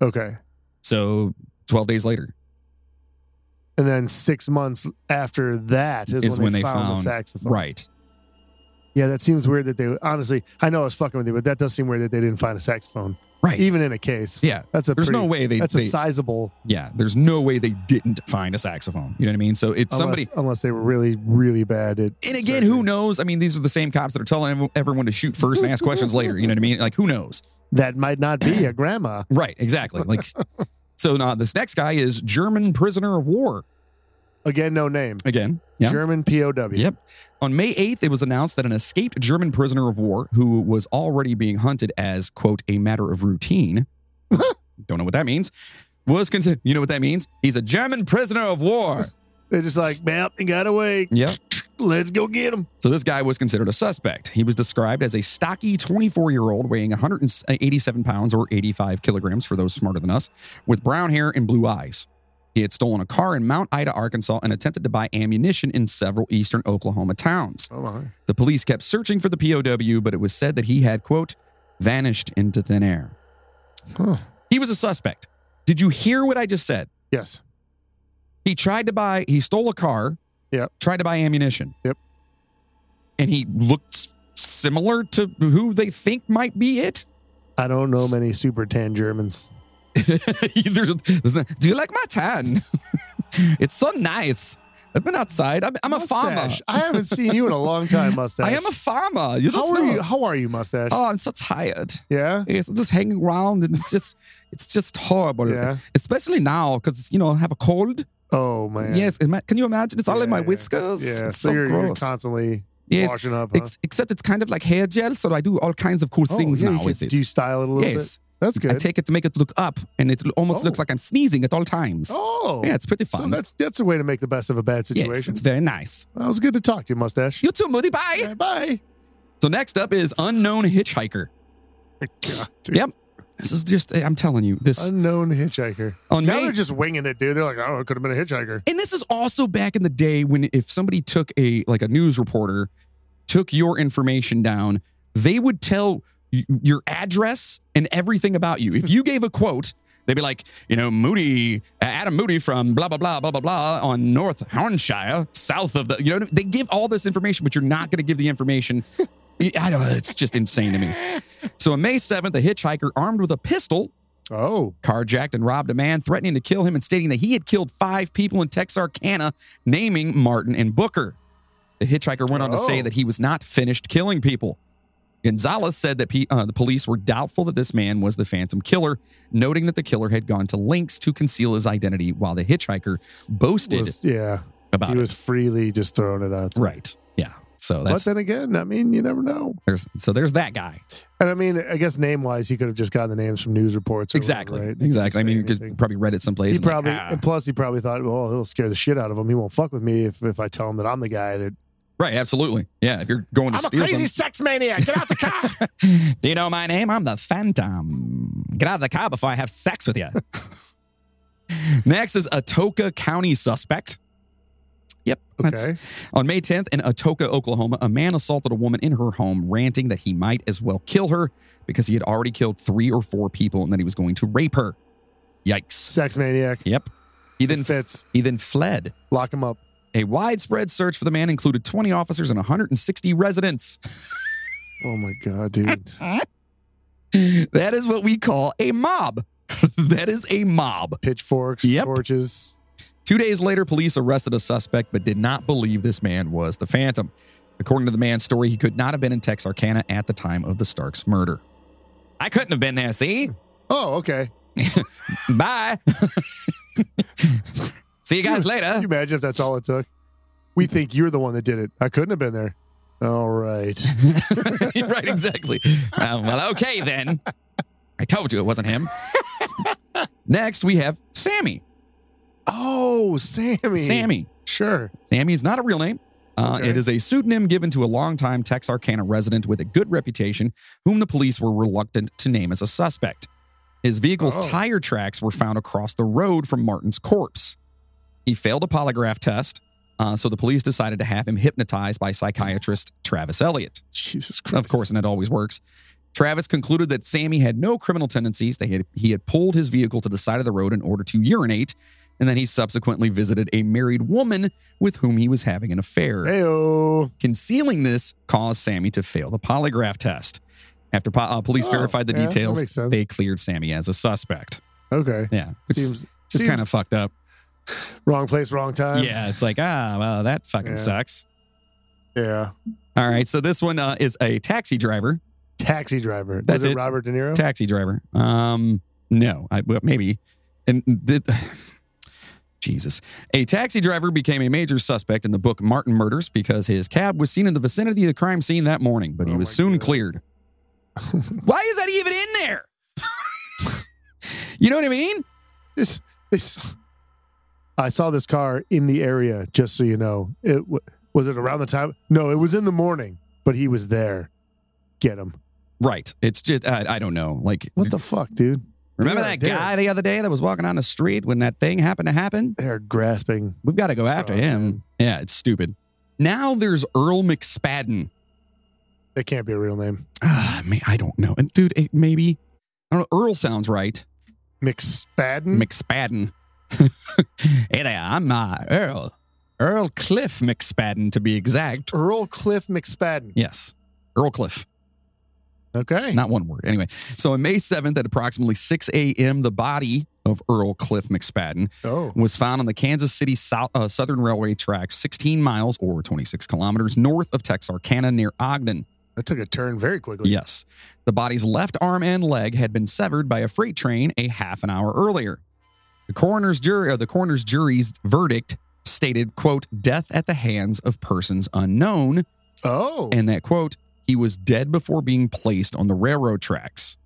Speaker 2: okay.
Speaker 1: So 12 days later.
Speaker 2: And then six months after that is, when, they, found, the saxophone.
Speaker 1: Right.
Speaker 2: Yeah, that seems weird that they honestly. I know I was fucking with you, but that does seem weird that they didn't find a saxophone,
Speaker 1: Right.
Speaker 2: even in a case.
Speaker 1: yeah.
Speaker 2: That's a
Speaker 1: There's
Speaker 2: pretty,
Speaker 1: no way they,
Speaker 2: that's
Speaker 1: they
Speaker 2: a sizable
Speaker 1: yeah, there's no way they didn't find a saxophone. You know what I mean? So it's
Speaker 2: unless,
Speaker 1: somebody
Speaker 2: unless they were really really bad at.
Speaker 1: and again,
Speaker 2: surgery.
Speaker 1: who knows? I mean, these are the same cops that are telling ev- everyone to shoot first and ask questions later. You know what I mean? Like, who knows?
Speaker 2: that might not be a grandma.
Speaker 1: Right, exactly. Like, so now this next guy is German prisoner of war
Speaker 2: Again, no name.
Speaker 1: again. Yeah.
Speaker 2: German POW.
Speaker 1: Yep. On May 8th, it was announced that an escaped German prisoner of war who was already being hunted as, quote, a matter of routine, don't know what that means, was considered, you know what that means? He's a German prisoner of war.
Speaker 2: They're just like, man, he got away.
Speaker 1: yep.
Speaker 2: Let's go get him.
Speaker 1: So this guy was considered a suspect. He was described as a stocky 24 year old weighing 187 uh, pounds or 85 kilograms for those smarter than us, with brown hair and blue eyes. He had stolen a car in Mount Ida, Arkansas, and attempted to buy ammunition in several eastern Oklahoma towns.
Speaker 2: Oh my.
Speaker 1: The police kept searching for the POW, but it was said that he had, quote, vanished into thin air.
Speaker 2: Huh.
Speaker 1: He was a suspect. Did you hear what I just said?
Speaker 2: Yes.
Speaker 1: He tried to buy, he stole a car.
Speaker 2: Yep.
Speaker 1: Tried to buy ammunition.
Speaker 2: Yep.
Speaker 1: And he looked s- similar to who they think might be it.
Speaker 2: I don't know many super tan Germans.
Speaker 1: There's- Do you like my tan? it's so nice. I've been outside. I'm, I'm a farmer.
Speaker 2: Mustache. I haven't seen you in a long time, mustache.
Speaker 1: I am a farmer. You don't
Speaker 2: How are
Speaker 1: know.
Speaker 2: you? How are you, mustache?
Speaker 1: Oh, I'm so tired.
Speaker 2: yeah.
Speaker 1: Yes, I'm just hanging around and it's just it's just horrible.
Speaker 2: Yeah.
Speaker 1: Especially now because you know I have a cold.
Speaker 2: Oh man.
Speaker 1: Yes, ima- can you imagine? It's all in my
Speaker 2: Yeah, yeah.
Speaker 1: whiskers.
Speaker 2: Yeah.
Speaker 1: It's
Speaker 2: so,
Speaker 1: so
Speaker 2: you're, you're
Speaker 1: gross.
Speaker 2: constantly
Speaker 1: yes,
Speaker 2: washing up. Huh?
Speaker 1: ex- except it's kind of like hair gel, so I do all kinds of cool
Speaker 2: Oh,
Speaker 1: things
Speaker 2: yeah, you
Speaker 1: now.
Speaker 2: can-
Speaker 1: Is it?
Speaker 2: Do you style it a little bit?
Speaker 1: yes,
Speaker 2: That's
Speaker 1: I
Speaker 2: good.
Speaker 1: take it to make it look up, and it l- almost looks
Speaker 2: Oh.
Speaker 1: like I'm sneezing at all times.
Speaker 2: oh.
Speaker 1: Yeah, it's pretty fun.
Speaker 2: So that's that's a way to make the best of a
Speaker 1: yes,
Speaker 2: bad situation.
Speaker 1: it's very nice.
Speaker 2: That was good to talk to you, mustache.
Speaker 1: You too, Moody. Bye.
Speaker 2: Yeah, bye.
Speaker 1: So next up is unknown hitchhiker.
Speaker 2: God, dude.
Speaker 1: Yep. This is just I'm telling you this
Speaker 2: Unknown hitchhiker.
Speaker 1: on
Speaker 2: Now
Speaker 1: May
Speaker 2: they're just winging it, dude. They're like, oh, it could have been a hitchhiker.
Speaker 1: And this is also back in the day when if somebody took a like a news reporter took your information down, they would tell y- your address and everything about you. If you gave a quote, they'd be like, you know, Moody, Adam Moody from blah blah blah blah blah blah on North Hornshire, south of the, you know, what I mean? they give all this information, but you're not going to give the information. I don't. It's just insane to me. So on May seventh, a hitchhiker armed with a pistol
Speaker 2: Oh,
Speaker 1: carjacked and robbed a man, threatening to kill him and stating that he had killed five people in Texarkana, naming Martin and Booker. The hitchhiker went on to say
Speaker 2: Oh.
Speaker 1: that he was not finished killing people. Gonzalez said that pe- uh, the police were doubtful that this man was the phantom killer, noting that the killer had gone to lengths to conceal his identity while the hitchhiker boasted
Speaker 2: was- yeah.
Speaker 1: about
Speaker 2: He was
Speaker 1: it.
Speaker 2: freely just throwing it out. there.
Speaker 1: Right. Yeah. So
Speaker 2: But
Speaker 1: that's
Speaker 2: then again, I mean, you never know.
Speaker 1: there's so there's that guy.
Speaker 2: And I mean, I guess name wise, he could have just gotten the names from news reports. Or
Speaker 1: Exactly.
Speaker 2: Whatever, right?
Speaker 1: Exactly. I mean, you
Speaker 2: Didn't say
Speaker 1: could
Speaker 2: anything.
Speaker 1: probably read it someplace.
Speaker 2: He
Speaker 1: and like,
Speaker 2: probably,
Speaker 1: ah.
Speaker 2: and plus, he probably thought, well, he'll scare the shit out of him. He won't fuck with me if, if I tell him that I'm the guy that
Speaker 1: right. Absolutely. Yeah. If you're going to steal something.
Speaker 2: sex maniac. Get out the car.
Speaker 1: Do you know my name? I'm the Phantom. Get out of the car before I have sex with you. Next is Atoka County suspect. Yep. that's-
Speaker 2: okay.
Speaker 1: On May 10th in Atoka, Oklahoma, a man assaulted a woman in her home, ranting that he might as well kill her because he had already killed three or four people and that he was going to rape her. Yikes.
Speaker 2: Sex maniac.
Speaker 1: Yep. He
Speaker 2: Then
Speaker 1: then
Speaker 2: fits.
Speaker 1: he then fled.
Speaker 2: Lock him up.
Speaker 1: A widespread search for the man included 20 officers and 160 residents.
Speaker 2: Oh my God, dude.
Speaker 1: that is what we call a mob. that is a mob.
Speaker 2: Pitchforks,
Speaker 1: Yep.
Speaker 2: torches.
Speaker 1: Two days later, police arrested a suspect but did not believe this man was the Phantom. According to the man's story, he could not have been in Texarkana at the time of the Starks murder. I couldn't have been there, see?
Speaker 2: Oh, okay.
Speaker 1: Bye. see you guys later.
Speaker 2: Can you imagine if that's all it took? We think you're the one that did it. I couldn't have been there. All right.
Speaker 1: right, exactly. Uh, well, okay then. I told you it wasn't him. Next, we have Sammy.
Speaker 2: Oh, Sammy.
Speaker 1: Sammy.
Speaker 2: Sure.
Speaker 1: Sammy is not a real name. Uh,
Speaker 2: Okay.
Speaker 1: It is a pseudonym given to a longtime Texarkana resident with a good reputation, whom the police were reluctant to name as a suspect. His vehicle's
Speaker 2: Oh.
Speaker 1: tire tracks were found across the road from Martin's corpse. He failed a polygraph test, uh, so the police decided to have him hypnotized by psychiatrist Travis Elliott.
Speaker 2: Jesus Christ.
Speaker 1: Of course, and it always works. Travis concluded that Sammy had no criminal tendencies. They had, he had pulled his vehicle to the side of the road in order to urinate, and then he subsequently visited a married woman with whom he was having an affair.
Speaker 2: Heyo.
Speaker 1: Concealing this caused Sammy to fail the polygraph test. After po- uh, police
Speaker 2: Oh,
Speaker 1: verified the
Speaker 2: yeah, that
Speaker 1: details,
Speaker 2: makes sense.
Speaker 1: they cleared Sammy as a suspect.
Speaker 2: Okay.
Speaker 1: Yeah, which is
Speaker 2: seems
Speaker 1: just
Speaker 2: seems
Speaker 1: kind of fucked up.
Speaker 2: wrong place, wrong time.
Speaker 1: yeah, it's like ah, well, that fucking
Speaker 2: Yeah.
Speaker 1: sucks.
Speaker 2: Yeah.
Speaker 1: All right, so this one uh, is a taxi driver.
Speaker 2: Taxi driver.
Speaker 1: That's
Speaker 2: was it,
Speaker 1: it.
Speaker 2: Robert De Niro?
Speaker 1: Taxi driver. Um, no, I, well, maybe. And the, Jesus, a taxi driver became a major suspect in the book Martin Murders because his cab was seen in the vicinity of the crime scene that morning, but he
Speaker 2: Oh
Speaker 1: was
Speaker 2: my
Speaker 1: soon
Speaker 2: God.
Speaker 1: cleared. Why is that even in there? you know what I mean?
Speaker 2: This- this- I saw this car in the area, just so you know. It w- was it around the time? No, it was in the morning, but he was there. Get him.
Speaker 1: Right. It's just I, I don't know. Like,
Speaker 2: What the fuck, dude?
Speaker 1: remember
Speaker 2: Yeah, I
Speaker 1: that
Speaker 2: did.
Speaker 1: guy the other day that was walking on the street when that thing happened to happen?
Speaker 2: They're grasping.
Speaker 1: We've got to go
Speaker 2: It's
Speaker 1: after
Speaker 2: rough,
Speaker 1: him.
Speaker 2: man.
Speaker 1: Yeah, it's stupid. Now there's Earl McSpadden.
Speaker 2: It can't be a real name.
Speaker 1: Ah, man, I don't know. And dude, it, maybe I don't know. Earl sounds right.
Speaker 2: McSpadden?
Speaker 1: McSpadden. hey there, I'm uh, Earl. Earl Cliff McSpadden, to be exact.
Speaker 2: Earl Cliff McSpadden.
Speaker 1: Yes, Earl Cliff.
Speaker 2: Okay.
Speaker 1: Not one word. Anyway, so on May 7th at approximately 6 a.m., the body of Earl Cliff McSpadden
Speaker 2: oh.
Speaker 1: was found on the Kansas City South, uh, Southern Railway track, 16 miles or 26 kilometers north of Texarkana near Ogden.
Speaker 2: That took a turn very quickly.
Speaker 1: Yes. The body's left arm and leg had been severed by a freight train a half an hour earlier. The coroner's jury, uh, the coroner's jury's verdict stated, "quote Death at the hands of persons unknown,"
Speaker 2: Oh.
Speaker 1: and that quote he was dead before being placed on the railroad tracks.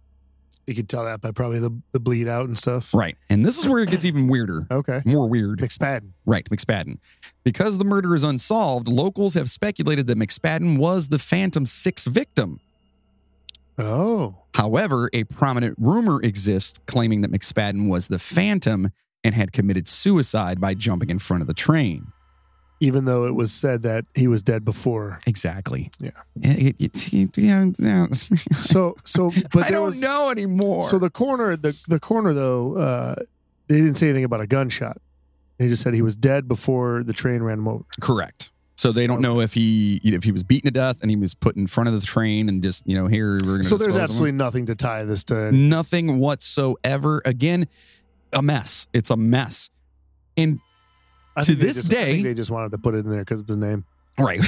Speaker 2: you could tell that by probably the, the bleed out and stuff.
Speaker 1: Right, and this is where it gets even weirder,
Speaker 2: Okay.
Speaker 1: more weird.
Speaker 2: McSpadden.
Speaker 1: Right, McSpadden. Because the murder is unsolved, locals have speculated that McSpadden was the Phantom Six victim.
Speaker 2: Oh.
Speaker 1: However, a prominent rumor exists claiming that McSpadden was the Phantom and had committed suicide by jumping in front of the train.
Speaker 2: Even though it was said that he was dead before.
Speaker 1: Exactly. Eh,
Speaker 2: Yeah.
Speaker 1: It- it- it- yeah, yeah.
Speaker 2: So so but
Speaker 1: I
Speaker 2: there
Speaker 1: don't
Speaker 2: was,
Speaker 1: know anymore.
Speaker 2: So the coroner the, the coroner though, uh, they didn't say anything about a gunshot. He just said he was dead before the train ran him over.
Speaker 1: correct. So they don't know if he if he was beaten to death and he was put in front of the train and just you know here we're going to.
Speaker 2: So there's absolutely nothing to tie this to.
Speaker 1: nothing whatsoever. Again, a mess. It's a mess. And
Speaker 2: I
Speaker 1: to
Speaker 2: think they
Speaker 1: this
Speaker 2: just- I
Speaker 1: day-
Speaker 2: think they just wanted to put it in there because of his name.
Speaker 1: right,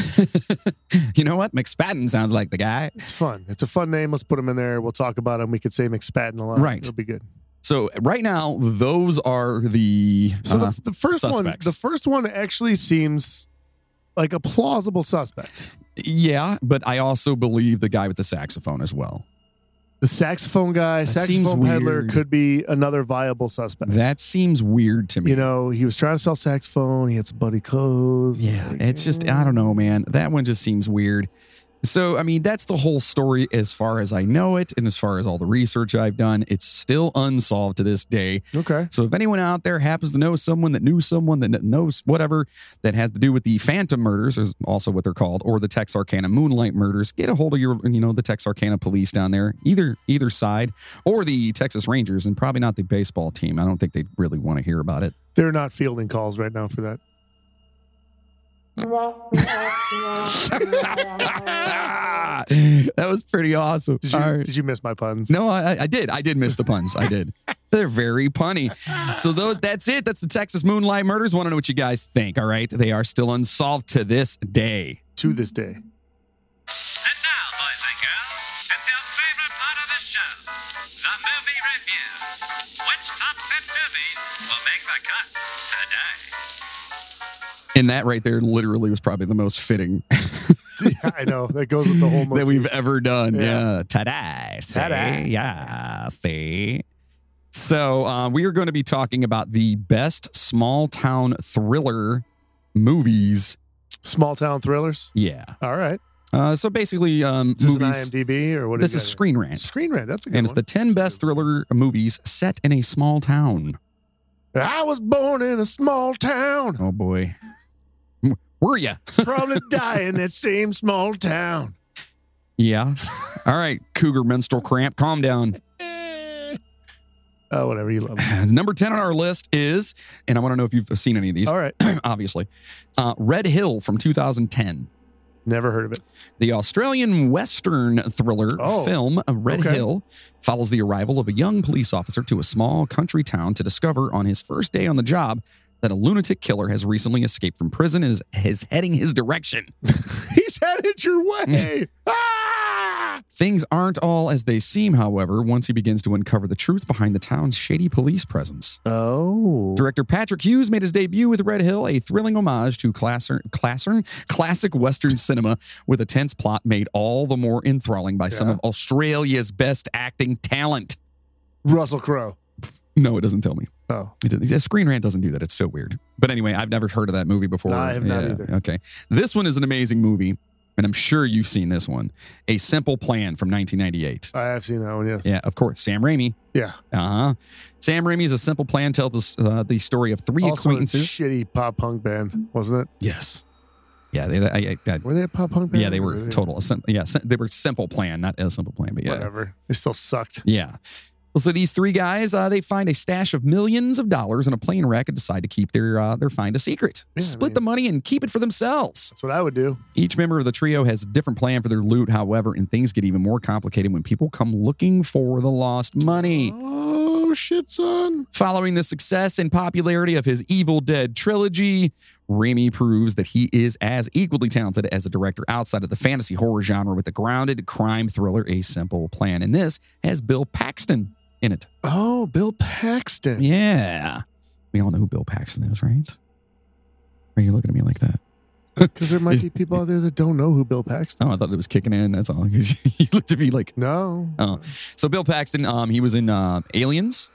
Speaker 1: you know what? McSpadden sounds like the guy.
Speaker 2: It's fun. It's a fun name. Let's put him in there. We'll talk about him. We could say McSpadden a lot.
Speaker 1: Right.
Speaker 2: It'll be good.
Speaker 1: So right now, those are the.
Speaker 2: So
Speaker 1: uh,
Speaker 2: the, the first
Speaker 1: Suspects.
Speaker 2: one, the first one actually seems like a plausible suspect.
Speaker 1: yeah, but I also believe the guy with the saxophone as well.
Speaker 2: The saxophone guy,
Speaker 1: That seems
Speaker 2: saxophone peddler,
Speaker 1: weird.
Speaker 2: could be another viable suspect.
Speaker 1: That seems weird to me.
Speaker 2: you know, he was trying to sell saxophone. He had some buddy clothes.
Speaker 1: yeah,
Speaker 2: Like, eh,
Speaker 1: it's just I don't know, man. That one just seems weird. So I mean, that's the whole story as far as I know it, and as far as all the research I've done, it's still unsolved to this day.
Speaker 2: Okay.
Speaker 1: So if anyone out there happens to know someone that knew someone that kn- knows whatever that has to do with the Phantom Murders, is also what they're called, or the Texarkana Moonlight Murders, get a hold of your, you know, the Texarkana police down there, either either side, or the Texas Rangers, and probably not the baseball team. I don't think they really want to hear about it.
Speaker 2: They're not fielding calls right now for that.
Speaker 1: that was pretty awesome.
Speaker 2: Did you,
Speaker 1: All right.
Speaker 2: did you miss my puns?
Speaker 1: No, I, I- I did. I did miss the puns. I did. They're very punny. So tho- that's it. That's the Texas Moonlight Murders. Want to know what you guys think? All right, they are still unsolved to this day.
Speaker 2: To this day.
Speaker 4: And now, boys and girls, it's your favorite part of the show, the movie review. Which top 10 movies will make the cut today?
Speaker 1: And that right there, literally, was probably the most fitting
Speaker 2: I know. That goes with the whole
Speaker 1: that
Speaker 2: motif.
Speaker 1: we've ever done.
Speaker 2: Yeah.
Speaker 1: Yeah, ta-da! See?
Speaker 2: Ta-da.
Speaker 1: Yeah, see. So uh, we are going to be talking about the best small town thriller movies.
Speaker 2: Small town thrillers.
Speaker 1: Yeah.
Speaker 2: All right.
Speaker 1: Uh, so basically, um,
Speaker 2: This
Speaker 1: movies.
Speaker 2: is an IMDb or what
Speaker 1: this
Speaker 2: is
Speaker 1: is Screen Rant.
Speaker 2: Screen Rant. That's a good
Speaker 1: and it's
Speaker 2: one.
Speaker 1: the 10
Speaker 2: That's a
Speaker 1: best
Speaker 2: good
Speaker 1: thriller
Speaker 2: one.
Speaker 1: movies set in a small town.
Speaker 2: I was born in a small town.
Speaker 1: Oh boy. Were ya?
Speaker 2: Probably die in that same small town.
Speaker 1: Yeah. All right, Cougar Menstrual Cramp, calm down.
Speaker 2: Oh, whatever you love.
Speaker 1: Number 10 on our list is, and I want to know if you've seen any of these,
Speaker 2: All right.
Speaker 1: obviously, uh, Red Hill from 2010.
Speaker 2: Never heard of it.
Speaker 1: The Australian Western thriller
Speaker 2: Oh,
Speaker 1: film uh, Red
Speaker 2: okay.
Speaker 1: Hill follows the arrival of a young police officer to a small country town to discover on his first day on the job that a lunatic killer has recently escaped from prison and is, is heading his direction.
Speaker 2: He's headed your way. ah!
Speaker 1: Things aren't all as they seem, however, once he begins to uncover the truth behind the town's shady police presence.
Speaker 2: Oh.
Speaker 1: Director Patrick Hughes made his debut with Red Hill, a thrilling homage to classern, classern, classic Western cinema with a tense plot made all the more enthralling by some
Speaker 2: Yeah.
Speaker 1: of Australia's best acting talent.
Speaker 2: Russell Crowe.
Speaker 1: No, it doesn't tell me.
Speaker 2: Oh.
Speaker 1: It doesn't- yeah, Screen Rant doesn't do that. It's so weird. But anyway, I've never heard of that movie before.
Speaker 2: No, I have not either.
Speaker 1: Okay. This one is an amazing movie, and I'm sure you've seen this one. A Simple Plan from 1998.
Speaker 2: I have seen that one, yes.
Speaker 1: Yeah, of course. Sam Raimi.
Speaker 2: Yeah.
Speaker 1: Uh huh. Sam Raimi's A Simple Plan tells the, s- uh, the story of three
Speaker 2: Also a
Speaker 1: acquaintances.
Speaker 2: shitty pop punk band, wasn't it?
Speaker 1: Yes. Yeah, they, I, I, I,
Speaker 2: Were they a pop punk band?
Speaker 1: yeah, they
Speaker 2: or
Speaker 1: were total. sim- Yeah, sim- they were simple plan, not a simple plan, but yeah,
Speaker 2: Whatever. They still sucked.
Speaker 1: yeah. Well, so these three guys, uh, they find a stash of millions of dollars in a plane wreck and decide to keep their uh, their find a secret,
Speaker 2: Yeah, I
Speaker 1: split
Speaker 2: mean-
Speaker 1: the money, and keep it for themselves.
Speaker 2: That's what I would do.
Speaker 1: Each member of the trio has a different plan for their loot, however, and things get even more complicated when people come looking for the lost money.
Speaker 2: Oh shit, son.
Speaker 1: Following the success and popularity of his Evil Dead trilogy, Raimi proves that he is as equally talented as a director outside of the fantasy horror genre with the grounded crime thriller A Simple Plan. And this has Bill Paxton in it.
Speaker 2: Oh, Bill Paxton.
Speaker 1: Yeah. We all know who Bill Paxton is, right? Are you looking at me like that?
Speaker 2: Because there might be people out there that don't know who Bill Paxton
Speaker 1: Oh, I thought it was kicking in. That's all. you looked at me like.
Speaker 2: No.
Speaker 1: Oh. So Bill Paxton, um, he was in uh, Aliens.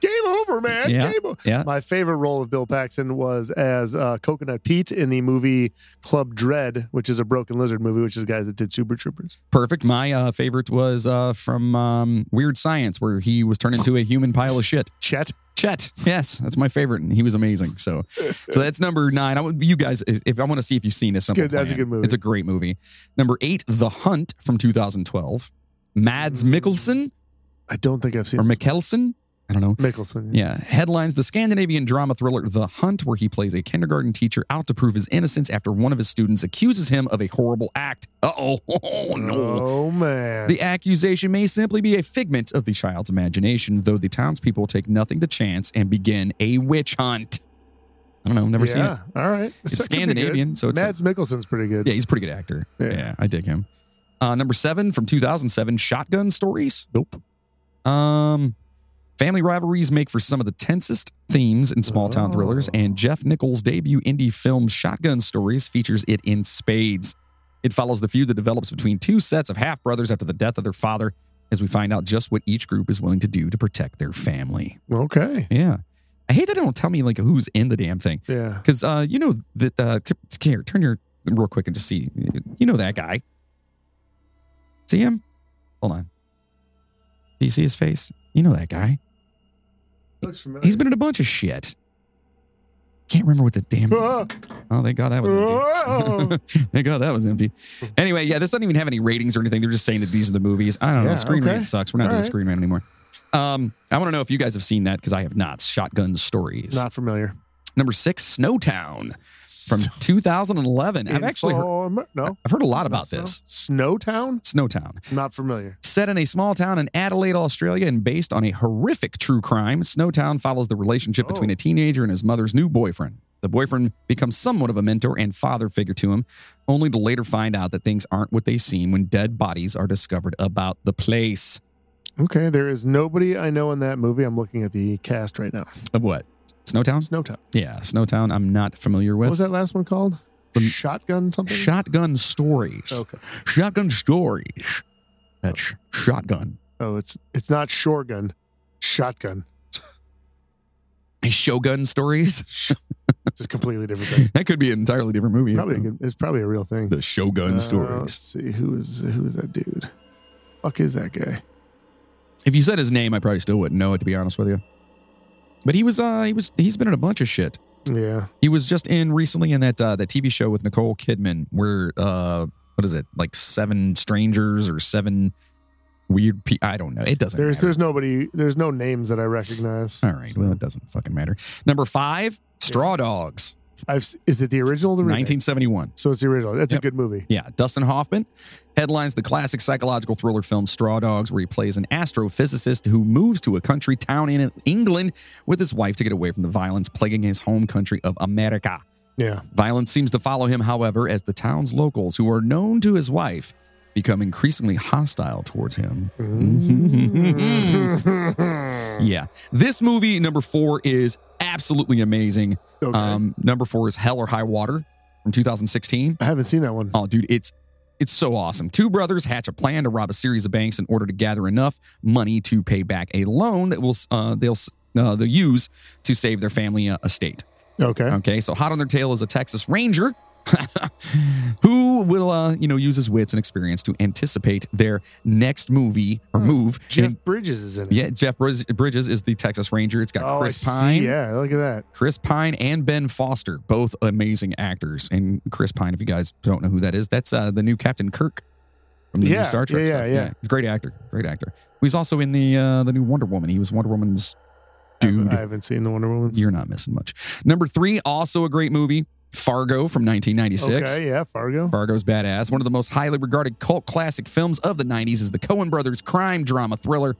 Speaker 2: Game over, man.
Speaker 1: Yeah.
Speaker 2: Game over.
Speaker 1: Yeah.
Speaker 2: My favorite role of Bill Paxton was as uh, Coconut Pete in the movie Club Dread, which is a Broken Lizard movie, which is guys that did Super Troopers.
Speaker 1: Perfect. My uh, favorite was uh, from um, Weird Science, where he was turned into a human pile of shit.
Speaker 2: Chet.
Speaker 1: Chet. Yes, that's my favorite, and he was amazing. So, so that's number nine. I would you guys, if I want to see if you've seen this,
Speaker 2: good. That's a good movie.
Speaker 1: It's a great movie. Number eight, The Hunt from 2012. Mads
Speaker 2: Mm.
Speaker 1: Mikkelsen
Speaker 2: I don't think I've seen
Speaker 1: or Mikkelsen, I don't know.
Speaker 2: Mickelson.
Speaker 1: Yeah, headlines the Scandinavian drama thriller The Hunt, where he plays a kindergarten teacher out to prove his innocence after one of his students accuses him of a horrible act. Uh oh, oh no.
Speaker 2: Oh man.
Speaker 1: The accusation may simply be a figment of the child's imagination, though the townspeople take nothing to chance and begin a witch hunt. I don't know, I've never seen it.
Speaker 2: yeah. All right.
Speaker 1: It's
Speaker 2: So it could be good.
Speaker 1: Scandinavian, so it's
Speaker 2: Mads Mikkelsen's pretty good.
Speaker 1: yeah, he's a pretty good actor. Yeah,
Speaker 2: Yeah.
Speaker 1: I dig him. Uh, number seven from 2007, Shotgun Stories.
Speaker 2: Nope.
Speaker 1: Um, family rivalries make for some of the tensest themes in small town thrillers,
Speaker 2: Oh.
Speaker 1: and Jeff Nichols' debut indie film Shotgun Stories features it in spades. It follows the feud that develops between two sets of half brothers after the death of their father, as we find out just what each group is willing to do to protect their family.
Speaker 2: Okay.
Speaker 1: Yeah, I hate that they don't tell me like who's in the damn thing
Speaker 2: Yeah.
Speaker 1: because uh, you know that. Uh, c- here, turn your real quick and just see. You know that guy. See him? Hold on. Do you see his face? You know that guy.
Speaker 2: Looks familiar.
Speaker 1: He's been in a bunch of shit. Can't remember what the damn.
Speaker 2: Ah!
Speaker 1: Oh, thank God that was
Speaker 2: Whoa!
Speaker 1: empty. thank God that was empty. Anyway, yeah, this doesn't even have any ratings or anything. They're just saying that these are the movies. I don't know.
Speaker 2: Yeah,
Speaker 1: Screen
Speaker 2: okay.
Speaker 1: rant sucks. We're not
Speaker 2: All
Speaker 1: doing
Speaker 2: right.
Speaker 1: Screen rant anymore. Um, I want to know if you guys have seen that because I have not. Shotgun Stories.
Speaker 2: Not familiar.
Speaker 1: Number six, Snowtown from 2011. I've actually heard,
Speaker 2: Informer- no.
Speaker 1: I've heard a lot about
Speaker 2: Snow-
Speaker 1: this.
Speaker 2: Snowtown?
Speaker 1: Snowtown.
Speaker 2: Not familiar.
Speaker 1: Set in a small town in Adelaide, Australia, and based on a horrific true crime, Snowtown follows the relationship between
Speaker 2: Oh.
Speaker 1: a teenager and his mother's new boyfriend. The boyfriend becomes somewhat of a mentor and father figure to him, only to later find out that things aren't what they seem when dead bodies are discovered about the place.
Speaker 2: Okay, there is nobody I know in that movie. I'm looking at the cast right now.
Speaker 1: Of what? Snowtown?
Speaker 2: Snowtown.
Speaker 1: Yeah, Snowtown, I'm not familiar with.
Speaker 2: What was that last one called?
Speaker 1: The-
Speaker 2: Shotgun something?
Speaker 1: Shotgun Stories.
Speaker 2: okay.
Speaker 1: Shotgun Stories. That's sh- shotgun.
Speaker 2: Oh, it's it's not shotgun. Shotgun.
Speaker 1: Shogun Stories?
Speaker 2: It's a completely different thing.
Speaker 1: That could be an entirely different movie.
Speaker 2: Probably a good, it's probably a real thing.
Speaker 1: the Shogun
Speaker 2: Uh, Let's
Speaker 1: stories.
Speaker 2: see who is who is that dude? Fuck is that guy?
Speaker 1: If you said his name, I probably still wouldn't know it to be honest with you. But he was uh he was he's been in a bunch of shit.
Speaker 2: Yeah.
Speaker 1: He was just in recently in that uh that TV show with Nicole Kidman where uh what is it? Like seven strangers or seven weird. Pe- I don't know. It doesn't.
Speaker 2: There's
Speaker 1: matter.
Speaker 2: there's nobody there's no names that I recognize.
Speaker 1: All right. Well, it doesn't fucking matter. Number five, Straw Dogs,
Speaker 2: I've s- is it the original or the remake?
Speaker 1: 1971.
Speaker 2: So it's the original. That's
Speaker 1: Yep.
Speaker 2: a good movie.
Speaker 1: Yeah, Dustin Hoffman headlines the classic psychological thriller film Straw Dogs, where he plays an astrophysicist who moves to a country town in England with his wife to get away from the violence plaguing his home country of America.
Speaker 2: Yeah.
Speaker 1: Violence seems to follow him, however, as the town's locals, who are known to his wife, become increasingly hostile towards him. Mm-hmm.
Speaker 2: Mm-hmm. Mm.
Speaker 1: Yeah, this movie, number four, is absolutely amazing.
Speaker 2: okay.
Speaker 1: Um, number four is Hell or High Water from 2016.
Speaker 2: I haven't seen that one.
Speaker 1: Oh, dude, it's it's so awesome. Two brothers hatch a plan to rob a series of banks in order to gather enough money to pay back a loan that will uh, they'll uh, they'll use to save their family uh, estate.
Speaker 2: Okay.
Speaker 1: Okay, so hot on their tail is a Texas Ranger. who will uh, you know use his wits and experience to anticipate their next movie or
Speaker 2: Hmm.
Speaker 1: move?
Speaker 2: Jeff
Speaker 1: And-
Speaker 2: Bridges is in it.
Speaker 1: yeah, Jeff Bridges- Bridges is the Texas Ranger. It's got
Speaker 2: Oh, I
Speaker 1: Chris
Speaker 2: see.
Speaker 1: Pine.
Speaker 2: Yeah, look at that.
Speaker 1: Chris Pine and Ben Foster, both amazing actors. And Chris Pine, if you guys don't know who that is, that's uh, the new Captain Kirk from the new
Speaker 2: Yeah,
Speaker 1: Star Trek
Speaker 2: yeah, yeah,
Speaker 1: stuff.
Speaker 2: yeah.
Speaker 1: he's a great actor, great actor. He's also in the uh, the new Wonder Woman. He was Wonder Woman's
Speaker 2: I haven't-
Speaker 1: dude.
Speaker 2: I haven't seen the Wonder Woman.
Speaker 1: You're not missing much. Number three, also a great movie, Fargo from 1996.
Speaker 2: Okay, yeah, Fargo.
Speaker 1: Fargo's badass. One of the most highly regarded cult classic films of the 90s is the Coen brothers crime drama thriller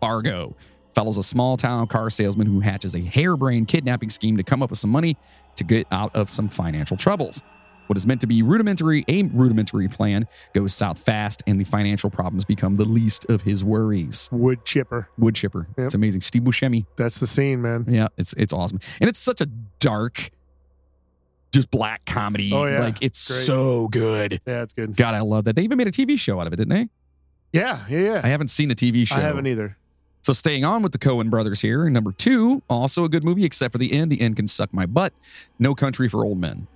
Speaker 1: Fargo. Follows a small town car salesman who hatches a harebrained kidnapping scheme to come up with some money to get out of some financial troubles. What is meant to be rudimentary, a rudimentary plan goes south fast, and the financial problems become the least of his worries.
Speaker 2: Wood chipper.
Speaker 1: Wood chipper.
Speaker 2: Yep.
Speaker 1: It's amazing. Steve Buscemi.
Speaker 2: That's the scene, man.
Speaker 1: Yeah, it's it's awesome, and it's such a dark, just black comedy.
Speaker 2: Oh, yeah.
Speaker 1: Like it's
Speaker 2: Great.
Speaker 1: so good.
Speaker 2: Yeah, it's good.
Speaker 1: God, I love that. They even made a TV show out of it, didn't they?
Speaker 2: Yeah, yeah, yeah.
Speaker 1: I haven't seen the TV show.
Speaker 2: I haven't e- either.
Speaker 1: So staying on with the Cohen brothers here, number two, also a good movie, except for the end. The end can suck my butt. No Country for Old Men.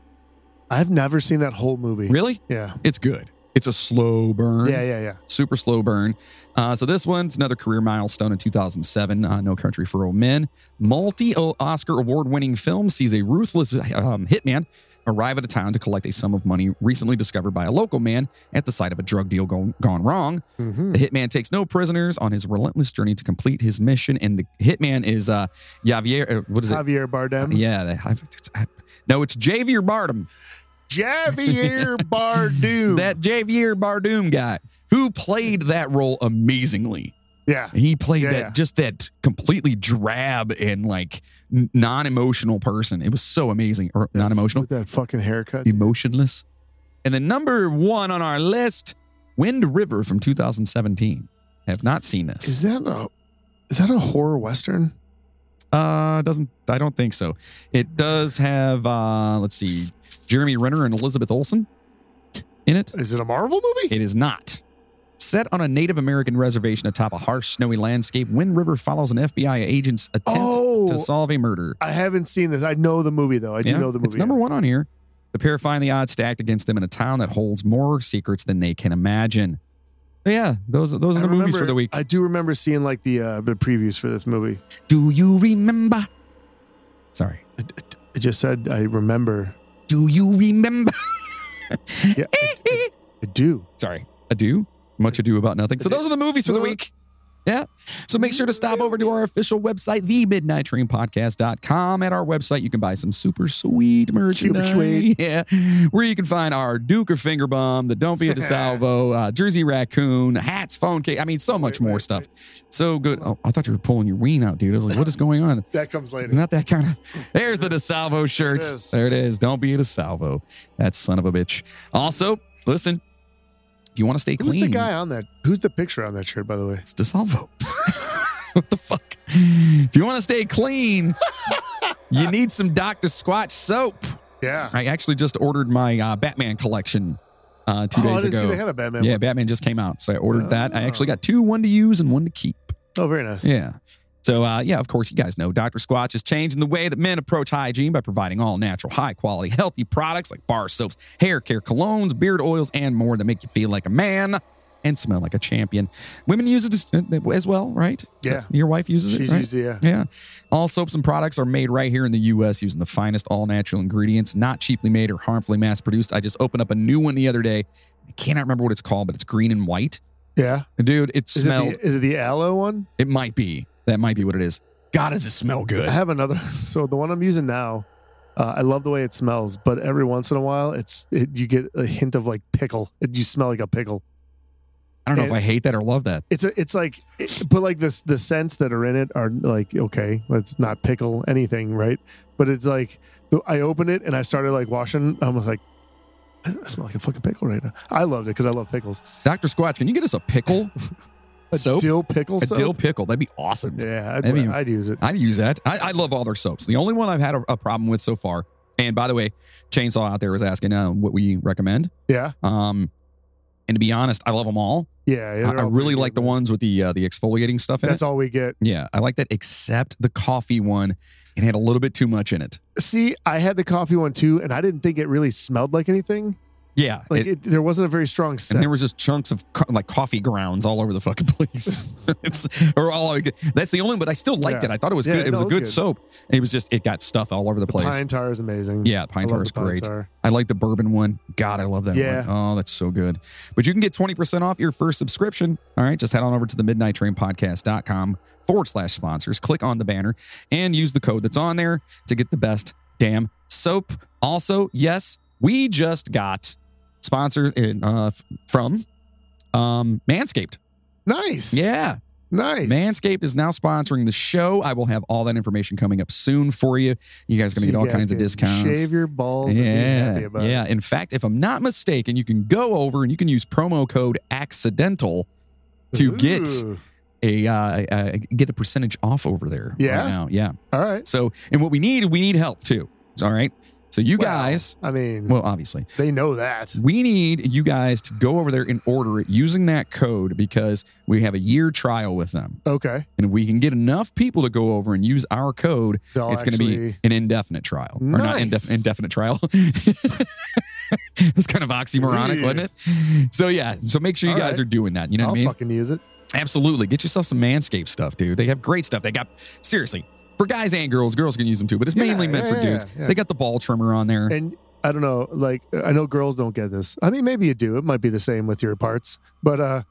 Speaker 2: I've never seen that whole movie.
Speaker 1: Really?
Speaker 2: Yeah.
Speaker 1: It's good. It's a slow burn.
Speaker 2: Yeah, yeah, yeah.
Speaker 1: Super slow burn. Uh, so this one's another career milestone in 2007. Uh, no Country for Old Men. Multi Oscar award winning film sees a ruthless um, hitman arrive at a town to collect a sum of money recently discovered by a local man at the site of a drug deal gone, gone wrong.
Speaker 2: hmm
Speaker 1: The hitman takes no prisoners on his relentless journey to complete his mission, and the hitman is uh Javier. uh, What is it?
Speaker 2: Javier Bardem.
Speaker 1: Yeah, the- I- it's- I- no, it's Javier Bardem.
Speaker 2: Javier Bardem.
Speaker 1: That Javier Bardem guy who played that role amazingly.
Speaker 2: yeah.
Speaker 1: He played
Speaker 2: Yeah,
Speaker 1: that
Speaker 2: yeah.
Speaker 1: just that completely drab and like n- non-emotional person. It was so amazing, or non-emotional,
Speaker 2: With that fucking haircut.
Speaker 1: emotionless. And then number one on our list, Wind River from 2017. Have not seen this.
Speaker 2: Is that a is that a horror western?
Speaker 1: Uh, it doesn't I don't think so. It does have uh, let's see, Jeremy Renner and Elizabeth Olsen in it.
Speaker 2: Is it a Marvel movie?
Speaker 1: It is not. Set on a Native American reservation atop a harsh, snowy landscape, Wind River follows an FBI agent's attempt
Speaker 2: Oh.
Speaker 1: to solve a murder.
Speaker 2: I haven't seen this. I know the movie though. I do
Speaker 1: Yeah,
Speaker 2: know the movie.
Speaker 1: It's number one on here. The pair find the odds stacked against them in a town that holds more secrets than they can imagine. But yeah, those those are
Speaker 2: I
Speaker 1: the movies for
Speaker 2: remember-
Speaker 1: the week.
Speaker 2: I do remember seeing like the uh, the previews for this movie.
Speaker 1: Do you remember? Sorry.
Speaker 2: It just said I remember.
Speaker 1: Do you remember?
Speaker 2: Yeah. I do.
Speaker 1: sorry, ado, much ado about nothing. So those are the movies for the week. Yeah. So make sure to stop over to our official website, themidnighttrainpodcast.com. At our website, you can buy some super sweet merchandise.
Speaker 2: sweet.
Speaker 1: Yeah. Where you can find our Duke or Finger Bomb, the Don't Be a DeSalvo, uh, Jersey Raccoon, hats, phone case. I mean, so much
Speaker 2: Wait,
Speaker 1: more
Speaker 2: wait,
Speaker 1: stuff.
Speaker 2: wait.
Speaker 1: So good. Oh, I thought you were pulling your ween out, dude. I was like, what is going on?
Speaker 2: That comes later.
Speaker 1: It's not that kind of. There's the DeSalvo shirt.
Speaker 2: There it is.
Speaker 1: there it is. Don't be a DeSalvo. That son of a bitch. Also, listen, if you want to stay
Speaker 2: Who's
Speaker 1: clean,
Speaker 2: the guy on that? Who's the picture on that shirt, by the way?
Speaker 1: it's DeSalvo. what the fuck? If you want to stay clean, you need some Dr. Squatch soap.
Speaker 2: Yeah.
Speaker 1: I actually just ordered my uh, Batman collection uh, two
Speaker 2: oh, I
Speaker 1: days
Speaker 2: didn't see they
Speaker 1: ago.
Speaker 2: had a Batman.
Speaker 1: Yeah,
Speaker 2: one.
Speaker 1: Batman just came out. So I ordered that. I actually
Speaker 2: Oh.
Speaker 1: got two, one to use and one to keep.
Speaker 2: Oh, very nice.
Speaker 1: Yeah. So, uh, yeah, of course, you guys know Dr. Squatch is changing the way that men approach hygiene by providing all natural, high quality, healthy products like bar soaps, hair care, colognes, beard oils, and more that make you feel like a man and smell like a champion. Women use it as well, right?
Speaker 2: Yeah.
Speaker 1: Your wife uses
Speaker 2: She's
Speaker 1: it. Right?
Speaker 2: used to, yeah.
Speaker 1: Yeah. All soaps and products are made right here in the U.S. using the finest all natural ingredients, not cheaply made or harmfully mass produced. I just opened up a new one the other day. I cannot remember what it's called, but it's green and white.
Speaker 2: Yeah.
Speaker 1: Dude, it
Speaker 2: Is
Speaker 1: smelled.
Speaker 2: it the, is it the aloe one?
Speaker 1: It might be. That might be what it is. God, does it smell good?
Speaker 2: I have another. So the one I'm using now, uh, I love the way it smells, but every once in a while, it's it, you get a hint of like pickle. It, you smell like a pickle.
Speaker 1: I don't know if
Speaker 2: it-
Speaker 1: I hate that or love that.
Speaker 2: It's a, it's like, it- but like this the scents that are in it are like okay, let's not pickle anything, right? But it's like the- I opened it and I started like washing. I was like, I smell like a fucking pickle right now. I loved it because I love pickles.
Speaker 1: Dr. Squatch, can you get us a pickle?
Speaker 2: A
Speaker 1: soap?
Speaker 2: dill pickle.
Speaker 1: a
Speaker 2: soap?
Speaker 1: dill pickle. That'd be awesome.
Speaker 2: Yeah, I'd,
Speaker 1: I mean-
Speaker 2: I'd use it.
Speaker 1: I'd use that. I, I love all their soaps. The only one I've had a, a problem with so far, and by the way, Chainsaw out there was asking uh, what we recommend.
Speaker 2: Yeah,
Speaker 1: Um, and to be honest, I love them all.
Speaker 2: yeah. yeah,
Speaker 1: I,
Speaker 2: they're
Speaker 1: I
Speaker 2: all
Speaker 1: really
Speaker 2: pretty
Speaker 1: like
Speaker 2: good,
Speaker 1: the
Speaker 2: man.
Speaker 1: ones with the uh, the exfoliating stuff in
Speaker 2: That's
Speaker 1: it.
Speaker 2: all we get.
Speaker 1: yeah, I like that, except the coffee one. It had a little bit too much in it.
Speaker 2: See, I had the coffee one too, and I didn't think it really smelled like anything.
Speaker 1: Yeah,
Speaker 2: Like
Speaker 1: it-
Speaker 2: it, there wasn't a very strong
Speaker 1: and
Speaker 2: scent.
Speaker 1: there was just chunks of co- like coffee grounds all over the fucking place. it's or all like, that's the only. But I still liked
Speaker 2: Yeah.
Speaker 1: it. I thought it was
Speaker 2: Yeah,
Speaker 1: good. It was
Speaker 2: no,
Speaker 1: a
Speaker 2: it
Speaker 1: good,
Speaker 2: was good.
Speaker 1: soap. It was just it got stuff all over the, place.
Speaker 2: Pine tar is amazing.
Speaker 1: yeah,
Speaker 2: I
Speaker 1: pine
Speaker 2: love
Speaker 1: tar
Speaker 2: the
Speaker 1: is great.
Speaker 2: tar.
Speaker 1: I like the bourbon one. God, I love that
Speaker 2: Yeah.
Speaker 1: one. Oh, that's so good. But you can get 20% off your first subscription. All right. Just head on over to the midnight train podcast.com forward slash sponsors. Click on the banner and use the code that's on there to get the best damn soap. Also, yes, we just got sponsors in, uh, f- from um, Manscaped.
Speaker 2: Nice.
Speaker 1: Yeah.
Speaker 2: Nice.
Speaker 1: Manscaped is now sponsoring the show. I will have all that information coming up soon for you. You guys are going to
Speaker 2: So
Speaker 1: get all
Speaker 2: you guys
Speaker 1: kinds of
Speaker 2: can
Speaker 1: discounts.
Speaker 2: Shave your balls.
Speaker 1: Yeah,
Speaker 2: And be happy about
Speaker 1: yeah. In fact, if I'm not mistaken, you can go over and you can use promo code accidental
Speaker 2: it.
Speaker 1: to get
Speaker 2: Ooh.
Speaker 1: a uh, uh, get a percentage off over there. right
Speaker 2: Yeah?
Speaker 1: now. yeah.
Speaker 2: All right.
Speaker 1: So, and what we need, we need help too. All right. So you
Speaker 2: Well,
Speaker 1: guys,
Speaker 2: I mean,
Speaker 1: well, obviously,
Speaker 2: they know that.
Speaker 1: we need you guys to go over there and order it using that code because we have a year trial with them,
Speaker 2: Okay.
Speaker 1: and if we can get enough people to go over and use our code.
Speaker 2: They'll
Speaker 1: it's going to be
Speaker 2: actually-
Speaker 1: an indefinite trial, or not
Speaker 2: Nice.
Speaker 1: indef- indefinite trial. it's kind of oxymoronic,
Speaker 2: Yeah.
Speaker 1: wasn't it? So yeah, so make sure you
Speaker 2: All
Speaker 1: guys
Speaker 2: right.
Speaker 1: are doing that. You know
Speaker 2: I'll
Speaker 1: what I mean?
Speaker 2: fucking use it.
Speaker 1: Absolutely. Get yourself some Manscaped stuff, dude. They have great stuff. They got seriously for guys and girls. Girls can use them too, but it's
Speaker 2: Yeah,
Speaker 1: mainly meant
Speaker 2: yeah,
Speaker 1: for
Speaker 2: yeah,
Speaker 1: dudes.
Speaker 2: yeah.
Speaker 1: They got the ball trimmer on there.
Speaker 2: And I don't know, like I know girls don't get this. I mean, maybe you do. It might be the same with your parts, but uh,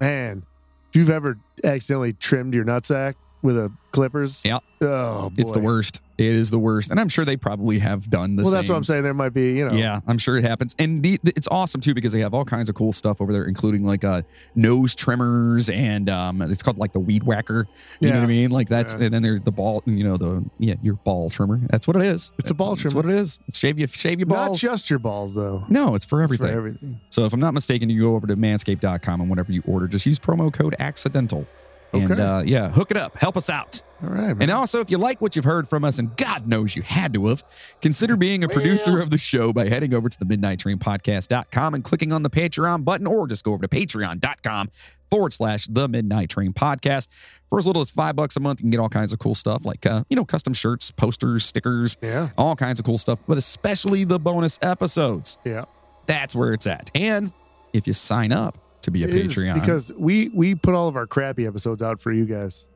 Speaker 2: man, if you've ever accidentally trimmed your nutsack with a clippers,
Speaker 1: Yeah.
Speaker 2: oh,
Speaker 1: it's the
Speaker 2: boy.
Speaker 1: worst. It is the worst, and I'm sure they probably have done the
Speaker 2: Well,
Speaker 1: same.
Speaker 2: that's what I'm saying. There might be, you know,
Speaker 1: Yeah, I'm sure it happens, and the, the- it's awesome too because they have all kinds of cool stuff over there, including like uh, nose trimmers and um, it's called like the weed whacker. You know what I
Speaker 2: Yeah.
Speaker 1: mean? Like that's
Speaker 2: Yeah.
Speaker 1: and then there's the ball, you know the yeah your ball trimmer. That's what it is.
Speaker 2: It's a ball
Speaker 1: That's
Speaker 2: trimmer.
Speaker 1: what it is. It's shave you shave your
Speaker 2: not
Speaker 1: balls.
Speaker 2: just your balls though.
Speaker 1: no, it's for
Speaker 2: It's
Speaker 1: everything.
Speaker 2: for everything.
Speaker 1: so if I'm not mistaken, you go over to manscaped.com and whenever you order, just use promo code accidental. And
Speaker 2: Okay.
Speaker 1: uh, yeah, hook it up. Help us out.
Speaker 2: All right, man.
Speaker 1: And also, if you like what you've heard from us, and God knows you had to have, consider being a
Speaker 2: Well.
Speaker 1: producer of the show by heading over to the midnight train podcast.com and clicking on the Patreon button, or just go over to patreon.com forward slash the midnight train podcast. For as little as five bucks a month, you can get all kinds of cool stuff like, uh, you know, custom shirts, posters, stickers,
Speaker 2: yeah,
Speaker 1: all kinds of cool stuff, but especially the bonus episodes.
Speaker 2: Yeah.
Speaker 1: That's where it's at. And if you sign up to be a
Speaker 2: It is
Speaker 1: Patreon,
Speaker 2: because we we put all of our crappy episodes out for you guys.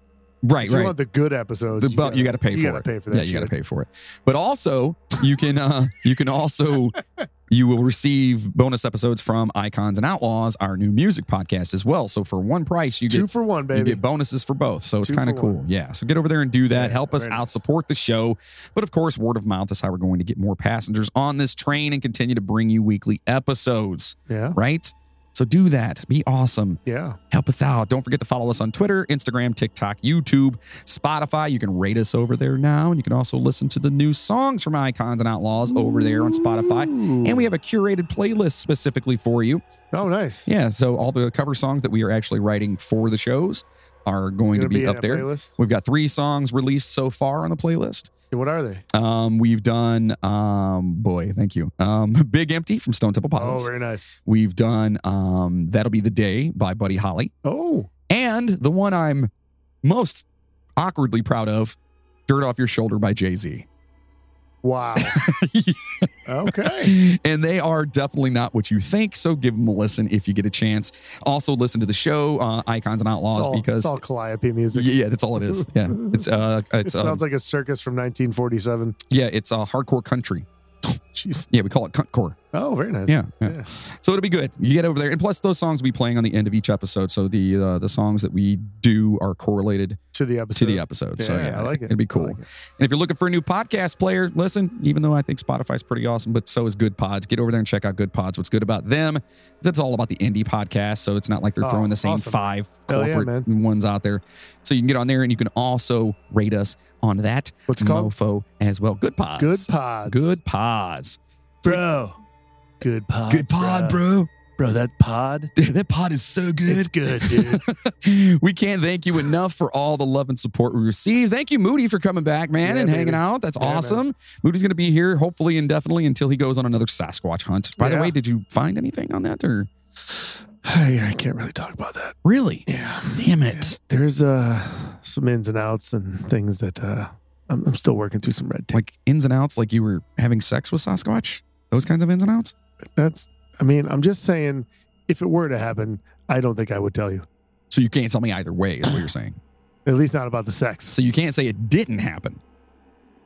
Speaker 1: right,
Speaker 2: if you
Speaker 1: right.
Speaker 2: want the good episodes,
Speaker 1: The, but you got to pay
Speaker 2: you
Speaker 1: for
Speaker 2: gotta
Speaker 1: it.
Speaker 2: pay for that
Speaker 1: Yeah, you got to
Speaker 2: shit.
Speaker 1: pay for it. But also, you can uh, you can also you will receive bonus episodes from Icons and Outlaws, our new music podcast as well. So for one price, you
Speaker 2: two
Speaker 1: get
Speaker 2: for one,
Speaker 1: you
Speaker 2: baby.
Speaker 1: get bonuses for both. So it's
Speaker 2: Two
Speaker 1: kind of
Speaker 2: for
Speaker 1: cool.
Speaker 2: one.
Speaker 1: Yeah. So get over there and do that.
Speaker 2: Yeah,
Speaker 1: Help us
Speaker 2: very
Speaker 1: out.
Speaker 2: nice.
Speaker 1: Support the show. But of course, word of mouth is how we're going to get more passengers on this train and continue to bring you weekly episodes.
Speaker 2: yeah,
Speaker 1: Right. So do that. Be awesome
Speaker 2: yeah.
Speaker 1: help us out. Don't forget to follow us on Twitter, Instagram, TikTok, YouTube, Spotify. You can rate us over there now. And you can also listen to the new songs from Icons and Outlaws over there on Spotify. And we have a curated playlist specifically for you.
Speaker 2: oh, nice.
Speaker 1: Yeah. So all the cover songs that we are actually writing for the shows are going to
Speaker 2: Gonna
Speaker 1: be
Speaker 2: in
Speaker 1: up
Speaker 2: that
Speaker 1: there.
Speaker 2: Playlist?
Speaker 1: We've got three songs released so far on the playlist.
Speaker 2: What are they? Oh,
Speaker 1: Um, we've done, um, boy, thank you. Um, Big Empty from Stone Temple
Speaker 2: Oh,
Speaker 1: Pilots.
Speaker 2: very nice.
Speaker 1: We've done um, That'll Be the Day by Buddy Holly.
Speaker 2: Oh,
Speaker 1: And the one I'm most awkwardly proud of, Dirt Off Your Shoulder by Jay Z.
Speaker 2: wow. okay.
Speaker 1: and they are definitely not what you think. So give them a listen if you get a chance. Also, listen to the show, uh, Icons and
Speaker 2: It's
Speaker 1: Outlaws,
Speaker 2: all,
Speaker 1: because.
Speaker 2: it's all calliope music.
Speaker 1: yeah, yeah, that's all it is. Yeah, it's uh,
Speaker 2: it
Speaker 1: it's um,
Speaker 2: sounds like a circus from 1947.
Speaker 1: yeah, it's uh, hardcore country.
Speaker 2: Jeez.
Speaker 1: Yeah, we call it cunt core.
Speaker 2: Oh, very nice.
Speaker 1: Yeah, yeah.
Speaker 2: Yeah.
Speaker 1: So it'll be good. You get over there, and plus those songs we playing on the end of each episode. So the uh, the songs that we do are correlated
Speaker 2: To the episode.
Speaker 1: to the episode. so yeah,
Speaker 2: I like it.
Speaker 1: It'd be
Speaker 2: I
Speaker 1: cool.
Speaker 2: like it.
Speaker 1: And if you're looking for a new podcast player, listen, even though I think Spotify's pretty awesome, but so is Good Pods. Get over there and check out Good Pods. What's good about them is it's all about the indie podcast. So it's not like they're
Speaker 2: Oh,
Speaker 1: throwing the same
Speaker 2: awesome.
Speaker 1: five
Speaker 2: Hell yeah,
Speaker 1: corporate ones out there. So you can get on there and you can also rate us on that
Speaker 2: What's it called?
Speaker 1: mofo as well. Good Pods.
Speaker 2: Good pods.
Speaker 1: Good Pods.
Speaker 2: bro. Good pod.
Speaker 1: Good Pod, bro.
Speaker 2: Bro, that pod.
Speaker 1: that pod is so good.
Speaker 2: It's good, dude.
Speaker 1: we can't thank you enough for all the love and support we receive. Thank you, Moody, for coming back, man,
Speaker 2: Yeah,
Speaker 1: and hanging
Speaker 2: baby.
Speaker 1: out. That's
Speaker 2: Yeah, man.
Speaker 1: awesome. Moody's going to be here, hopefully, indefinitely until he goes on another Sasquatch hunt. By the
Speaker 2: Yeah.
Speaker 1: way, did you find anything on that or
Speaker 2: I, I can't really talk about that.
Speaker 1: really?
Speaker 2: Yeah.
Speaker 1: Damn
Speaker 2: There's uh some ins and outs and things that uh I'm, I'm still working through some red tape.
Speaker 1: Like ins and outs, like you were having sex with Sasquatch? Those kinds of ins and outs?
Speaker 2: That's I mean, I'm just saying if it were to happen, I don't think I would tell you.
Speaker 1: So you can't tell me either way, is what you're saying.
Speaker 2: At least not about the sex.
Speaker 1: So you can't say it didn't happen.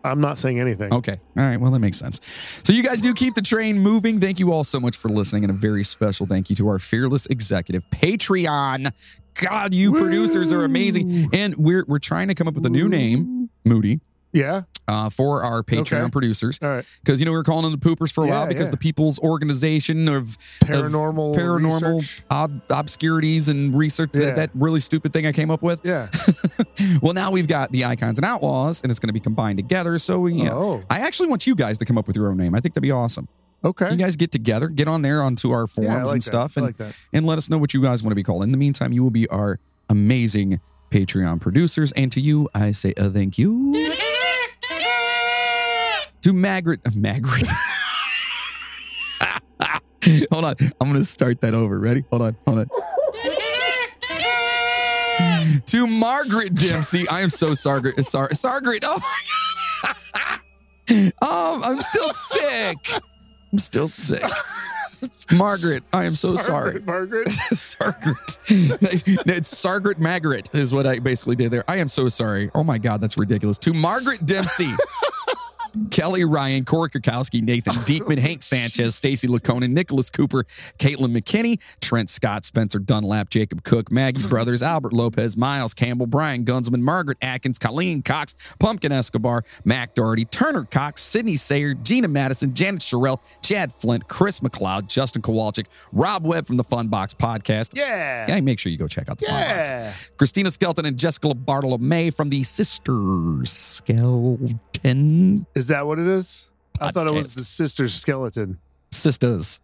Speaker 2: I'm not saying anything.
Speaker 1: Okay. All right. Well, that makes sense. So you guys do keep the train moving. Thank you all so much for listening, and a very special thank you to our fearless executive Patreon. God, you producers are amazing, and we're we're trying to come up with a new name, Moody,
Speaker 2: Yeah.
Speaker 1: uh, for our Patreon
Speaker 2: Okay.
Speaker 1: producers
Speaker 2: All right.
Speaker 1: because you know we were calling them the Poopers for a
Speaker 2: Yeah,
Speaker 1: while because
Speaker 2: yeah.
Speaker 1: the People's Organization of
Speaker 2: Paranormal.
Speaker 1: Paranormal
Speaker 2: research.
Speaker 1: ob- Obscurities and Research
Speaker 2: Yeah.
Speaker 1: that, that really stupid thing I came up with.
Speaker 2: Yeah.
Speaker 1: well, now we've got the Icons and Outlaws, and it's going to be combined together. So we. you know,
Speaker 2: Oh.
Speaker 1: I actually want you guys to come up with your own name. I think that'd be awesome.
Speaker 2: Okay.
Speaker 1: You guys get together, get on there onto our forums
Speaker 2: Yeah, I like
Speaker 1: and
Speaker 2: that.
Speaker 1: stuff,
Speaker 2: I
Speaker 1: and,
Speaker 2: like that.
Speaker 1: and let us know what you guys want to be called. In the meantime, you will be our amazing Patreon producers. And to you, I say a thank you. to Margaret. uh, Margaret. hold on. I'm going to start that over. Ready? Hold on. Hold on. to Margaret Dempsey. I am so sorry. Sorry. Sorry. Oh my God. um, I'm still sick. I'm still sick. Margaret, I am so sorry.
Speaker 2: Margaret.
Speaker 1: Sargret. it's Sargret Margaret is what I basically did there. I am so sorry. Oh my God, that's ridiculous. To Margaret Dempsey. Kelly Ryan, Corey Krakowski, Nathan
Speaker 2: Oh,
Speaker 1: Diekman, Hank Sanchez, Stacy Laconin, Nicholas Cooper, Caitlin McKinney, Trent Scott, Spencer Dunlap, Jacob Cook, Maggie Brothers, Albert Lopez, Miles Campbell, Brian Gunsman, Margaret Atkins, Colleen Cox, Pumpkin Escobar, Mac Doherty, Turner Cox, Sydney Sayer, Gina Madison, Janet Sherrill, Chad Flint, Chris McLeod, Justin Kowalczyk, Rob Webb from the Fun Box Podcast.
Speaker 2: Yeah.
Speaker 1: Yeah, make sure you go check out the Fun Box.
Speaker 2: Yeah.
Speaker 1: Christina Skelton and Jessica Bartolome from the Sisters Skelton
Speaker 2: Is that what it is? I thought it was
Speaker 1: Podcast.
Speaker 2: the sister's skeleton.
Speaker 1: Sisters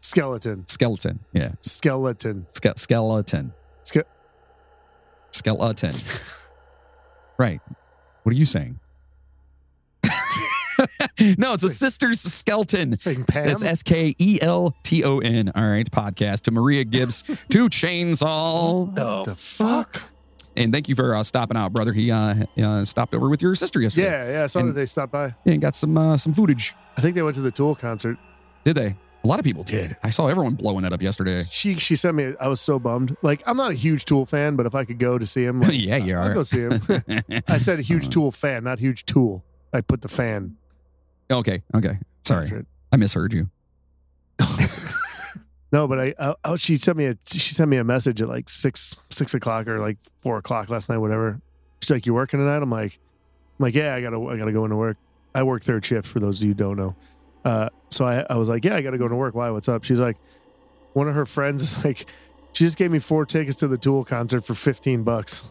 Speaker 2: Skeleton.
Speaker 1: Skeleton. Yeah.
Speaker 2: Skeleton.
Speaker 1: Ske- skeleton.
Speaker 2: Ske-
Speaker 1: skeleton. right. What are you saying? no, it's a sister's skeleton.
Speaker 2: Saying Pam.
Speaker 1: It's S K E L T O N. All right, podcast to Maria Gibbs to Chainsaw.
Speaker 2: the fuck?
Speaker 1: And thank you for uh, stopping out, brother. He uh, uh, stopped over with your sister yesterday.
Speaker 2: Yeah, yeah. I saw
Speaker 1: And-
Speaker 2: that they stopped by.
Speaker 1: and got some uh, some footage.
Speaker 2: I think they went to the Tool concert.
Speaker 1: Did they? A lot of people did. I saw everyone blowing that up yesterday.
Speaker 2: She she sent me. I was so bummed. Like I'm not a huge Tool fan, but if I could go to see him, like,
Speaker 1: yeah, you
Speaker 2: I'll
Speaker 1: are. Uh-huh.
Speaker 2: go see him. I said a huge Tool fan, not huge Tool. I put the fan.
Speaker 1: okay, okay. Sorry,
Speaker 2: after it.
Speaker 1: I misheard you.
Speaker 2: No, but I, I oh she sent me a she sent me a message at like six six o'clock or like four o'clock last night, whatever. She's like, "You working tonight?" I'm like, "I'm like, yeah, I gotta I gotta go into work. I work third shift for those of you who don't know." Uh, so I I was like, "Yeah, I gotta go into work. Why? What's up?" She's like, one of her friends is like, she just gave me four tickets to the Tool concert for fifteen bucks.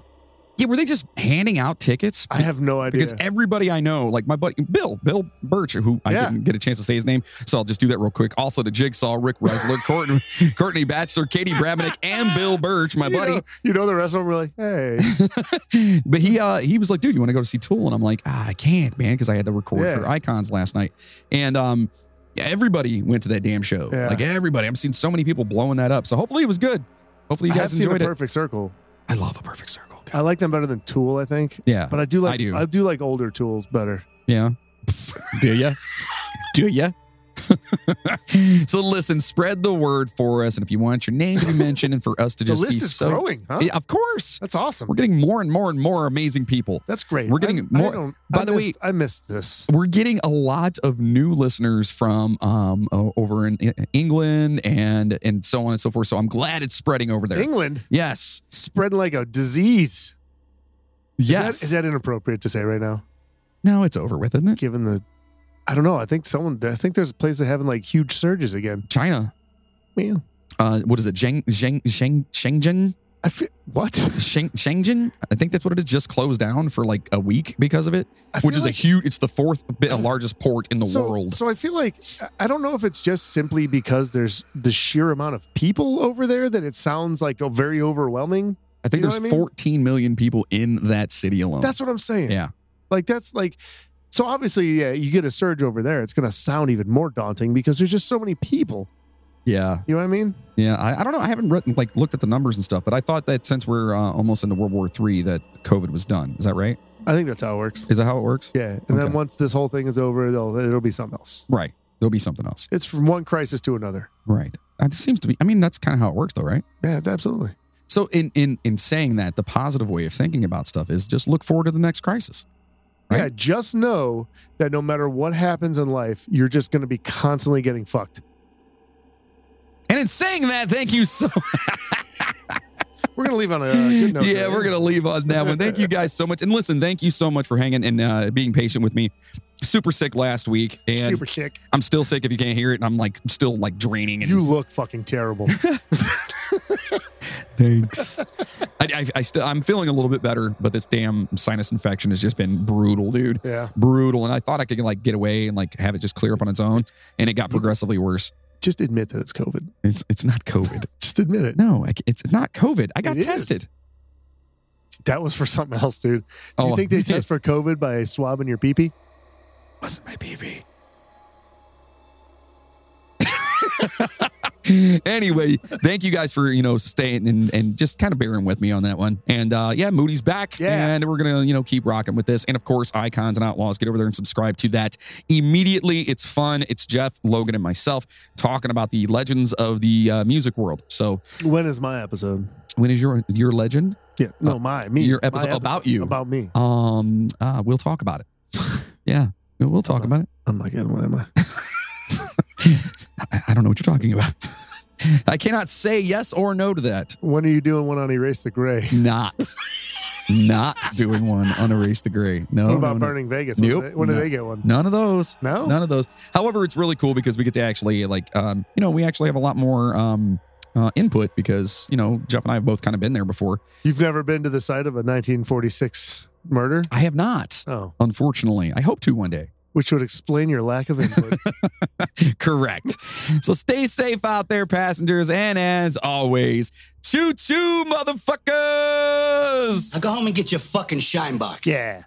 Speaker 1: Yeah, were they just handing out tickets?
Speaker 2: I have no idea.
Speaker 1: because everybody I know, like my buddy Bill, Bill Birch, who I
Speaker 2: Yeah.
Speaker 1: didn't get a chance to say his name, so I'll just do that real quick. Also to Jigsaw, Rick Reisler, Courtney, Courtney Batchelor, Katie Brabnick, and Bill Birch, my
Speaker 2: you
Speaker 1: buddy.
Speaker 2: know, you know the rest of them were like, "Hey,
Speaker 1: but he uh he was like, dude, you want to go see Tool? And I'm like, ah, I can't, man, because I had to record
Speaker 2: Yeah.
Speaker 1: for Icons last night. And um everybody went to that damn show.
Speaker 2: Yeah.
Speaker 1: Like everybody. I'm seeing so many people blowing that up. So hopefully it was good. Hopefully you
Speaker 2: I
Speaker 1: guys
Speaker 2: have seen a
Speaker 1: enjoyed it.
Speaker 2: perfect circle.
Speaker 1: I love a perfect circle.
Speaker 2: I like them better than Tool, I think."
Speaker 1: Yeah.
Speaker 2: But I do like
Speaker 1: I do.
Speaker 2: I do like older tools better.
Speaker 1: Yeah. do ya? Do ya? so listen, spread the word for us, and if you want your name to be mentioned, and for us to
Speaker 2: The
Speaker 1: just
Speaker 2: list
Speaker 1: be
Speaker 2: is
Speaker 1: so,
Speaker 2: growing, huh?
Speaker 1: Yeah, of course,
Speaker 2: That's awesome.
Speaker 1: we're getting more and more and more amazing people.
Speaker 2: That's great.
Speaker 1: we're getting
Speaker 2: I- I
Speaker 1: more-
Speaker 2: don't-
Speaker 1: by
Speaker 2: I
Speaker 1: the way-
Speaker 2: missed- I missed this.
Speaker 1: We're getting a lot of new listeners from um o- over in E- England and and so on and so forth. So I'm glad it's spreading over there.
Speaker 2: England
Speaker 1: Yes,
Speaker 2: spreading like a disease. Is that-
Speaker 1: yes.
Speaker 2: is that inappropriate to say right now?
Speaker 1: no, it's over with, isn't it?
Speaker 2: Given the, I don't know. I think someone. I think there's a place that having like huge surges again.
Speaker 1: China.
Speaker 2: Yeah.
Speaker 1: Uh, what is it? Zheng, Zheng, Zheng, Shenzhen,
Speaker 2: I feel what?
Speaker 1: Sheng, Shenzhen. I think that's what it is. Just closed down for like a week because of it,
Speaker 2: I
Speaker 1: which
Speaker 2: feel
Speaker 1: is a
Speaker 2: like-
Speaker 1: huge. It's the fourth bi- largest port in the
Speaker 2: so,
Speaker 1: world.
Speaker 2: So I feel like I- I don't know if it's just simply because there's the sheer amount of people over there that it sounds like oh, very overwhelming.
Speaker 1: I think
Speaker 2: you know
Speaker 1: there's
Speaker 2: what I mean?
Speaker 1: 14 million people in that city alone.
Speaker 2: That's what I'm saying.
Speaker 1: Oh. Yeah.
Speaker 2: Like that's like so obviously yeah, you get a surge over there, it's gonna sound even more daunting because there's just so many people.
Speaker 1: yeah,
Speaker 2: You know what I mean?
Speaker 1: yeah. I, I don't know. I haven't written like looked at the numbers and stuff, but I thought that since we're uh, almost into World War III, that COVID was done. Is that right?
Speaker 2: I think that's how it works.
Speaker 1: Is that how it works?
Speaker 2: Yeah. And
Speaker 1: Okay.
Speaker 2: then once this whole thing is over, they'll it'll be something else.
Speaker 1: Right. There'll be something else.
Speaker 2: It's from one crisis to another.
Speaker 1: Right. It seems to be. I mean, that's kind of how it works, though, right?
Speaker 2: Yeah, it's absolutely.
Speaker 1: So in in in saying that, the positive way of thinking about stuff is just look forward to the next crisis. Right.
Speaker 2: Yeah, just know that no matter what happens in life, you're just gonna be constantly getting fucked.
Speaker 1: And in saying that, thank you so.
Speaker 2: We're gonna leave on a good note.
Speaker 1: yeah,
Speaker 2: today.
Speaker 1: we're gonna leave on that one. Thank you guys so much, and listen, thank you so much for hanging and uh, being patient with me. Super sick last week, and
Speaker 2: super kick.
Speaker 1: I'm still sick. If you can't hear it, and I'm like still like draining. And
Speaker 2: You look fucking terrible.
Speaker 1: thanks. I, I, I still I'm feeling a little bit better, but this damn sinus infection has just been brutal, dude.
Speaker 2: yeah.
Speaker 1: Brutal. And I thought I could like get away and like have it just clear up on its own, and it got progressively worse.
Speaker 2: Just admit that it's COVID.
Speaker 1: It's it's not COVID.
Speaker 2: Just admit it.
Speaker 1: No, I c it's not COVID. I got
Speaker 2: It is.
Speaker 1: tested.
Speaker 2: That was for something else, dude. Do
Speaker 1: Oh.
Speaker 2: you think they test for COVID by swabbing your pee pee?
Speaker 1: wasn't my PV? anyway, thank you guys for you know staying and, and just kind of bearing with me on that one. And uh, yeah, Moody's back,
Speaker 2: Yeah.
Speaker 1: and we're gonna you know keep rocking with this. And of course, Icons and Outlaws, get over there and subscribe to that immediately. It's fun. It's Jeff, Logan, and myself talking about the legends of the uh, music world. So
Speaker 2: When is my episode?
Speaker 1: when is your your legend?
Speaker 2: Yeah. No, my me.
Speaker 1: Uh, Your
Speaker 2: My
Speaker 1: episode about you.
Speaker 2: About me.
Speaker 1: Um, uh, we'll talk about it. yeah, we'll
Speaker 2: Uh-huh.
Speaker 1: talk about it.
Speaker 2: I'm like, what am I?
Speaker 1: I, I don't know what you're talking about. I cannot say yes or no to that.
Speaker 2: When are you doing one on Erase the Gray?
Speaker 1: Not, not doing one on Erase the Gray. No,
Speaker 2: what about Oh.
Speaker 1: no, no.
Speaker 2: Burning Vegas?
Speaker 1: Nope.
Speaker 2: When,
Speaker 1: No.
Speaker 2: do they, when do they get one?
Speaker 1: none of those.
Speaker 2: No.
Speaker 1: None of those. However, it's really cool because we get to actually like, um, you know, we actually have a lot more um, uh, input because you know Jeff and I have both kind of been there before.
Speaker 2: You've never been to the site of a 1946 murder?
Speaker 1: I have not,
Speaker 2: Oh,
Speaker 1: unfortunately. I hope to one day.
Speaker 2: which would explain your lack of input.
Speaker 1: Correct. So stay safe out there, passengers, and as always, choo choo, motherfuckers.
Speaker 5: Now go home and get your fucking shine box.
Speaker 2: yeah.